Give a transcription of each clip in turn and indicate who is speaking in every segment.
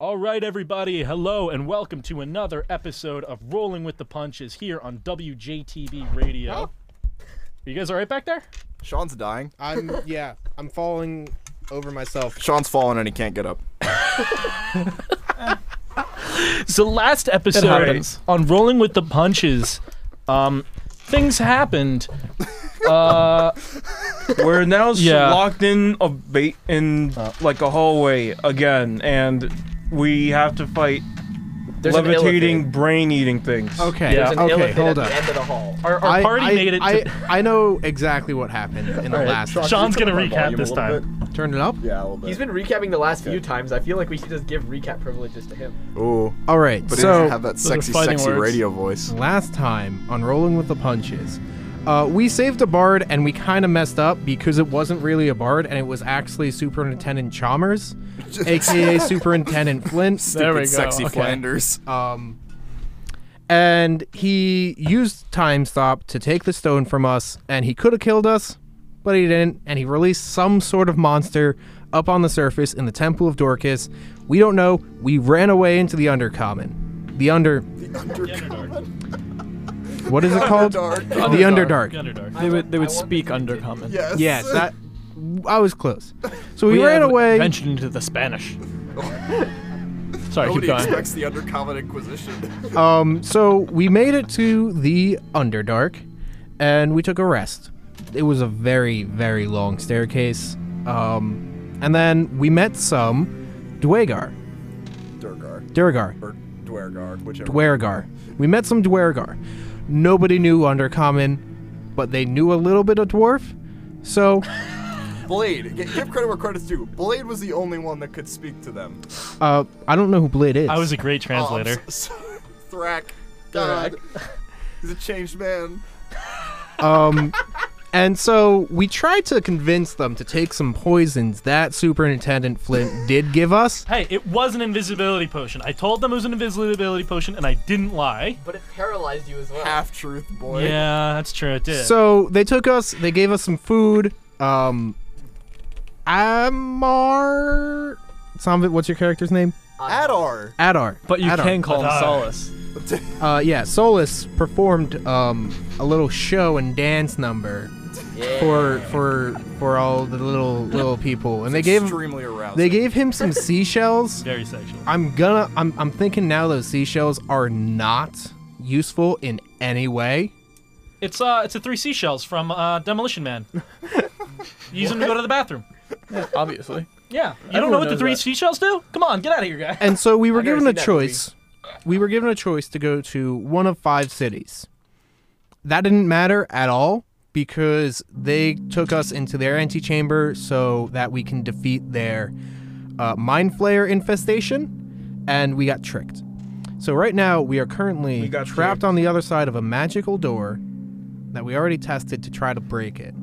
Speaker 1: All right, everybody. Hello and welcome to another episode of Rolling with the Punches here on WJTB Radio. You guys all right back there?
Speaker 2: Sean's dying.
Speaker 3: I'm yeah. I'm falling over myself.
Speaker 2: Sean's fallen and he can't get up.
Speaker 1: So last episode
Speaker 4: happens.
Speaker 1: on Rolling with the Punches, um, things happened. Uh,
Speaker 4: We're now s-
Speaker 1: Yeah.
Speaker 4: locked in a bait in
Speaker 2: Oh.
Speaker 4: like a hallway again, and we have to fight
Speaker 5: There's an
Speaker 4: levitating,
Speaker 5: illithid.
Speaker 4: brain-eating things.
Speaker 3: Okay.
Speaker 1: Yeah.
Speaker 5: There's an
Speaker 3: Okay,
Speaker 5: illithid
Speaker 3: hold
Speaker 5: at
Speaker 3: up.
Speaker 5: the end of the hall.
Speaker 1: our our
Speaker 3: I,
Speaker 1: party
Speaker 3: I,
Speaker 1: made it.
Speaker 3: I,
Speaker 1: to-
Speaker 3: I know exactly what happened in the last.
Speaker 1: Sean's gonna recap this time.
Speaker 3: Turn it up.
Speaker 2: Yeah, a little bit.
Speaker 5: He's been recapping the last few times. I feel like we should just give recap privileges to him.
Speaker 2: Ooh,
Speaker 3: All right.
Speaker 2: but he
Speaker 3: so
Speaker 2: doesn't have that
Speaker 1: are
Speaker 2: sexy,
Speaker 1: fighting
Speaker 2: sexy
Speaker 1: words.
Speaker 2: radio voice.
Speaker 3: last time on Rolling with the Punches, uh, we saved a bard and we kind of messed up because it wasn't really a bard and it was actually Superintendent Chalmers, aka Superintendent Flint.
Speaker 1: There we go.
Speaker 2: Stupid Sexy
Speaker 1: Okay.
Speaker 2: Flanders.
Speaker 3: Um, and he used time stop to take the stone from us, and he could have killed us, but he didn't. And he released some sort of monster up on the surface in the Temple of Dorcas. We don't know. We ran away into the Undercommon. The under. What is it called?
Speaker 2: Dark.
Speaker 3: The Underdark.
Speaker 1: Underdark.
Speaker 6: They would they would
Speaker 5: I want
Speaker 6: speak undercommon.
Speaker 2: Yes.
Speaker 3: Yes, that. I was close. So we,
Speaker 6: We
Speaker 3: ran
Speaker 6: have
Speaker 3: away.
Speaker 6: Ventured into the Spanish. Sorry,
Speaker 2: Nobody
Speaker 6: keep going.
Speaker 2: expects the Undercommon Inquisition.
Speaker 3: Um, so we made it to the Underdark, and we took a rest. It was a very, very long staircase. Um, and then we met some Dwegar,
Speaker 2: Durgar.
Speaker 3: Durgar,
Speaker 2: Or Dwergar, whichever.
Speaker 3: Dwergar. We met some Dwergar. Nobody knew Undercommon, but they knew a little bit of Dwarf. So,
Speaker 2: Blade. G- give credit where credit's due. Blade was the only one that could speak to them.
Speaker 3: uh, I don't know who Blade is.
Speaker 1: I was a great
Speaker 2: Oh, I'm
Speaker 1: translator.
Speaker 2: so- so- Thrak. God. He's a changed man.
Speaker 3: And so we tried to convince them to take some poisons that Superintendent Flint did give us.
Speaker 1: Hey, it was an invisibility potion. I told them it was an invisibility potion, and I didn't lie.
Speaker 5: But it paralyzed you as well.
Speaker 2: Half truth boy.
Speaker 1: Yeah, that's true. It did.
Speaker 3: So they took us. They gave us some food. Um, Amar. Some what's your character's name?
Speaker 5: Uh,
Speaker 2: Adar.
Speaker 3: Adar.
Speaker 6: But you
Speaker 3: Adar.
Speaker 6: can call him
Speaker 1: Adar.
Speaker 6: Solace.
Speaker 3: Uh, yeah. Solus performed um a little show and dance number
Speaker 5: Yeah.
Speaker 3: for for for all the little little people, and they gave
Speaker 2: Extremely arousing.
Speaker 3: they gave him some seashells.
Speaker 1: Very sexual.
Speaker 3: I'm gonna. I'm I'm thinking now those seashells are not useful in any way.
Speaker 1: It's uh, it's the three seashells from uh, Demolition Man. Use them to go to the bathroom.
Speaker 6: Obviously.
Speaker 1: Yeah, you don't know
Speaker 6: Everyone
Speaker 1: what the
Speaker 6: knows
Speaker 1: three
Speaker 6: that.
Speaker 1: seashells do? Come on, get out of here, guy.
Speaker 3: And so we were
Speaker 5: I've never
Speaker 3: given a
Speaker 5: seen that movie.
Speaker 3: choice. We were given a choice to go to one of five cities. That didn't matter at all because they took us into their antechamber so that we can defeat their uh, mind flayer infestation, and we got tricked. So right now we are currently
Speaker 4: We got
Speaker 3: trapped on the other side of a magical door that we already tested to try to break it.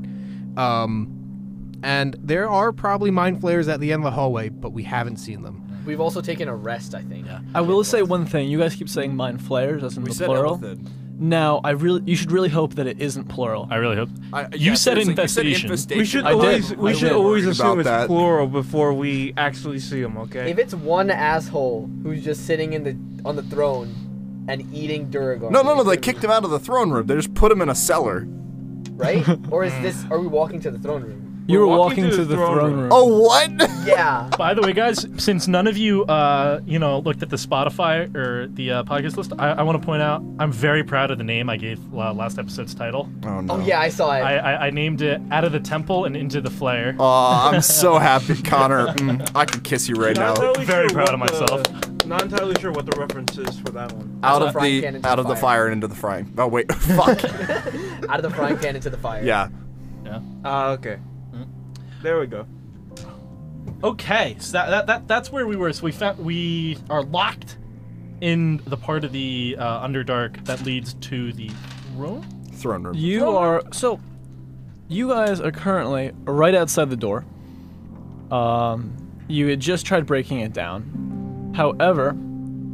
Speaker 3: Um, and there are probably mind flayers at the end of the hallway, but we haven't seen them.
Speaker 5: We've also taken a rest, I think.
Speaker 1: Yeah.
Speaker 6: I will say one thing. You guys keep saying mind flares as in
Speaker 2: We
Speaker 6: the
Speaker 2: said
Speaker 6: plural.
Speaker 2: illithid.
Speaker 6: Now, I really you should really hope that it isn't plural.
Speaker 1: I really hope.
Speaker 2: I-
Speaker 1: You said
Speaker 2: seriously,
Speaker 1: infestation.
Speaker 4: We should
Speaker 6: I did.
Speaker 4: always we
Speaker 6: I
Speaker 4: should
Speaker 6: did.
Speaker 4: always
Speaker 2: Worried about
Speaker 4: assume it's
Speaker 2: that.
Speaker 4: plural before we actually see them. Okay.
Speaker 5: If it's one asshole who's just sitting in the on the throne and eating Duragar.
Speaker 2: No, no, no. They kicked him out of the throne room. They just put him in a cellar.
Speaker 5: Right? Or is this? Are we walking to the throne room?
Speaker 6: you
Speaker 4: We're
Speaker 6: were walking, to the throne, room.
Speaker 2: Oh, what?
Speaker 5: Yeah.
Speaker 1: By the way, guys, since none of you, uh, you know, looked at the Spotify or the uh, podcast list, I, I want to point out I'm very proud of the name I gave uh, last episode's title.
Speaker 2: Oh, no.
Speaker 5: Oh yeah, I saw it.
Speaker 1: I, I, I named it "Out of the Temple and Into the Flare."
Speaker 2: Aw, I'm so happy, Connor. Mm, I could kiss you right now.
Speaker 1: Very proud of myself.
Speaker 4: Not entirely sure what the reference is for that one.
Speaker 2: Out
Speaker 5: the
Speaker 2: of
Speaker 5: frying
Speaker 2: the
Speaker 5: pan into
Speaker 2: out
Speaker 5: the
Speaker 2: of the
Speaker 5: fire.
Speaker 2: fire and into the frying. Oh wait, fuck.
Speaker 5: Out of the frying pan into the fire.
Speaker 2: yeah.
Speaker 4: Ah, okay. There we go.
Speaker 1: Okay, so that, that, that that's where we were. So we found we are locked in the part of the uh, Underdark that leads to the room.
Speaker 2: Throne room.
Speaker 6: You are so. You guys are currently right outside the door. Um, you had just tried breaking it down. However,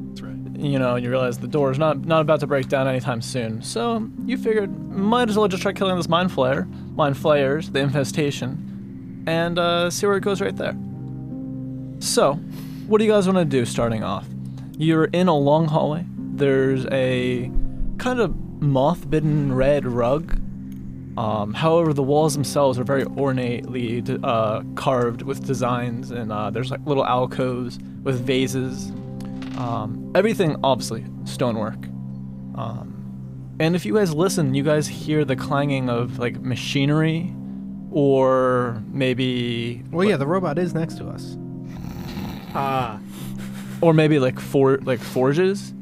Speaker 1: That's right.
Speaker 6: you know, you realize the door is not not about to break down anytime soon. So you figured might as well just try killing this mind flayer, mind flayers, the infestation, and uh, see where it goes right there. So, what do you guys want to do starting off? You're in a long hallway. There's a kind of moth bitten red rug. Um, however, the walls themselves are very ornately d- uh, carved with designs, and uh, there's like little alcoves with vases. Um, everything, obviously, stonework. Um, and if you guys listen, you guys hear the clanging of like machinery, or maybe
Speaker 3: Well, yeah, the robot is next to us.
Speaker 5: Ah.
Speaker 6: or maybe like for like forges,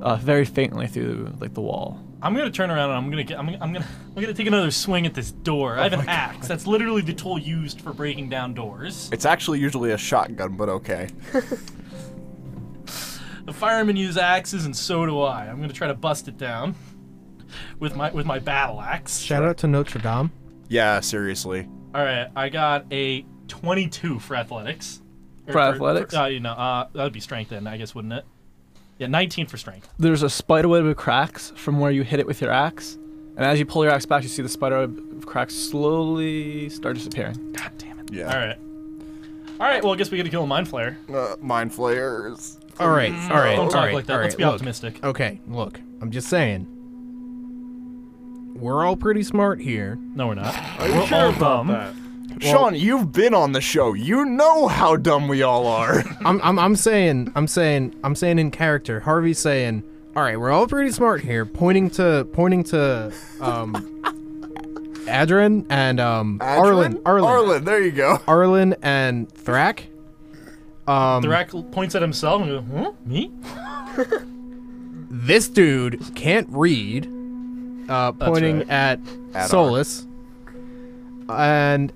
Speaker 6: uh, very faintly through like the wall.
Speaker 1: I'm gonna turn around and I'm gonna get. I'm, gonna- I'm gonna. I'm gonna take another swing at this door. I have
Speaker 6: Oh
Speaker 1: an axe. That's literally the tool used for breaking down doors.
Speaker 2: It's actually usually a shotgun, but okay.
Speaker 1: The firemen use axes, and so do I. I'm gonna try to bust it down with my with my battle axe.
Speaker 3: Shout out to Notre Dame.
Speaker 2: Yeah, seriously.
Speaker 1: All right, I got a 22 for athletics. Or
Speaker 6: For athletics?
Speaker 1: uh, you know, uh, that'd be strength then, I guess, wouldn't it? Yeah, 19 for strength.
Speaker 6: There's a spider web of cracks from where you hit it with your axe, and as you pull your axe back, you see the spider web of cracks slowly start disappearing.
Speaker 1: God damn it.
Speaker 2: Yeah.
Speaker 1: All right. All right. Well, I guess we got to kill a mind flayer.
Speaker 2: Uh, mind flayers.
Speaker 3: All right, all right,
Speaker 1: Mm. Don't
Speaker 3: all
Speaker 1: talk
Speaker 3: right,
Speaker 1: like that.
Speaker 3: all right.
Speaker 1: Let's be
Speaker 3: look,
Speaker 1: optimistic.
Speaker 3: Okay, look, I'm just saying. We're all pretty smart here.
Speaker 1: No, we're not.
Speaker 2: Are you sure
Speaker 1: all
Speaker 2: about
Speaker 1: dumb.
Speaker 2: that? Sean, you've been on the show. You know how dumb we all are.
Speaker 3: I'm, I'm, I'm saying, I'm saying, I'm saying in character. Harvey's saying, "All right, we're all pretty smart here." Pointing to, pointing to, um, Adrin and um, Arlen,
Speaker 2: Adrian?
Speaker 3: Arlen, Arlen,
Speaker 2: Arlen, there you go.
Speaker 3: and Thrak. Um,
Speaker 1: The rack points at himself and goes, huh? Me?
Speaker 3: this dude can't read. Uh, pointing
Speaker 1: right.
Speaker 3: at,
Speaker 2: At
Speaker 3: Solus, and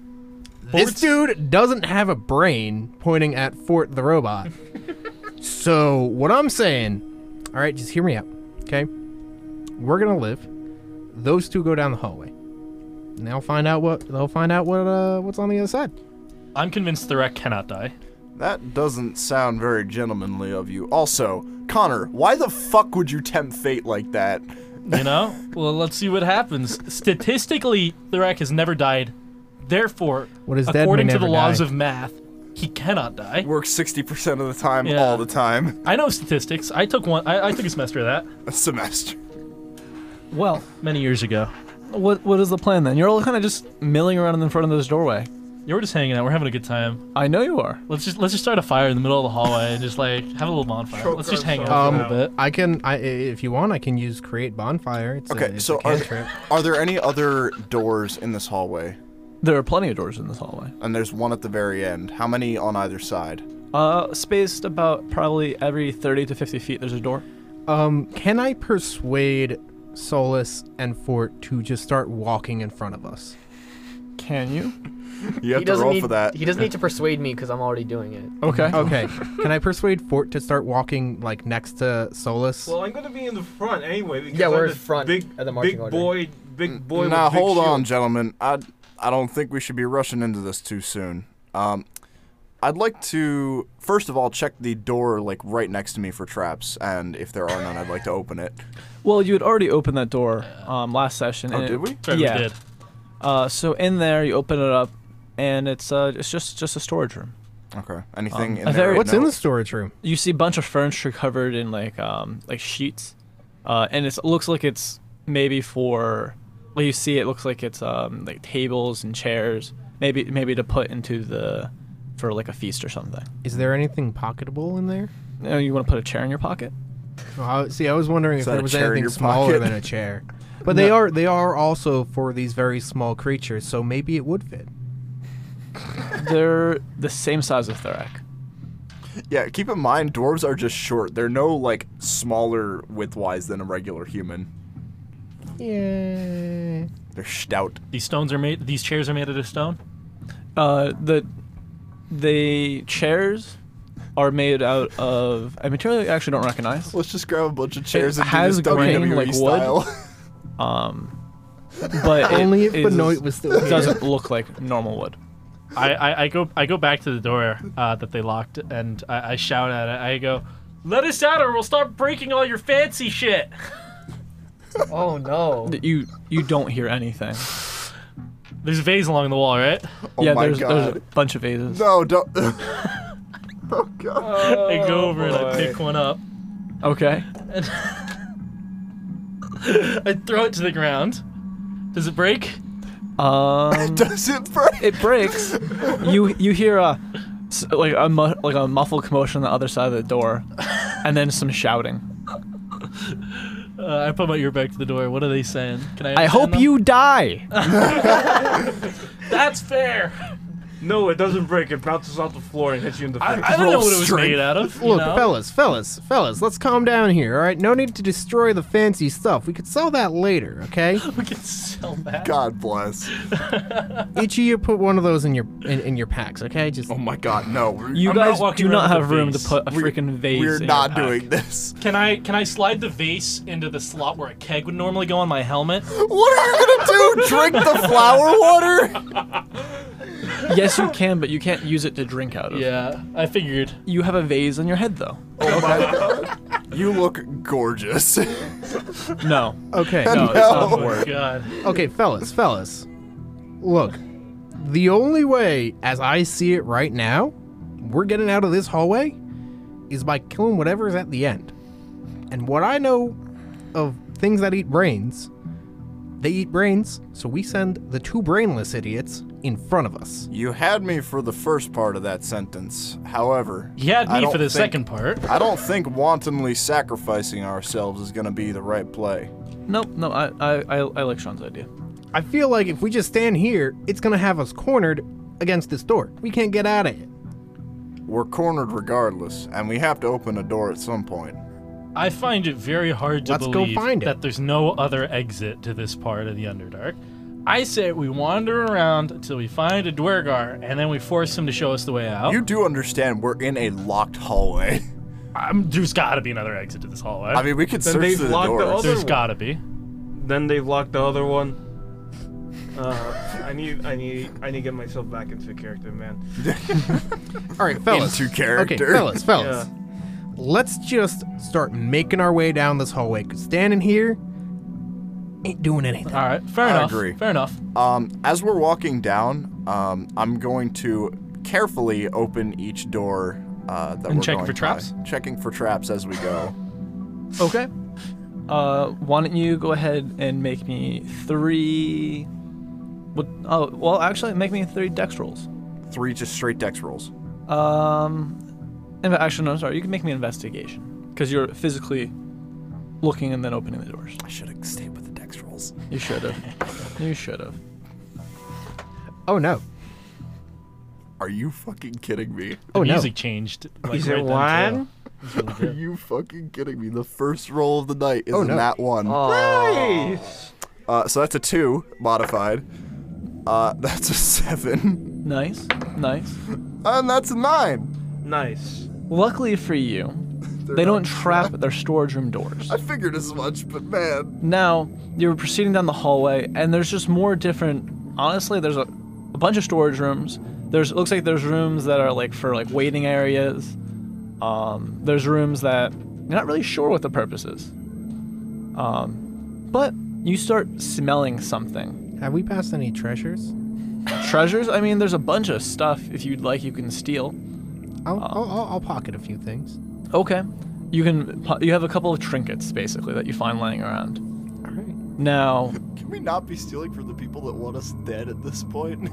Speaker 3: this
Speaker 1: Fort's-
Speaker 3: dude doesn't have a brain. Pointing at Fort the robot. so what I'm saying, all right, just hear me out, okay? We're gonna live. Those two go down the hallway. And they'll find out what they'll find out what uh, what's on the other side.
Speaker 1: I'm convinced the rack cannot die.
Speaker 2: That doesn't sound very gentlemanly of you. Also, Connor, why the fuck would you tempt fate like that?
Speaker 1: You know? well, let's see what happens. Statistically, the rack has never died. Therefore,
Speaker 3: What is dead may
Speaker 1: according to
Speaker 3: never
Speaker 1: the laws
Speaker 3: die.
Speaker 1: of math, he cannot die.
Speaker 2: Works 60% of the time,
Speaker 1: Yeah.
Speaker 2: all the time,
Speaker 1: I know statistics. I took one. I, I took a semester of that
Speaker 2: a semester.
Speaker 6: Well,
Speaker 1: many years ago.
Speaker 6: what what is the plan then? You're all kind of just milling around in front of this doorway.
Speaker 1: Yeah, we're just hanging out. We're having a good time.
Speaker 6: I know you are.
Speaker 1: Let's just let's just start a fire in the middle of the hallway and just like have a little bonfire. let's just hang out
Speaker 3: Um,
Speaker 1: for a little bit.
Speaker 3: I can, I if you want, I can use create bonfire. It's
Speaker 2: Okay,
Speaker 3: a, it's
Speaker 2: so
Speaker 3: a
Speaker 2: are,
Speaker 3: cantrip.
Speaker 2: are there any other doors in this hallway?
Speaker 6: There are plenty of doors in this hallway.
Speaker 2: And there's one at the very end. How many on either side?
Speaker 6: Uh, spaced about probably every 30 to 50 feet, there's a door.
Speaker 3: Um, can I persuade Solus and Fort to just start walking in front of us?
Speaker 6: Can you?
Speaker 2: You have
Speaker 5: He
Speaker 2: to
Speaker 5: doesn't
Speaker 2: roll
Speaker 5: need
Speaker 2: for that.
Speaker 5: he doesn't need to persuade me because I'm already doing it.
Speaker 6: Okay.
Speaker 3: Okay. can I persuade Fort to start walking like next to Solus?
Speaker 7: Well, I'm gonna be in the front anyway. Because
Speaker 5: Yeah, we're
Speaker 7: I'm
Speaker 5: in front
Speaker 7: big,
Speaker 5: of the marching
Speaker 7: big
Speaker 5: order.
Speaker 7: boy, big boy.
Speaker 2: now
Speaker 7: with big
Speaker 2: hold
Speaker 7: shield.
Speaker 2: on, gentlemen. I I don't think we should be rushing into this too soon. Um, I'd like to first of all check the door like right next to me for traps, and if there are none, I'd like to open it.
Speaker 6: Well, you had already opened that door um, last session.
Speaker 2: Oh,
Speaker 6: and
Speaker 2: did
Speaker 6: it-
Speaker 2: we?
Speaker 1: Sorry,
Speaker 6: yeah.
Speaker 1: we did.
Speaker 6: Uh, so in there, you open it up, and it's uh, it's just just a storage room.
Speaker 2: Okay. Anything in there?
Speaker 6: a very-
Speaker 2: right
Speaker 3: What's
Speaker 2: now?
Speaker 3: in the storage room?
Speaker 6: You see a bunch of furniture covered in like um like sheets, uh, and it's, it looks like it's maybe for. Well, you see, it looks like it's um like tables and chairs, maybe maybe to put into the for like a feast or something.
Speaker 3: Is there anything pocketable in there?
Speaker 6: You, know, you want to put a chair in your pocket?
Speaker 3: Oh, I- see, I was wondering if
Speaker 2: that
Speaker 3: there
Speaker 2: a
Speaker 3: was
Speaker 2: chair in
Speaker 3: anything
Speaker 2: your
Speaker 3: smaller
Speaker 2: pocket?
Speaker 3: than a chair. But they are they are also for these very small creatures, so maybe it would fit.
Speaker 6: They're the same size as Thurek.
Speaker 2: Yeah. Keep in mind, dwarves are just short. They're no like smaller width wise than a regular human.
Speaker 3: Yeah.
Speaker 2: They're stout.
Speaker 1: These stones are made. These chairs are made out of stone.
Speaker 6: Uh, the the chairs are made out of a material I actually don't recognize.
Speaker 2: Let's just grab a bunch of chairs and
Speaker 6: has
Speaker 2: do this WWE
Speaker 6: grain, like wood.
Speaker 2: style.
Speaker 6: Um, but it
Speaker 3: Only if
Speaker 6: is-
Speaker 3: Benoit was still here.
Speaker 6: doesn't look like normal wood.
Speaker 1: I, I, I go I go back to the door uh, that they locked and I, I shout at it. I go, "Let us out, or we'll start breaking all your fancy shit."
Speaker 5: Oh no.
Speaker 6: That You you don't hear anything.
Speaker 1: There's a vase along the wall, right?
Speaker 2: oh
Speaker 6: yeah,
Speaker 2: my
Speaker 6: there's,
Speaker 2: god.
Speaker 6: there's a bunch of vases.
Speaker 2: No, don't. Oh god.
Speaker 6: Uh,
Speaker 1: I go over and I
Speaker 4: boy.
Speaker 1: pick one up.
Speaker 6: Okay.
Speaker 1: And I throw it to the ground. Does it break?
Speaker 6: Um,
Speaker 2: Does it break?
Speaker 6: it breaks. You you hear a s- like a mu- like a muffled commotion on the other side of the door, and then some shouting.
Speaker 1: Uh, I put my ear back to the door. What are they saying? Can I?
Speaker 6: I
Speaker 1: understand
Speaker 6: hope
Speaker 1: them?
Speaker 6: you die.
Speaker 1: That's fair.
Speaker 7: No, it doesn't break. It bounces off the floor and hits you in the face.
Speaker 1: I, I don't know what it was
Speaker 2: strength.
Speaker 1: made out of. you
Speaker 3: Look,
Speaker 1: know?
Speaker 3: fellas, fellas, fellas, let's calm down here, all right? No need to destroy the fancy stuff. We could sell that later, okay?
Speaker 1: We can sell that.
Speaker 2: God bless.
Speaker 3: Each of you put one of those in your in, in your packs, okay? Just
Speaker 2: Oh my god, no.
Speaker 6: You
Speaker 1: I'm not
Speaker 6: guys
Speaker 1: walking
Speaker 6: do
Speaker 1: around
Speaker 6: not
Speaker 1: with a
Speaker 6: have room to
Speaker 1: vase.
Speaker 6: put a freaking vase.
Speaker 2: We're
Speaker 6: in your
Speaker 2: not
Speaker 6: pack.
Speaker 2: doing this.
Speaker 1: Can I can I slide the vase into the slot where a keg would normally go on my helmet?
Speaker 2: What are you gonna do? Drink the flower water?
Speaker 6: Yes, you can, but you can't use it to drink out of.
Speaker 1: Yeah, I figured.
Speaker 6: You have a vase on your head, though.
Speaker 2: Oh You look gorgeous.
Speaker 6: No.
Speaker 3: okay.
Speaker 6: No, it's not the word.
Speaker 1: Oh, God.
Speaker 3: Okay, fellas, fellas. Look, the only way as I see it right now, we're getting out of this hallway is by killing whatever's at the end. And what I know of things that eat brains, they eat brains, so we send the two brainless idiots in front of us.
Speaker 2: You had me for the first part of that sentence. However,
Speaker 1: You had
Speaker 2: I
Speaker 1: me
Speaker 2: don't
Speaker 1: for the
Speaker 2: think-
Speaker 1: second part.
Speaker 2: I don't think wantonly sacrificing ourselves is gonna be the right play.
Speaker 6: Nope, no, I, I, I, I like Sean's idea.
Speaker 3: I feel like if we just stand here, it's gonna have us cornered against this door. We can't get out of it.
Speaker 2: We're cornered regardless, and we have to open a door at some point.
Speaker 1: I find it very hard to
Speaker 3: Let's go
Speaker 1: believe
Speaker 3: find it.
Speaker 1: that there's no other exit to this part of the Underdark. I say we wander around until we find a Dwergar, and then we force him to show us the way out.
Speaker 2: You do understand we're in a locked hallway.
Speaker 1: I'm, Um, there's got to be another exit to this hallway.
Speaker 2: I mean, we could
Speaker 7: Then
Speaker 2: search
Speaker 7: they've
Speaker 2: the
Speaker 7: locked the
Speaker 2: doors.
Speaker 7: other-
Speaker 1: there's got to be.
Speaker 7: Then they've locked the other one. Uh, I need, I need, I need to get myself back into character, man.
Speaker 3: All right, fellas.
Speaker 2: Into character.
Speaker 3: Okay, fellas,
Speaker 1: Oh.
Speaker 3: fellas.
Speaker 7: Yeah.
Speaker 3: Let's just start making our way down this hallway. 'cause standing here ain't doing anything.
Speaker 1: All right, fair
Speaker 2: I
Speaker 1: enough.
Speaker 2: agree.
Speaker 1: Fair enough.
Speaker 2: Um, as we're walking down, um, I'm going to carefully open each door uh, that
Speaker 1: And
Speaker 2: we're
Speaker 1: checking
Speaker 2: going
Speaker 1: for traps?
Speaker 2: by. Checking for traps as we go.
Speaker 6: Okay. Uh, why don't you go ahead and make me three. What, oh, well, actually, make me three dex rolls.
Speaker 2: Three just straight dex rolls.
Speaker 6: Um, in fact, actually, no, I'm sorry. You can make me an investigation because you're physically looking and then opening the doors.
Speaker 2: I should have stayed with the dex rolls.
Speaker 6: You should have. you should have.
Speaker 3: Oh no.
Speaker 2: Are you fucking kidding me?
Speaker 1: The
Speaker 3: Oh no.
Speaker 1: music changed. Like,
Speaker 7: Is it
Speaker 1: right then,
Speaker 7: one?
Speaker 1: too. It's really
Speaker 2: Are
Speaker 1: good.
Speaker 2: you fucking kidding me? The first roll of the night is
Speaker 3: Oh,
Speaker 2: in
Speaker 3: no.
Speaker 2: that one.
Speaker 7: Nice.
Speaker 2: Uh, so that's a two modified. Uh, that's a seven,
Speaker 6: Nice, nice.
Speaker 2: and that's a nine.
Speaker 7: Nice.
Speaker 6: Luckily for you, they don't trap their storage room doors.
Speaker 2: I figured as much, but man,
Speaker 6: Now, you're proceeding down the hallway, and there's just more different. Honestly, there's a, a bunch of storage rooms. There's looks like there's rooms that are like for like waiting areas. Um, there's rooms that you're not really sure what the purpose is. Um, but you start smelling something.
Speaker 3: Have we passed any treasures?
Speaker 6: Treasures? I mean, there's a bunch of stuff. If you'd like, you can steal.
Speaker 3: I'll, I'll, I'll, I'll pocket a few things.
Speaker 6: Okay, you can. po- You have a couple of trinkets basically that you find laying around.
Speaker 3: All right.
Speaker 6: Now,
Speaker 2: can we not be stealing from the people that want us dead at this point?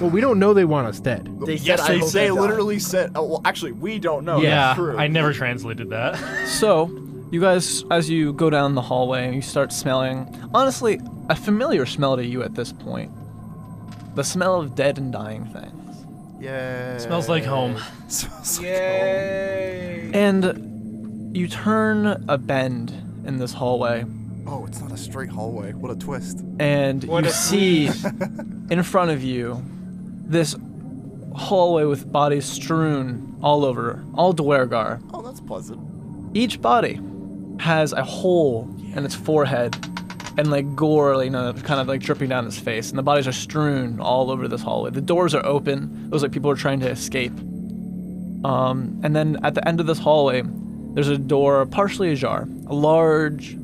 Speaker 3: Well, we don't know they want us dead.
Speaker 5: They said,
Speaker 2: yes,
Speaker 5: I
Speaker 2: they
Speaker 5: hope
Speaker 2: say
Speaker 5: I die."
Speaker 2: literally said. Oh, well, actually, we don't know.
Speaker 1: yeah,
Speaker 2: Oh, that's true.
Speaker 1: I never translated that.
Speaker 6: So, you guys, as you go down the hallway and you start smelling, honestly, a familiar smell to you at this point. The smell of dead and dying things.
Speaker 2: Yeah.
Speaker 1: Smells like home.
Speaker 2: Smells like home.
Speaker 5: Yay!
Speaker 6: And you turn a bend in this hallway,
Speaker 2: Oh, it's not a straight hallway. What a twist.
Speaker 6: and
Speaker 7: What
Speaker 6: you
Speaker 7: a
Speaker 6: see in front of you this hallway with bodies strewn all over, all Dwergar.
Speaker 2: Oh, that's pleasant.
Speaker 6: each body has a hole in its forehead and like gore you know, kind of like dripping down its face and the bodies are strewn all over this hallway the doors are open it was like people are trying to escape um, and then at the end of this hallway there's a door partially ajar a large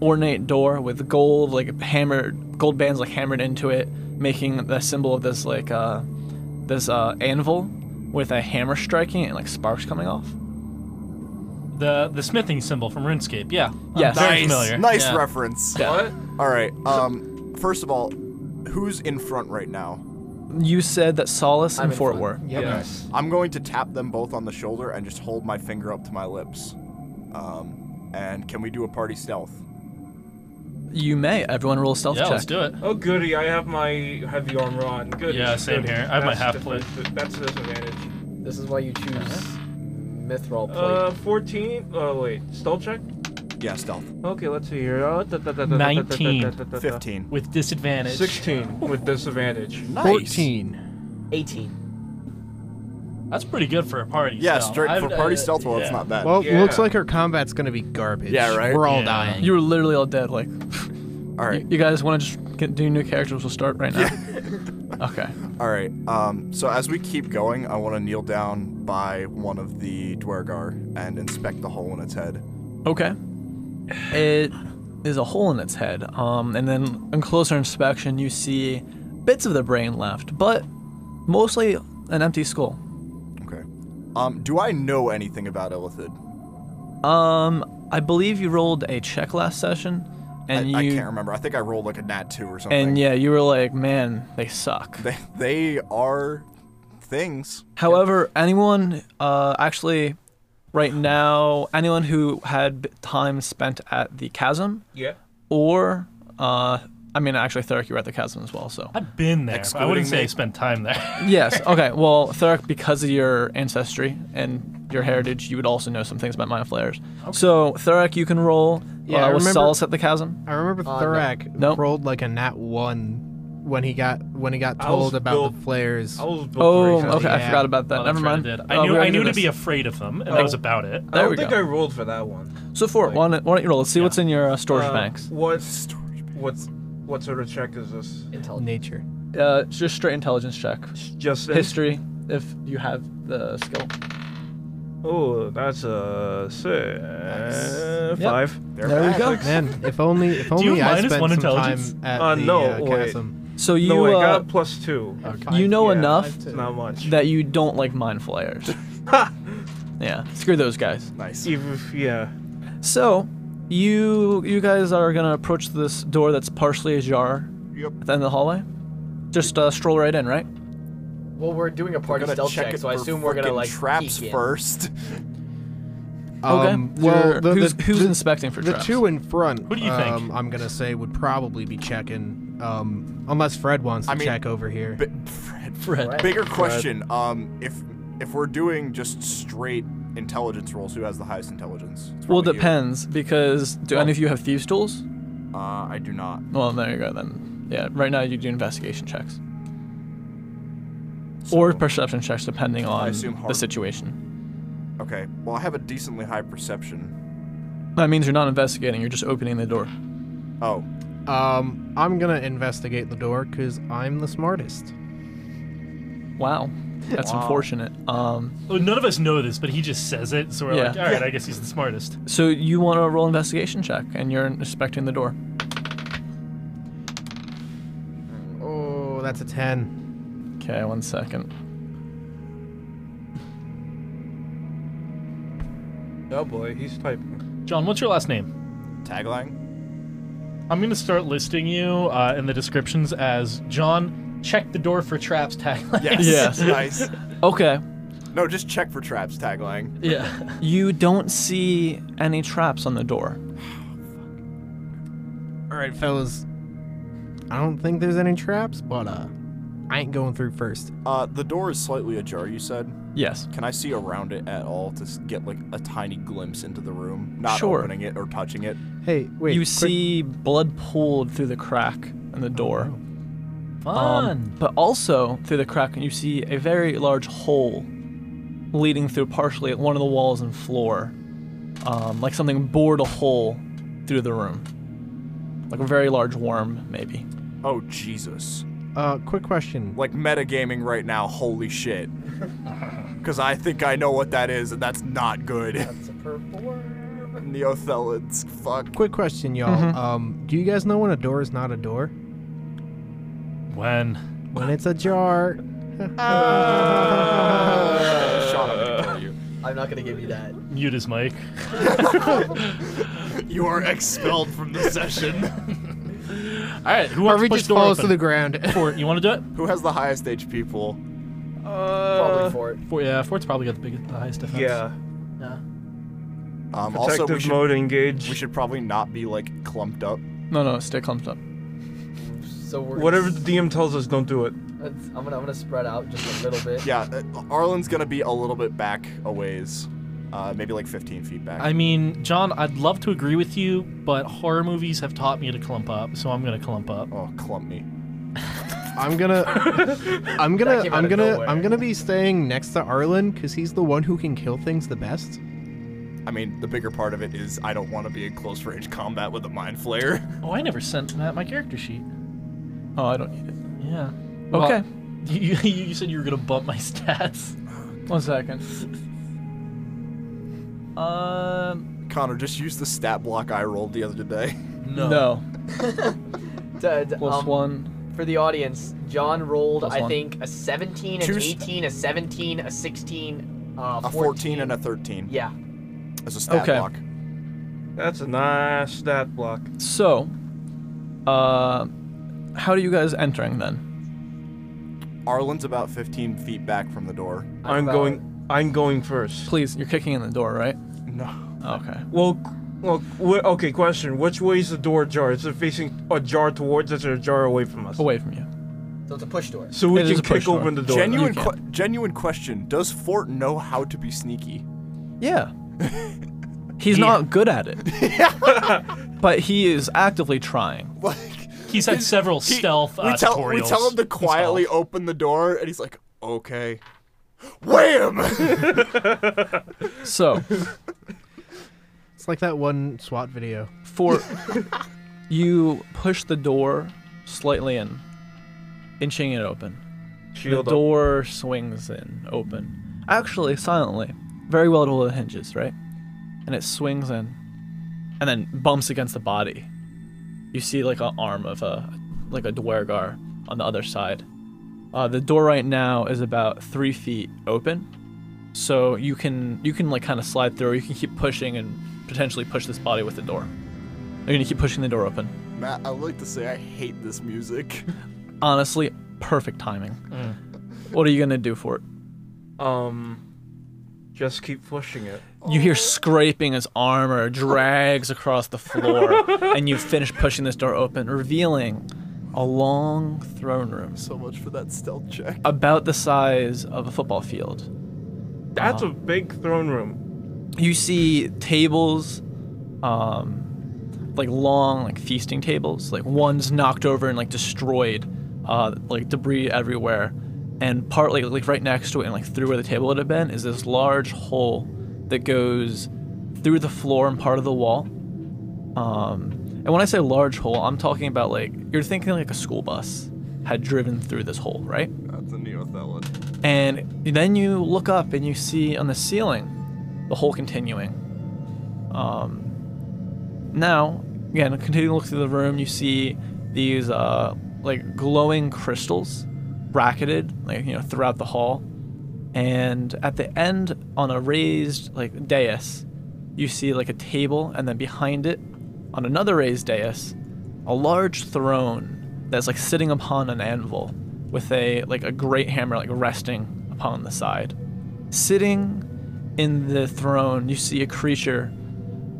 Speaker 6: ornate door with gold like hammered gold bands like hammered into it making the symbol of this like uh, this uh, anvil with a hammer striking it and like sparks coming off.
Speaker 1: The the smithing symbol from RuneScape. Yeah. I'm
Speaker 6: Yes.
Speaker 1: Very
Speaker 6: Nice.
Speaker 1: familiar.
Speaker 2: Nice
Speaker 1: yeah.
Speaker 2: reference.
Speaker 6: Yeah.
Speaker 7: What?
Speaker 2: All right. Um, first of all, who's in front right now?
Speaker 6: You said that Solace
Speaker 5: I'm
Speaker 6: and
Speaker 5: in
Speaker 6: Fort
Speaker 5: front.
Speaker 6: were.
Speaker 7: Yes.
Speaker 2: I'm going to tap them both on the shoulder and just hold my finger up to my lips. Um, and can we do a party stealth?
Speaker 6: You may. Everyone roll stealth
Speaker 1: Yeah,
Speaker 6: check.
Speaker 1: let's do it.
Speaker 7: Oh goody, I have my heavy armor on. Good.
Speaker 1: Yeah, same here. I have my half plate.
Speaker 7: That's a disadvantage.
Speaker 5: This is why you choose mithril plate.
Speaker 7: Uh, 14. Oh wait, stealth check.
Speaker 2: Yeah, stealth.
Speaker 7: Okay, let's see here. Uh, da- da- da- da- da- da- da- da-
Speaker 1: 19.
Speaker 7: da- da- da- da-
Speaker 2: 15.
Speaker 1: With disadvantage.
Speaker 7: 16 with disadvantage.
Speaker 2: Nice.
Speaker 3: 14.
Speaker 5: 18.
Speaker 1: That's pretty good for a party.
Speaker 2: Yeah,
Speaker 1: stealth.
Speaker 2: straight
Speaker 1: I've-
Speaker 2: for party
Speaker 1: uh,
Speaker 2: stealth. Well, it's
Speaker 1: yeah.
Speaker 2: not bad.
Speaker 3: Well,
Speaker 7: Yeah.
Speaker 3: looks like our combat's gonna be garbage.
Speaker 2: Yeah, right?
Speaker 3: We're all
Speaker 1: Yeah.
Speaker 3: dying.
Speaker 6: You were literally all dead. Like,
Speaker 2: all right.
Speaker 6: you, you guys want to just get, do new characters? We'll start right now. okay.
Speaker 2: All right. Um, so as we keep going, I want to kneel down by one of the Dwergar and inspect the hole in its head.
Speaker 6: Okay. It is a hole in its head. Um, and then on closer inspection, you see bits of the brain left, but mostly an empty skull.
Speaker 2: Okay. Um, do I know anything about Illithid?
Speaker 6: Um, I believe you rolled a check last session,
Speaker 2: I,
Speaker 6: and
Speaker 2: I
Speaker 6: you
Speaker 2: can't remember. I think I rolled like a nat two or something.
Speaker 6: and yeah, you were like, man, they suck.
Speaker 2: They, they are things.
Speaker 6: However, anyone uh, actually right now, anyone who had b- time spent at the chasm
Speaker 7: Yeah.
Speaker 6: or uh, I mean, actually, Theric, you were at the chasm as well, so.
Speaker 1: I've been there. I wouldn't
Speaker 2: Excluding
Speaker 1: say I
Speaker 2: me.
Speaker 1: spent time there.
Speaker 6: yes. Okay. Well, Theric, because of your ancestry and your heritage, you would also know some things about mind flayers. So, Theric, you can roll
Speaker 3: Yeah, I
Speaker 6: uh, with
Speaker 3: remember-
Speaker 6: Solace at the chasm.
Speaker 3: I remember
Speaker 5: Uh, no.
Speaker 3: Thorak
Speaker 6: Nope.
Speaker 3: rolled like a nat one when he got when he got
Speaker 7: I was
Speaker 3: told about the
Speaker 7: built-
Speaker 3: flares.
Speaker 7: I was built
Speaker 6: Oh,
Speaker 7: very
Speaker 3: times.
Speaker 6: okay. I
Speaker 3: Yeah.
Speaker 6: forgot about that.
Speaker 1: Oh,
Speaker 6: Never
Speaker 1: that's right,
Speaker 6: mind.
Speaker 1: did. I
Speaker 6: Uh,
Speaker 1: knew
Speaker 6: we're
Speaker 1: I
Speaker 6: gonna
Speaker 1: knew
Speaker 6: do
Speaker 1: to be
Speaker 6: this.
Speaker 1: afraid of them, and
Speaker 6: Oh.
Speaker 1: that was about it.
Speaker 7: I
Speaker 6: There
Speaker 7: don't
Speaker 6: we
Speaker 7: think
Speaker 6: go.
Speaker 7: I rolled for that one.
Speaker 6: So, Fort, why don't, why don't you roll? Let's see what's in your uh, storage
Speaker 7: Uh,
Speaker 6: banks.
Speaker 7: What? What's? What sort of check is this?
Speaker 5: Intelligence.
Speaker 3: Nature.
Speaker 6: Uh, just straight intelligence check.
Speaker 7: Just
Speaker 6: History, if you have the skill.
Speaker 7: Oh, that's a six,
Speaker 6: Yep.
Speaker 7: five.
Speaker 2: They're
Speaker 6: There we
Speaker 2: back.
Speaker 6: go.
Speaker 3: Man, if only if
Speaker 1: you
Speaker 3: only
Speaker 1: have
Speaker 3: I
Speaker 1: minus
Speaker 3: spent
Speaker 1: one
Speaker 3: some
Speaker 1: intelligence?
Speaker 3: time at
Speaker 7: Uh,
Speaker 3: the
Speaker 7: no,
Speaker 3: uh,
Speaker 7: wait.
Speaker 3: chasm.
Speaker 6: So you
Speaker 7: no, I
Speaker 6: uh,
Speaker 7: got plus two.
Speaker 6: you know
Speaker 7: yeah,
Speaker 6: enough
Speaker 7: It's not much.
Speaker 6: that you don't like mind flayers. yeah, screw those guys.
Speaker 2: Nice.
Speaker 7: Even if, yeah.
Speaker 6: So, you you guys are gonna approach this door that's partially ajar
Speaker 2: Yep.
Speaker 6: at the end of the hallway. Just uh, stroll right in, right?
Speaker 5: Well, we're doing a party
Speaker 2: Gotta
Speaker 5: stealth
Speaker 2: check
Speaker 5: check,
Speaker 2: it
Speaker 5: so I
Speaker 2: for
Speaker 5: assume we're gonna
Speaker 2: frickin'
Speaker 5: like
Speaker 2: traps
Speaker 5: peek in.
Speaker 2: first.
Speaker 3: Um,
Speaker 6: okay.
Speaker 3: Well,
Speaker 6: You're-
Speaker 3: the,
Speaker 6: who's
Speaker 3: the,
Speaker 6: who's
Speaker 3: the,
Speaker 6: inspecting for
Speaker 3: the
Speaker 6: traps?
Speaker 3: two in front.
Speaker 1: Who do you think?
Speaker 3: Um, I'm gonna say would probably be checking. Um, unless Fred wants to
Speaker 2: I mean,
Speaker 3: check over here.
Speaker 2: Bi- Fred,
Speaker 1: Fred.
Speaker 5: Right.
Speaker 2: Bigger question. Um, if if we're doing just straight intelligence rolls, who has the highest intelligence? It's
Speaker 6: well,
Speaker 2: probably you.
Speaker 6: depends because do any of you have thieves tools?
Speaker 2: Uh, I do not.
Speaker 6: Well, there you go then. Yeah, right now you do investigation checks or
Speaker 2: So-
Speaker 6: perception checks depending on
Speaker 2: assume
Speaker 6: the
Speaker 2: hard.
Speaker 6: situation.
Speaker 2: Okay. Well, I have a decently high perception.
Speaker 6: That means you're not investigating; you're just opening the door.
Speaker 2: Oh,
Speaker 3: Um, I'm gonna investigate the door because I'm the smartest.
Speaker 6: Wow, that's unfortunate. Um,
Speaker 1: Well, none of us know this, but he just says it, so we're
Speaker 6: Yeah.
Speaker 1: like, all right, I guess he's the smartest.
Speaker 6: so you want to roll investigation check, and you're inspecting the door.
Speaker 3: Oh, that's a ten.
Speaker 6: Okay, one second.
Speaker 7: Oh boy, he's typing.
Speaker 1: John, what's your last name?
Speaker 2: tagline.
Speaker 1: I'm gonna start listing you uh, in the descriptions as John. Check the door for traps. Tagline.
Speaker 2: Yes.
Speaker 6: Yes.
Speaker 2: nice.
Speaker 6: Okay,
Speaker 2: No, just check for traps. Tagline.
Speaker 1: Yeah.
Speaker 6: you don't see any traps on the door.
Speaker 3: All right, fellas. I don't think there's any traps, but uh, I ain't going through first.
Speaker 2: Uh, the door is slightly ajar. You said.
Speaker 6: Yes.
Speaker 2: Can I see around it at all to s- get like a tiny glimpse into the room? Not
Speaker 6: Sure.
Speaker 2: opening it or touching it.
Speaker 3: Hey, wait.
Speaker 6: you
Speaker 3: quick-
Speaker 6: see blood pooled through the crack in the door.
Speaker 1: Fun.
Speaker 6: Um, but also through the crack, you see a very large hole leading through partially one of the walls and floor. Um, like something bored a hole through the room. Like a very large worm, maybe.
Speaker 2: Oh Jesus!
Speaker 3: Uh, quick question.
Speaker 2: Like metagaming right now. Holy shit! Because I think I know what that is, and that's not good.
Speaker 5: That's a purple worm.
Speaker 2: Neothelans. Fuck.
Speaker 3: Quick question, y'all. Um, do you guys know when a door is not a door?
Speaker 1: when?
Speaker 3: When it's ajar.
Speaker 5: Uh.
Speaker 2: Shot him. Are you?
Speaker 5: I'm not gonna give you that.
Speaker 1: Mute his mic.
Speaker 8: You are expelled from the session.
Speaker 1: All right, who wants
Speaker 3: Harvey
Speaker 1: to push
Speaker 3: just
Speaker 1: door
Speaker 3: falls
Speaker 1: open?
Speaker 3: to the ground.
Speaker 1: Fort, you want to do it?
Speaker 2: Who has the highest HP pool?
Speaker 5: Probably for it.
Speaker 1: Fort, yeah, Fort's probably got the biggest, the highest defense.
Speaker 7: Yeah.
Speaker 5: Nah.
Speaker 2: Um, also,
Speaker 7: Protective
Speaker 2: we should,
Speaker 7: mode engage.
Speaker 2: we should probably not be like clumped up.
Speaker 6: No, no, stay clumped up.
Speaker 5: So we're
Speaker 7: Whatever the DM tells us, don't do it.
Speaker 5: That's- I'm gonna I'm gonna spread out just a little bit.
Speaker 2: Yeah, uh, Arlen's gonna be a little bit back a ways, uh, maybe like 15 feet back.
Speaker 1: I mean, John, I'd love to agree with you, but horror movies have taught me to clump up, so I'm gonna clump up.
Speaker 2: oh, clump me.
Speaker 3: I'm gonna, I'm
Speaker 5: That
Speaker 3: gonna,
Speaker 5: came out
Speaker 3: I'm
Speaker 5: of
Speaker 3: gonna,
Speaker 5: nowhere.
Speaker 3: I'm gonna be staying next to Arlen because he's the one who can kill things the best.
Speaker 2: I mean, the bigger part of it is I don't want to be in close range combat with a mind flayer.
Speaker 1: Oh, I never sent that my character sheet.
Speaker 6: Oh, I don't need it.
Speaker 1: Yeah.
Speaker 6: Okay.
Speaker 1: You, you, you said you were gonna bump my stats.
Speaker 6: One second. Um,
Speaker 2: Connor, just use the stat block I rolled the other day.
Speaker 1: No.
Speaker 6: no.
Speaker 5: D- d-
Speaker 6: Plus
Speaker 5: um,
Speaker 6: one.
Speaker 5: For the audience, John rolled
Speaker 6: Plus
Speaker 5: I
Speaker 6: one.
Speaker 5: think a 17, an
Speaker 2: Two s-
Speaker 5: 18, a 17, a 16, uh,
Speaker 2: A 14 and a 13
Speaker 5: yeah.
Speaker 2: as a stat
Speaker 6: Okay.
Speaker 2: block.
Speaker 7: That's a nice stat block.
Speaker 6: So, uh, how are you guys entering then?
Speaker 2: Arlen's about 15 feet back from the door.
Speaker 7: I'm
Speaker 5: about-
Speaker 7: going. I'm going first.
Speaker 6: Please, you're kicking in the door, right?
Speaker 2: No.
Speaker 6: Okay.
Speaker 7: Well, c- well. Wh- okay. Question: Which way is the door ajar? Is it facing ajar towards us or ajar away from us?
Speaker 6: Away from you.
Speaker 5: So it's a push door.
Speaker 7: So we
Speaker 6: It is
Speaker 7: can
Speaker 6: a
Speaker 7: kick
Speaker 6: push door.
Speaker 7: open the door.
Speaker 2: Genuine,
Speaker 6: You
Speaker 2: que- genuine question. Does Fort know how to be sneaky?
Speaker 6: Yeah. He's not good at it. but he is actively trying.
Speaker 2: Like
Speaker 1: He's had several
Speaker 2: he-
Speaker 1: stealth.
Speaker 2: we
Speaker 1: uh,
Speaker 2: tell we
Speaker 1: tutorials.
Speaker 2: tell him to quietly open the door, and he's like, "Okay." Wham!
Speaker 6: So,
Speaker 3: It's like that one SWAT video.
Speaker 6: for you push the door slightly in, inching it open.
Speaker 7: Shield
Speaker 6: the
Speaker 7: up.
Speaker 6: door swings in, open. Actually, silently. Very well to the hinges, right? And it swings in, and then bumps against the body. You see like an arm of a, like a dwergar on the other side. Uh, the door right now is about three feet open, so you can you can like kind of slide through. You can keep pushing and potentially push this body with the door. You're gonna keep pushing the door open.
Speaker 2: Matt, I like to say I hate this music.
Speaker 6: Honestly, perfect timing. What are you gonna do for it?
Speaker 7: Um, just keep pushing it.
Speaker 6: You hear scraping as armor drags across the floor, and you finish pushing this door open, revealing a long throne room
Speaker 2: So much for that stealth check.
Speaker 6: about the size of a football field.
Speaker 7: That's a big throne room.
Speaker 6: You see tables, um, like long, like feasting tables. Like one's knocked over and like destroyed, uh, like debris everywhere. And partly, like right next to it, and like through where the table would have been, is this large hole that goes through the floor and part of the wall. Um, and when I say large hole, I'm talking about like you're thinking like a school bus had driven through this hole, right?
Speaker 2: That's a Neothelon.
Speaker 6: And then you look up and you see on the ceiling the hole continuing. Um, now, again, continuing to look through the room, you see these uh, like glowing crystals bracketed, like you know, throughout the hall. And at the end, on a raised like dais, you see like a table, and then behind it, on another raised dais, a large throne that's like sitting upon an anvil with a like a great hammer like resting upon the side. Sitting in the throne, you see a creature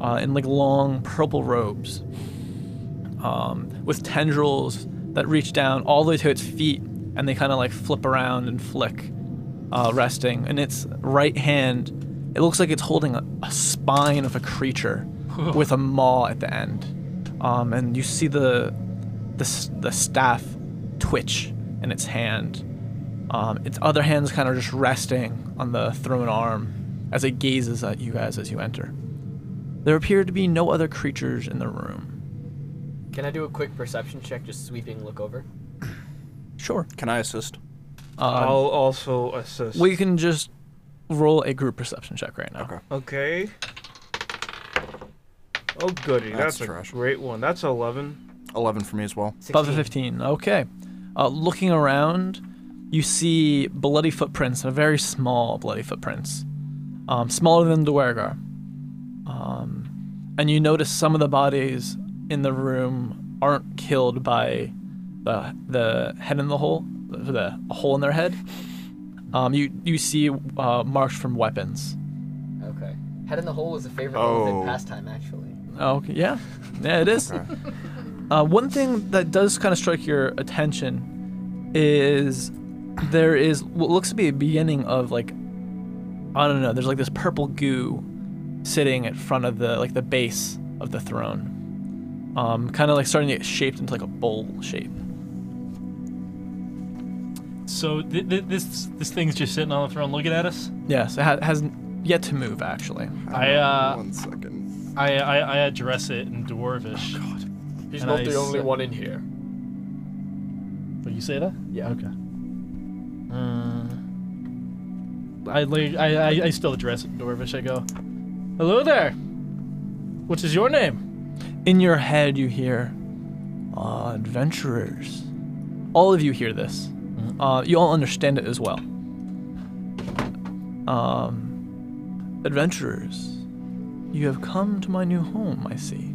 Speaker 6: uh, in like long purple robes um, with tendrils that reach down all the way to its feet and they kind of like flip around and flick uh, resting in its right hand it looks like it's holding a, a spine of a creature with a maw at the end um, and you see the, the s- the staff twitch in its hand um, its other hand's kind of just resting on the throne arm as it gazes at you guys as you enter there appear to be no other creatures in the room
Speaker 5: Can I do a quick perception check, just sweeping look over?
Speaker 6: sure
Speaker 2: Can I assist?
Speaker 6: uh,
Speaker 7: I'll also assist.
Speaker 6: we can just roll a group perception check right now
Speaker 2: Okay.
Speaker 7: Okay. Oh goody,
Speaker 2: That's
Speaker 7: that's,
Speaker 2: trash.
Speaker 7: a great one. That's eleven.
Speaker 2: 11 for me as well.
Speaker 6: above the 15 okay uh, looking around you see bloody footprints, a very small bloody footprints, um, smaller than the Duergar. Um, and you notice some of the bodies in the room aren't killed by the the head in the hole, the, the hole in their head. Um, you you see uh, marks from weapons.
Speaker 5: Okay. Head in the hole was a favorite oh.
Speaker 2: Oh.
Speaker 5: in pastime, actually.
Speaker 6: Oh, okay. Yeah. Yeah, it is. Uh, one thing that does kind of strike your attention is there is what looks to be a beginning of like I don't know. There's like this purple goo sitting in front of the like the base of the throne, um, kind of like starting to get shaped into like a bowl shape.
Speaker 1: So th- th- this this thing's just sitting on the throne looking at us.
Speaker 6: Yes, it ha- hasn't yet to move actually.
Speaker 1: I uh,
Speaker 2: One second.
Speaker 1: I, I I address it in dwarvish.
Speaker 5: He's
Speaker 1: And not I the only s-
Speaker 5: one in here.
Speaker 1: But you say that?
Speaker 5: Yeah.
Speaker 1: Okay. Uh, I like I, I I still address it in dwarvish. I go, hello there. What is your name?
Speaker 6: In your head, you hear, ah, adventurers. All of you hear this. Uh, you all understand it as well. Um, adventurers, you have come to my new home, I see.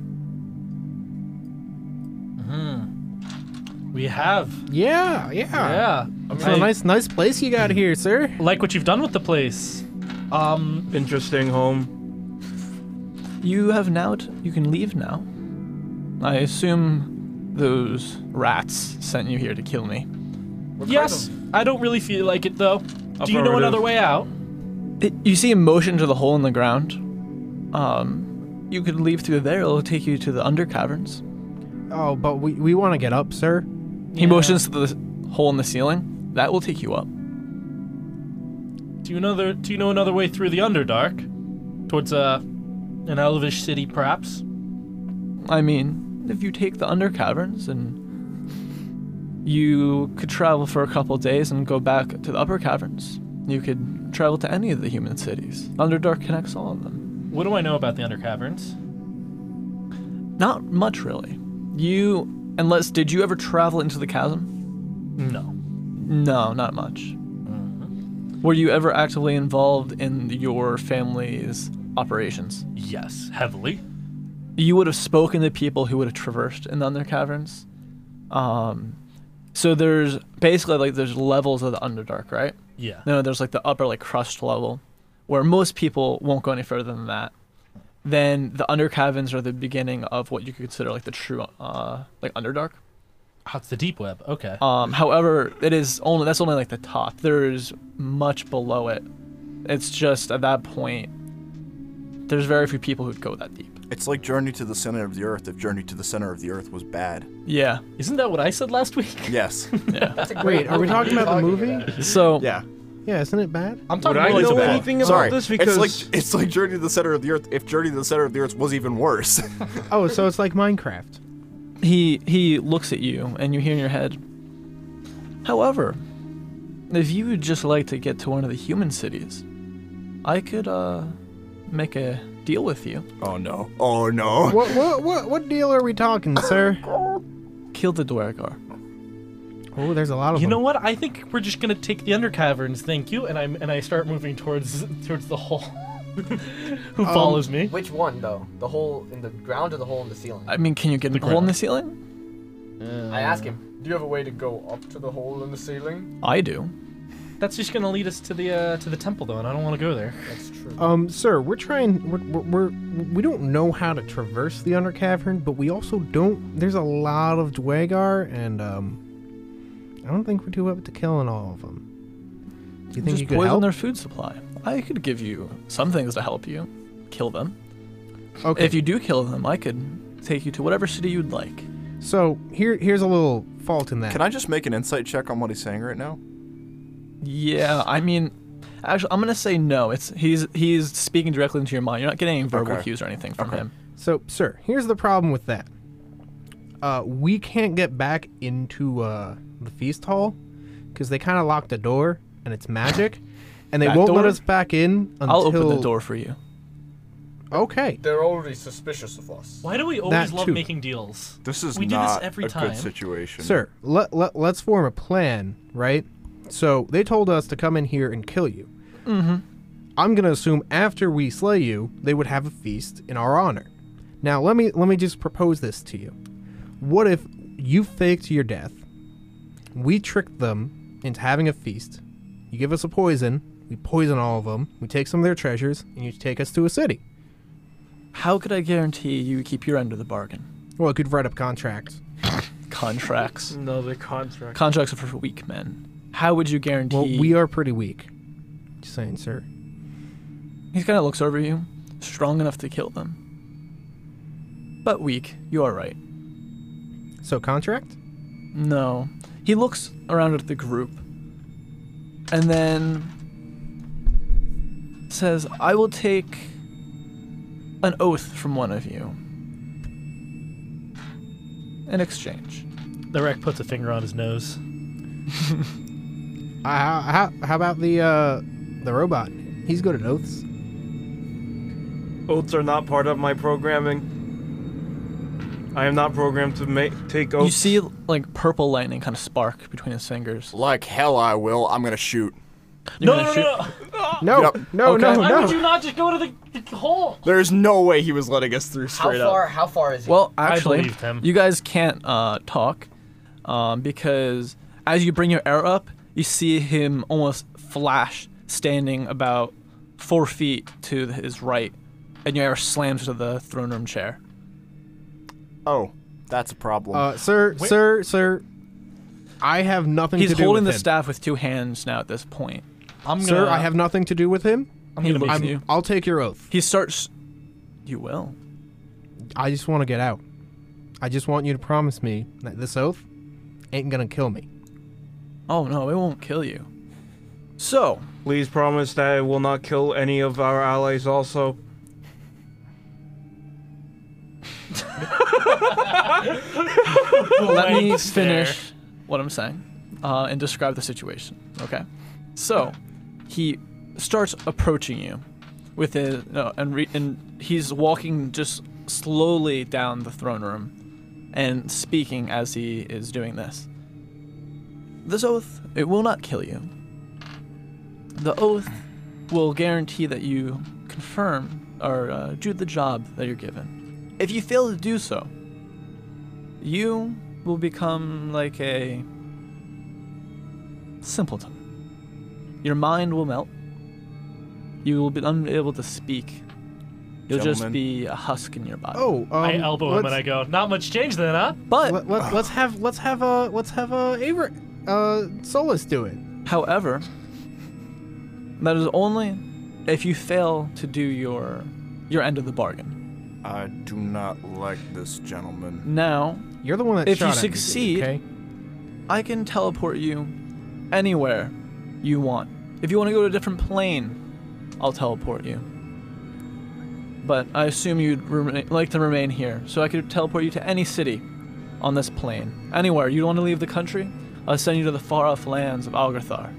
Speaker 1: We have.
Speaker 3: Yeah, yeah.
Speaker 1: Yeah.
Speaker 3: It's a
Speaker 1: Ah. I
Speaker 3: nice, nice place you got here, sir.
Speaker 1: like what you've done with the place. Um.
Speaker 7: Interesting home.
Speaker 6: You have now, t- you can leave now. I assume those rats sent you here to kill me.
Speaker 1: Yes. I don't really feel like it though. Do you know
Speaker 7: Affirmative.
Speaker 1: another way out?
Speaker 6: It, you see a motion to the hole in the ground. Um, you could leave through there, it'll take you to the under caverns.
Speaker 3: Oh, but we, we want to get up, sir.
Speaker 6: He motions to the hole in the ceiling. That will take you up.
Speaker 1: Do you know the, Do you know another way through the Underdark, towards uh, an elvish city, perhaps?
Speaker 6: I mean, if you take the under caverns and you could travel for a couple days and go back to the upper caverns, you could travel to any of the human cities. Underdark connects all of them.
Speaker 1: What do I know about the Under Caverns?
Speaker 6: Not much, really. You, unless, did you ever travel into the chasm?
Speaker 1: No.
Speaker 6: No, not much. Were you ever actively involved in your family's operations?
Speaker 1: Yes, heavily.
Speaker 6: you would have spoken to people who would have traversed in the under caverns. Um, so there's basically like there's levels of the underdark, right?
Speaker 1: Yeah.
Speaker 6: No, there's like the upper like crust level, where most people won't go any further than that. Then the under caverns are the beginning of what you could consider like the true uh, like underdark.
Speaker 1: Oh, it's the deep web. Okay.
Speaker 6: Um, however, it is only that's only like the top. There's much below it. It's just at that point, there's very few people who'd go that deep.
Speaker 2: It's like Journey to the Center of the Earth if Journey to the Center of the Earth was bad.
Speaker 6: Yeah.
Speaker 1: Isn't that what I said last week?
Speaker 2: Yes.
Speaker 3: Wait, are we talking about the movie?
Speaker 6: So
Speaker 2: yeah.
Speaker 3: Yeah, isn't it bad?
Speaker 1: I'm
Speaker 7: Would
Speaker 1: talking
Speaker 7: I
Speaker 1: about
Speaker 7: know
Speaker 1: the bad.
Speaker 7: anything about
Speaker 2: Sorry.
Speaker 7: this? Because
Speaker 2: It's like it's like Journey to the Center of the Earth if Journey to the Center of the Earth was even worse.
Speaker 3: Oh, so it's like Minecraft.
Speaker 6: he he looks at you and you hear in your head however if you would just like to get to one of the human cities i could uh make a deal with you
Speaker 2: oh no. Oh no.
Speaker 3: What what what what deal are we talking, sir?
Speaker 6: kill the duergar
Speaker 3: Oh, there's a lot of
Speaker 1: You know
Speaker 3: them.
Speaker 1: what? I think we're just gonna take the Under Caverns. Thank you. And I'm and I start moving towards towards the hole. Who follows me?
Speaker 5: Which one though? The hole in the ground or the hole in the ceiling?
Speaker 6: i mean can you get
Speaker 1: The
Speaker 6: a hole in the
Speaker 1: ground.
Speaker 6: ceiling
Speaker 5: I ask him, do you have a way to go up to the hole in the ceiling?
Speaker 6: i do
Speaker 1: That's just gonna lead us to the uh, to the temple though, and I don't want to go there.
Speaker 5: That's true.
Speaker 3: Um, sir, we're trying. We're, we're, we're we don't know how to traverse the under cavern, but we also don't. There's a lot of Dwegar, and um, I don't think we're too up to killing all of them. Do you think
Speaker 6: just
Speaker 3: you could
Speaker 6: poison
Speaker 3: help?
Speaker 6: their food supply i could give you some things to help you kill them
Speaker 3: okay.
Speaker 6: if you do kill them i could take you to whatever city you'd like
Speaker 3: so here here's a little fault in that.
Speaker 2: Can I just make an insight check on what he's saying right now?
Speaker 6: Yeah, I mean, actually, I'm gonna say no. It's he's he's speaking directly into your mind. You're not getting any verbal
Speaker 2: Okay.
Speaker 6: cues or anything from him.
Speaker 3: So, sir, here's the problem with that. Uh, we can't get back into uh, the feast hall because they kind of locked the door and it's magic, and they
Speaker 6: Back
Speaker 3: won't let
Speaker 6: door?
Speaker 3: us back in until.
Speaker 6: I'll open the door for you.
Speaker 3: Okay.
Speaker 5: They're already suspicious of us.
Speaker 1: Why do we always
Speaker 3: That
Speaker 1: love
Speaker 3: too.
Speaker 1: making deals?
Speaker 2: This is
Speaker 1: We do this
Speaker 2: not
Speaker 1: every
Speaker 2: a
Speaker 1: time.
Speaker 2: good situation.
Speaker 3: Sir, let, let, let's form a plan, right? So they told us to come in here and kill you. Mm-hmm. I'm gonna assume after we slay you, they would have a feast in our honor. Now let me let me just propose this to you. What if you faked your death? We tricked them into having a feast. You give us a poison. We poison all of them. We take some of their treasures, and you take us to a city.
Speaker 6: How could I guarantee you keep your end of the bargain?
Speaker 3: Well, I could write up contracts.
Speaker 6: Contracts.
Speaker 7: Another contract.
Speaker 6: Contracts are for weak men. How would you guarantee?
Speaker 3: Well, we are pretty weak. Just saying, sir.
Speaker 6: He kind of looks over you, strong enough to kill them, but weak. You are right.
Speaker 3: So contract?
Speaker 6: No. He looks around at the group and then says, I will take an oath from one of you in exchange.
Speaker 1: The wreck puts a finger on his nose.
Speaker 3: Uh, how, how, how about the uh, the robot? He's good at oaths.
Speaker 7: Oaths are not part of my programming. I am not programmed to make take
Speaker 1: Oh.
Speaker 7: oaths.
Speaker 6: You see, like, purple lightning kind of spark between his fingers.
Speaker 2: Like hell, I will. I'm gonna shoot.
Speaker 6: You're
Speaker 1: no,
Speaker 6: gonna
Speaker 1: no,
Speaker 6: shoot-
Speaker 1: no, no.
Speaker 3: No,
Speaker 2: Yep.
Speaker 3: no,
Speaker 6: Okay.
Speaker 3: no,
Speaker 6: Why
Speaker 1: Why would
Speaker 3: no.
Speaker 1: you not just go to the, the hole?
Speaker 2: There's no way he was letting us through
Speaker 5: How
Speaker 2: straight
Speaker 5: far?
Speaker 2: up.
Speaker 5: How far is he?
Speaker 6: Well, actually,
Speaker 1: believed him.
Speaker 6: you guys can't uh, talk um, because as you bring your arrow up, you see him almost flash, standing about four feet to his right, and your arrow slams into the throne room chair.
Speaker 2: Oh, that's a problem.
Speaker 3: Uh, sir, sir, sir. I have nothing
Speaker 6: He's
Speaker 3: to do
Speaker 6: holding the
Speaker 3: with him.
Speaker 6: staff with two hands now at this point.
Speaker 1: I'm gonna.
Speaker 3: Sir, I have nothing to do with him.
Speaker 1: I'm
Speaker 6: He
Speaker 1: gonna
Speaker 6: looks
Speaker 1: make
Speaker 6: at
Speaker 1: you.
Speaker 6: you.
Speaker 3: I'll take your oath.
Speaker 6: He starts. You will.
Speaker 3: I just want to get out. I just want you to promise me that this oath ain't gonna kill me.
Speaker 6: Oh no, it won't kill you. So,
Speaker 7: Please promise that it will not kill any of our allies. Also,
Speaker 6: let me
Speaker 1: Blank stare.
Speaker 6: finish what I'm saying uh, and describe the situation. Okay. So he starts approaching you with his no, and re, and he's walking just slowly down the throne room and speaking as he is doing this. This oath it will not kill you. The oath will guarantee that you confirm or uh, do the job that you're given. If you fail to do so, you will become like a simpleton. Your mind will melt. You will be unable to speak. You'll just
Speaker 2: Gentlemen.
Speaker 6: be a husk in your body.
Speaker 3: Oh, um,
Speaker 1: I elbow him
Speaker 3: let's-
Speaker 1: and I go, not much change then, huh?
Speaker 6: but
Speaker 3: Let, let, let's have let's have uh let's have uh, Aver- uh Solus do it.
Speaker 6: However, that is only if you fail to do your your end of the bargain.
Speaker 2: I do not like this gentleman.
Speaker 6: Now,
Speaker 3: You're the one that
Speaker 6: If
Speaker 3: shot
Speaker 6: you
Speaker 3: at me, dude,
Speaker 6: succeed-
Speaker 3: okay?
Speaker 6: I can teleport you anywhere you want. If you want to go to a different plane, I'll teleport you. But I assume you'd remain, like to remain here, so I could teleport you to any city on this plane. Anywhere. You want to leave the country? I'll send you to the far off lands of Algarthar.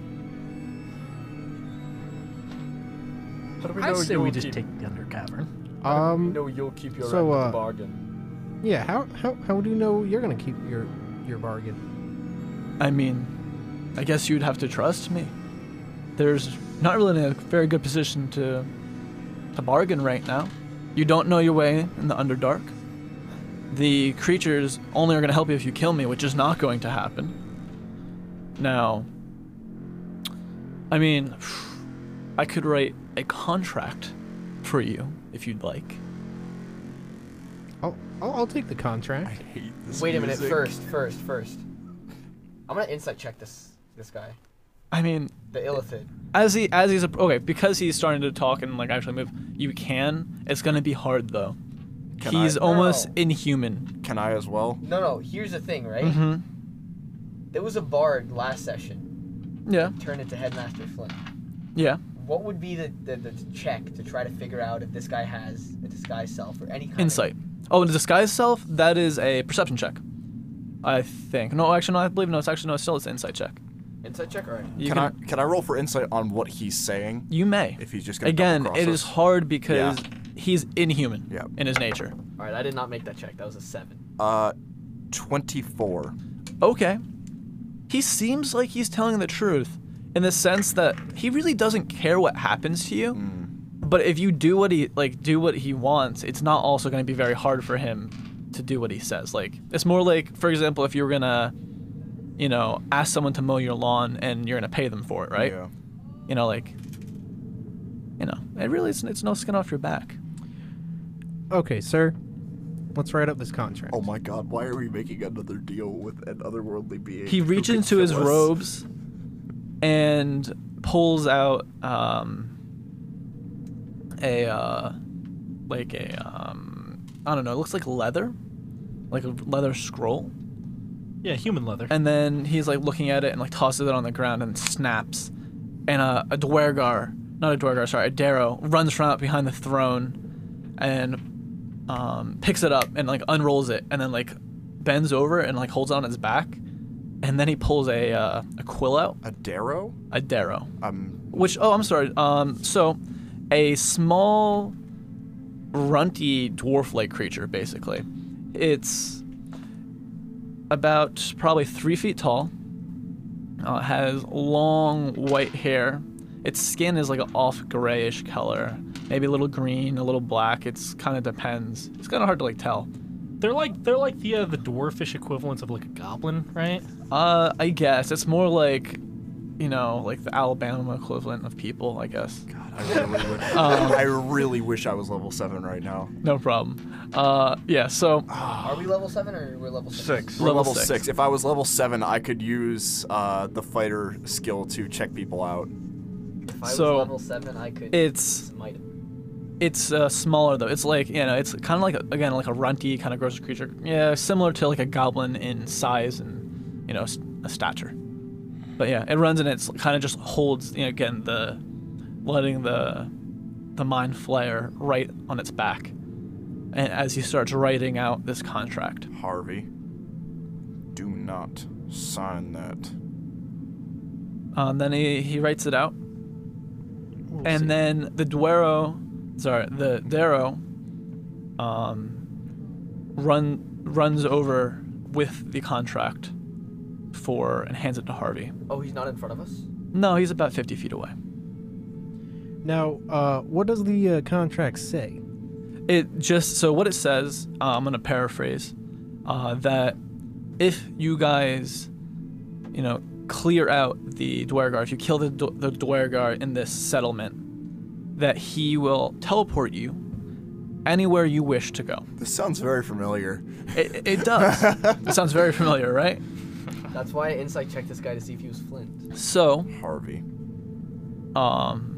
Speaker 1: I say we just take the under cavern.
Speaker 3: Um,
Speaker 5: no, you'll keep your
Speaker 3: so,
Speaker 5: end of
Speaker 3: uh,
Speaker 5: the bargain.
Speaker 3: yeah. How how how do you know you're gonna keep your your bargain?
Speaker 6: I mean, I guess you'd have to trust me. There's not really in a very good position to to bargain right now. You don't know your way in the Underdark. The creatures only are going to help you if you kill me, which is not going to happen. Now, I mean, I could write a contract for you if you'd like.
Speaker 3: I'll I'll, I'll take the contract.
Speaker 5: Wait a minute. First, first, first. I'm gonna insight check this this guy,
Speaker 6: I mean,
Speaker 5: the Illithid.
Speaker 6: as he as he's okay because he's starting to talk and like actually move you can it's gonna be hard though
Speaker 2: Can
Speaker 6: he's
Speaker 2: I-
Speaker 6: almost
Speaker 5: No.
Speaker 6: inhuman
Speaker 2: Can I as well?
Speaker 5: No, no. Here's the thing, right? There was a bard last session.
Speaker 6: yeah
Speaker 5: Turned into Headmaster Flynn.
Speaker 6: yeah
Speaker 5: What would be the, the, the check to try to figure out if this guy has a disguise self or any kind
Speaker 6: insight
Speaker 5: of
Speaker 6: oh and disguise self that is a perception check i think no actually no i believe no it's actually no it's still it's an insight check
Speaker 5: insight check? All right.
Speaker 6: you
Speaker 2: can, I can I roll for insight on what he's saying?
Speaker 6: you may
Speaker 2: If he's just gonna
Speaker 6: again
Speaker 2: double-cross
Speaker 6: it is
Speaker 2: us.
Speaker 6: hard because
Speaker 2: Yeah.
Speaker 6: he's inhuman
Speaker 2: Yeah.
Speaker 6: in his nature
Speaker 5: All right. I did not make that check. That was a seven.
Speaker 2: Uh, 24.
Speaker 6: okay he seems like he's telling the truth in the sense that he really doesn't care what happens to you. But if you do what he like do what he wants, it's not also going to be very hard for him to do what he says. Like it's more like for example, if you're going to you know, ask someone to mow your lawn and you're going to pay them for it, right?
Speaker 2: Yeah.
Speaker 6: You know, like you know, it really is it's no skin off your back.
Speaker 3: Okay, sir. Let's write up this contract.
Speaker 2: Oh my god, why are we making another deal with an otherworldly being?
Speaker 6: He
Speaker 2: who
Speaker 6: reaches
Speaker 2: can
Speaker 6: into his
Speaker 2: kill us?
Speaker 6: robes and pulls out um, a uh, like a um, I don't know. It looks like leather, like a leather scroll.
Speaker 1: Yeah, human leather.
Speaker 6: And then he's like looking at it and like tosses it on the ground and snaps. And a, a dwergar, not a dwergar, sorry, a darrow runs from out behind the throne and um, picks it up and like unrolls it and then like bends over and like holds it on his back. And then he pulls a uh, a quill out,
Speaker 2: A Darrow?
Speaker 6: a darrow.
Speaker 2: Um,
Speaker 6: Which oh, I'm sorry. Um, so a small, runty dwarf-like creature, basically. It's about probably three feet tall. Uh, it has long white hair. Its skin is like an off grayish color, maybe a little green, a little black. It's kind of depends. It's kind of hard to like tell.
Speaker 1: They're like they're like the uh, the dwarfish equivalents of like a goblin, right?
Speaker 6: Uh, I guess it's more like, you know, like the Alabama equivalent of people, I guess.
Speaker 2: God, I really, would,
Speaker 6: Um,
Speaker 2: I really wish I was level 7 right now.
Speaker 6: No problem. Uh, yeah. So
Speaker 5: Are we level seven or we're level six?
Speaker 7: Six.
Speaker 2: We're
Speaker 6: Level
Speaker 2: level
Speaker 6: six.
Speaker 2: 6. If I was level 7, I could use uh, the fighter skill to check people out.
Speaker 5: If I
Speaker 6: So,
Speaker 5: was level seven, I could
Speaker 6: it's
Speaker 5: smite him.
Speaker 6: it's uh, smaller though. It's like you know, it's kind of like a, again like a runty kind of gross creature. Yeah, similar to like a goblin in size and you know s- a stature. But yeah, it runs and it's kind of just holds you know again the letting the the mind flare right on its back, and as he starts writing out this contract.
Speaker 2: Harvey, do not sign that.
Speaker 6: Um, then he, he writes it out. and then the Duero, sorry, the Darrow, um, run runs over with the contract for and hands it to Harvey.
Speaker 5: Oh, he's not in front of us.
Speaker 6: No, he's about 50 feet away.
Speaker 3: Now, uh, what does the uh, contract say?
Speaker 6: It just so what it says. Uh, I'm gonna paraphrase uh, that if you guys, you know, clear out the Dwargar, if you kill the Dw- the Dwargar in this settlement, that he will teleport you anywhere you wish to go.
Speaker 2: This sounds very familiar.
Speaker 6: It, it does. it sounds very familiar, right?
Speaker 5: That's why I insight checked this guy to see if he was Flint.
Speaker 6: So,
Speaker 2: Harvey.
Speaker 6: um,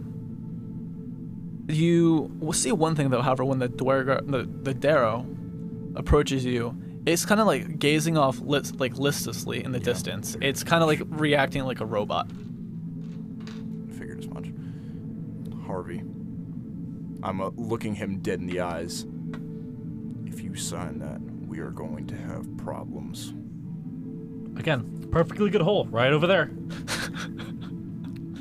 Speaker 6: you will see one thing though. However, when the Dwargar, the the Darrow approaches you, it's kind of like gazing off list, like listlessly in the distance. It's kind of like reacting like a robot.
Speaker 2: Figured as much. Harvey. I'm uh, looking him dead in the eyes. If you sign that, we are going to have problems.
Speaker 1: Again, perfectly good hole right over there.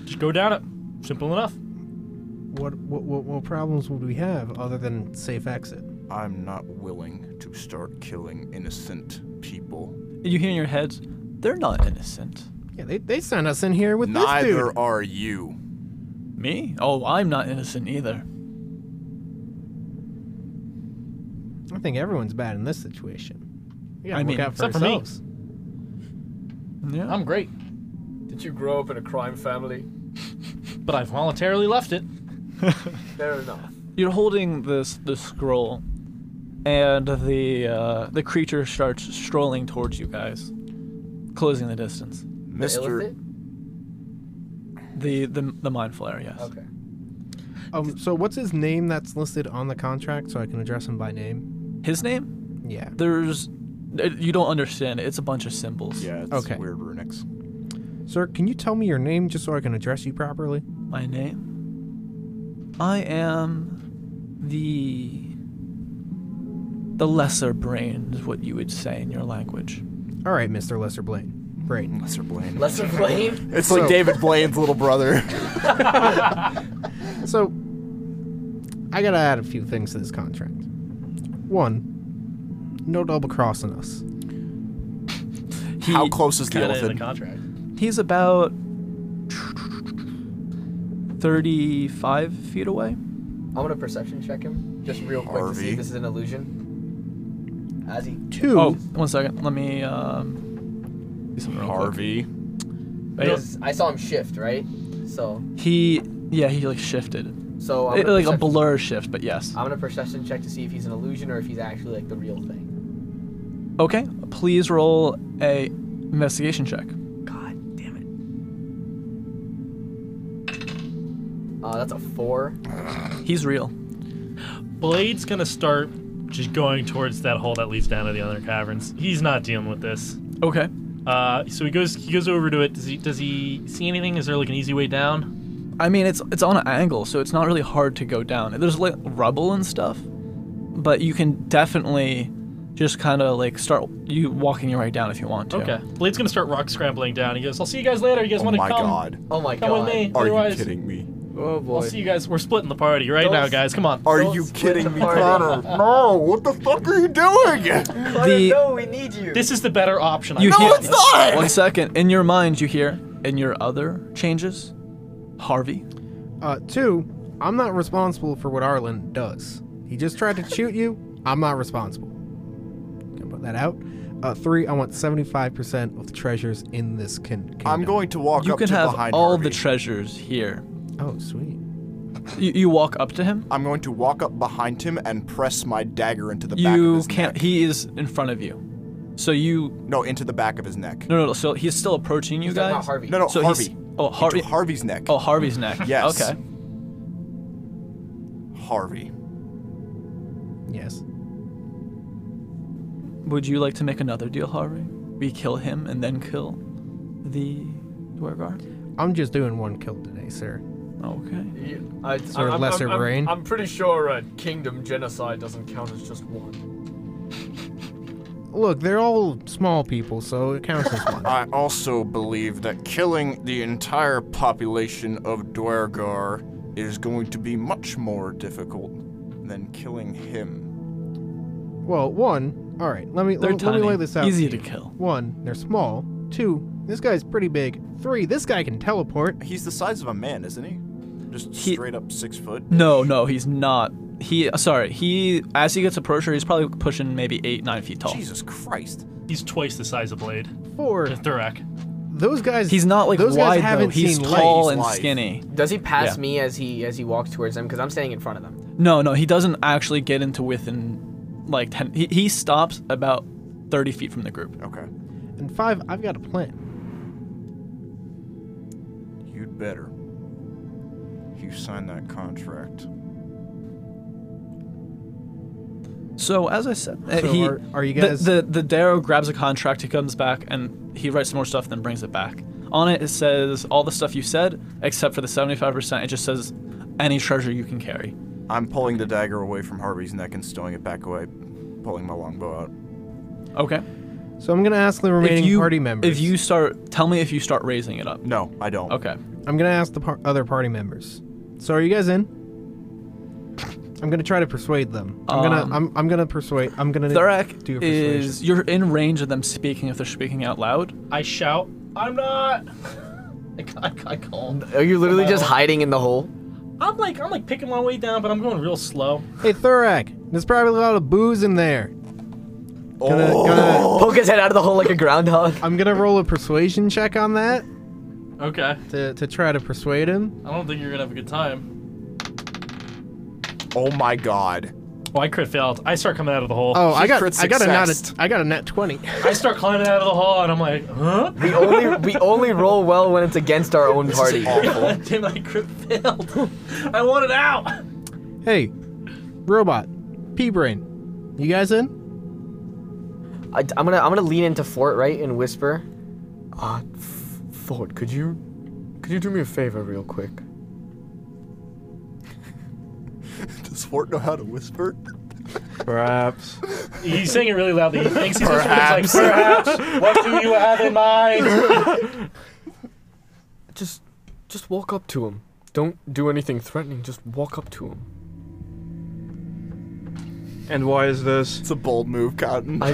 Speaker 1: Just go down it. Simple enough.
Speaker 3: What, what what what problems would we have other than safe exit?
Speaker 2: I'm not willing to start killing innocent people.
Speaker 6: You hear in your head, they're not innocent.
Speaker 3: Yeah, they, they sent us in here with this
Speaker 2: Neither
Speaker 3: dude.
Speaker 2: are you.
Speaker 6: Me? Oh, I'm not innocent either.
Speaker 3: I think everyone's bad in this situation. We gotta
Speaker 6: I
Speaker 3: look
Speaker 6: mean,
Speaker 3: out for
Speaker 1: except for me.
Speaker 3: ourselves.
Speaker 6: Yeah.
Speaker 1: I'm great,
Speaker 5: Did you grow up in a crime family?
Speaker 1: but I voluntarily left it.
Speaker 5: Fair enough.
Speaker 6: You're holding this the scroll, and the uh, the creature starts strolling towards you guys, closing the distance.
Speaker 5: The
Speaker 2: Mr.
Speaker 5: illithid?
Speaker 6: The the, the mind flare, yes.
Speaker 5: Okay.
Speaker 3: Um, so what's his name that's listed on the contract so I can address him by name?
Speaker 6: His name?
Speaker 3: Yeah.
Speaker 6: There's it- you don't understand it. It's a bunch of symbols.
Speaker 2: Yeah, it's
Speaker 3: Okay.
Speaker 2: weird runics.
Speaker 3: Sir, can you tell me your name just so I can address you properly?
Speaker 6: My name. I am the the lesser brain is what you would say in your language.
Speaker 3: All right, Mr. Lesser Blaine. Brain.
Speaker 2: Lesser Blaine.
Speaker 5: Lesser blame.
Speaker 2: it's like
Speaker 3: So-
Speaker 2: David Blaine's little brother.
Speaker 3: So, I gotta add a few things to this contract. One, no double crossing us.
Speaker 6: He,
Speaker 2: How close is the
Speaker 1: Kinda in the
Speaker 2: elephant?
Speaker 1: contract.
Speaker 6: He's about 35 feet away.
Speaker 5: I'm gonna perception check him just real quick to see
Speaker 2: Harvey.
Speaker 5: if this is an illusion. As he
Speaker 3: Two.
Speaker 6: Oh, one second. Let me um, do something real quick.
Speaker 2: Harvey.
Speaker 6: Wait,
Speaker 5: because I saw him shift, right? So
Speaker 6: He, yeah, he like shifted.
Speaker 2: Oh,
Speaker 5: so I'm
Speaker 6: It-
Speaker 5: gonna
Speaker 6: like a
Speaker 5: perception-
Speaker 6: blur shift, but yes.
Speaker 5: I'm gonna perception check to see if he's an illusion or if he's actually like the real thing.
Speaker 6: Okay, please roll a investigation check.
Speaker 5: God damn it. Uh, that's a four.
Speaker 6: He's real.
Speaker 1: Blade's gonna start just going towards that hole that leads down to the other caverns. He's not dealing with this.
Speaker 6: Okay.
Speaker 1: Uh, so he goes he goes over to it. Does he does he see anything? Is there like an easy way down?
Speaker 6: I mean, it's it's on an angle, so it's not really hard to go down. There's like rubble and stuff, but you can definitely just kind of like start you walking your way down if you want to.
Speaker 1: Okay. Blade's gonna start rock scrambling down. He goes, I'll see you guys later. You guys
Speaker 2: Oh
Speaker 1: wanna
Speaker 2: my
Speaker 1: come?
Speaker 2: god.
Speaker 5: Oh my
Speaker 1: Come
Speaker 5: god.
Speaker 1: with me.
Speaker 2: Are
Speaker 1: Otherwise,
Speaker 2: you kidding me?
Speaker 5: Oh boy.
Speaker 1: I'll see you guys. We're splitting the party right now,
Speaker 5: Don't-
Speaker 1: guys. Come on.
Speaker 2: Are
Speaker 5: Don't
Speaker 2: you
Speaker 5: split
Speaker 2: kidding
Speaker 5: the
Speaker 2: me,
Speaker 5: party.
Speaker 2: Connor? No, what the fuck are you doing?
Speaker 6: The-
Speaker 5: no, we need you.
Speaker 1: This is the better option. I
Speaker 6: You
Speaker 1: think.
Speaker 6: hear
Speaker 2: it's not!
Speaker 6: one second in your mind. You hear in your other changes, Harvey.
Speaker 3: Uh, two, I'm not responsible for what Arlen does. He just tried to shoot you. I'm not responsible. Gonna put that out. Uh, three, I want 75% of the treasures in this kin- kingdom.
Speaker 2: I'm going to walk
Speaker 6: You
Speaker 2: up
Speaker 6: can
Speaker 2: to
Speaker 6: have
Speaker 2: behind
Speaker 6: all
Speaker 2: Harvey.
Speaker 6: the treasures here.
Speaker 3: Oh, sweet.
Speaker 6: You, you walk up to him.
Speaker 2: I'm going to walk up behind him and press my dagger into the back of
Speaker 6: You
Speaker 2: his
Speaker 6: can't.
Speaker 2: neck.
Speaker 6: He is in front of you, so you
Speaker 2: No, into the back of his neck.
Speaker 6: no no. no so he's still approaching you
Speaker 5: He's talking about
Speaker 6: guys.
Speaker 5: Harvey.
Speaker 2: No, no,
Speaker 6: So
Speaker 2: Harvey.
Speaker 6: he's oh
Speaker 2: Into
Speaker 6: Harvey.
Speaker 2: Harvey's neck.
Speaker 6: Oh, Harvey's neck.
Speaker 2: Yes.
Speaker 6: Okay.
Speaker 2: Harvey.
Speaker 3: Yes.
Speaker 6: Would you like to make another deal, Harvey? We kill him and then kill the Dwarf Guard?
Speaker 3: I'm just doing one kill today, sir.
Speaker 6: Okay.
Speaker 5: You- I,
Speaker 3: Sort of lesser brain.
Speaker 5: I'm pretty sure a kingdom genocide doesn't count as just one.
Speaker 3: Look, they're all small people, so it counts as one.
Speaker 2: I also believe that killing the entire population of Dwergar is going to be much more difficult than killing him.
Speaker 3: Well, one. All right, let me
Speaker 6: They're
Speaker 3: let, let
Speaker 6: tiny.
Speaker 3: me lay this out.
Speaker 6: Easy
Speaker 3: to
Speaker 6: to
Speaker 3: you.
Speaker 6: kill.
Speaker 3: One, they're small. Two, this guy's pretty big. Three, this guy can teleport.
Speaker 2: He's the size of a man, isn't he? Just
Speaker 6: He-
Speaker 2: straight up six foot.
Speaker 6: No, no, he's not. He, uh, sorry, he, as he gets approacher, he's probably pushing maybe eight, nine feet tall.
Speaker 2: Jesus Christ.
Speaker 1: He's twice the size of Blade.
Speaker 3: Four,
Speaker 1: Thurak.
Speaker 3: those guys.
Speaker 6: He's not like
Speaker 3: those guys
Speaker 6: wide though.
Speaker 3: haven't
Speaker 6: He's
Speaker 3: seen
Speaker 6: tall
Speaker 3: light.
Speaker 6: and
Speaker 2: life.
Speaker 6: skinny.
Speaker 5: Does he pass
Speaker 6: Yeah.
Speaker 5: me as he as he walks towards them? Because I'm standing in front of them.
Speaker 6: No, no, he doesn't actually get into within like 10. He, he stops about 30 feet from the group.
Speaker 2: Okay.
Speaker 3: And five, I've got a plan.
Speaker 2: You'd better. You sign that contract.
Speaker 6: So, as I said, uh,
Speaker 3: So
Speaker 6: he,
Speaker 3: are- are you
Speaker 6: the-
Speaker 3: guys-
Speaker 6: The, the, Darrow grabs a contract, he comes back, and he writes some more stuff, then brings it back. On it, it says all the stuff you said, except for the 75%. It just says any treasure you can carry.
Speaker 2: I'm pulling the dagger away from Harvey's neck and stowing it back away, pulling my longbow out.
Speaker 6: Okay.
Speaker 3: So I'm gonna ask the remaining party members.
Speaker 6: If you start, tell me if you start raising it up.
Speaker 2: No, I don't.
Speaker 6: Okay.
Speaker 3: I'm gonna ask the par- other party members. So are you guys in? I'm gonna try to persuade them. I'm
Speaker 6: Um,
Speaker 3: gonna. I'm, I'm gonna persuade. I'm gonna
Speaker 6: Thurak
Speaker 3: do a persuasion.
Speaker 6: is you're in range of them speaking if they're speaking out loud.
Speaker 1: I shout, I'm not. I, I, I call.
Speaker 5: Are you literally
Speaker 1: just
Speaker 5: hiding in the hole?
Speaker 1: I'm like I'm like picking my way down, but I'm going real slow.
Speaker 3: Hey Thurak, there's probably a lot of booze in there. Gonna, gonna,
Speaker 5: Poke his head out of the hole like a groundhog.
Speaker 3: I'm gonna roll a persuasion check on that
Speaker 1: Okay.
Speaker 3: to, to try to persuade him.
Speaker 1: I don't think you're gonna have a good time.
Speaker 2: Oh my god.
Speaker 1: Oh, I crit failed. I start coming out of the hole.
Speaker 3: Oh, I
Speaker 2: He
Speaker 3: got
Speaker 2: crit
Speaker 3: I got a
Speaker 2: successed.
Speaker 3: not a, I got a net twenty.
Speaker 1: I start climbing out of the hole, and I'm like, huh?
Speaker 5: We only we only roll well when it's against our own party.
Speaker 1: God damn, I crit failed. I want it out.
Speaker 3: hey, robot, P brain, you guys in?
Speaker 5: I, am gonna I'm gonna lean into Fort right and whisper. Uh, F- Fort, could you could you do me a favor real quick?
Speaker 2: Does Fort know how to whisper?
Speaker 7: Perhaps.
Speaker 1: He's saying it really loudly. He thinks he's perhaps. Just, like, perhaps. What do you have in mind?
Speaker 5: Just just walk up to him. Don't do anything threatening. Just walk up to him.
Speaker 7: And why is this?
Speaker 2: It's a bold move, Cotton.
Speaker 5: I.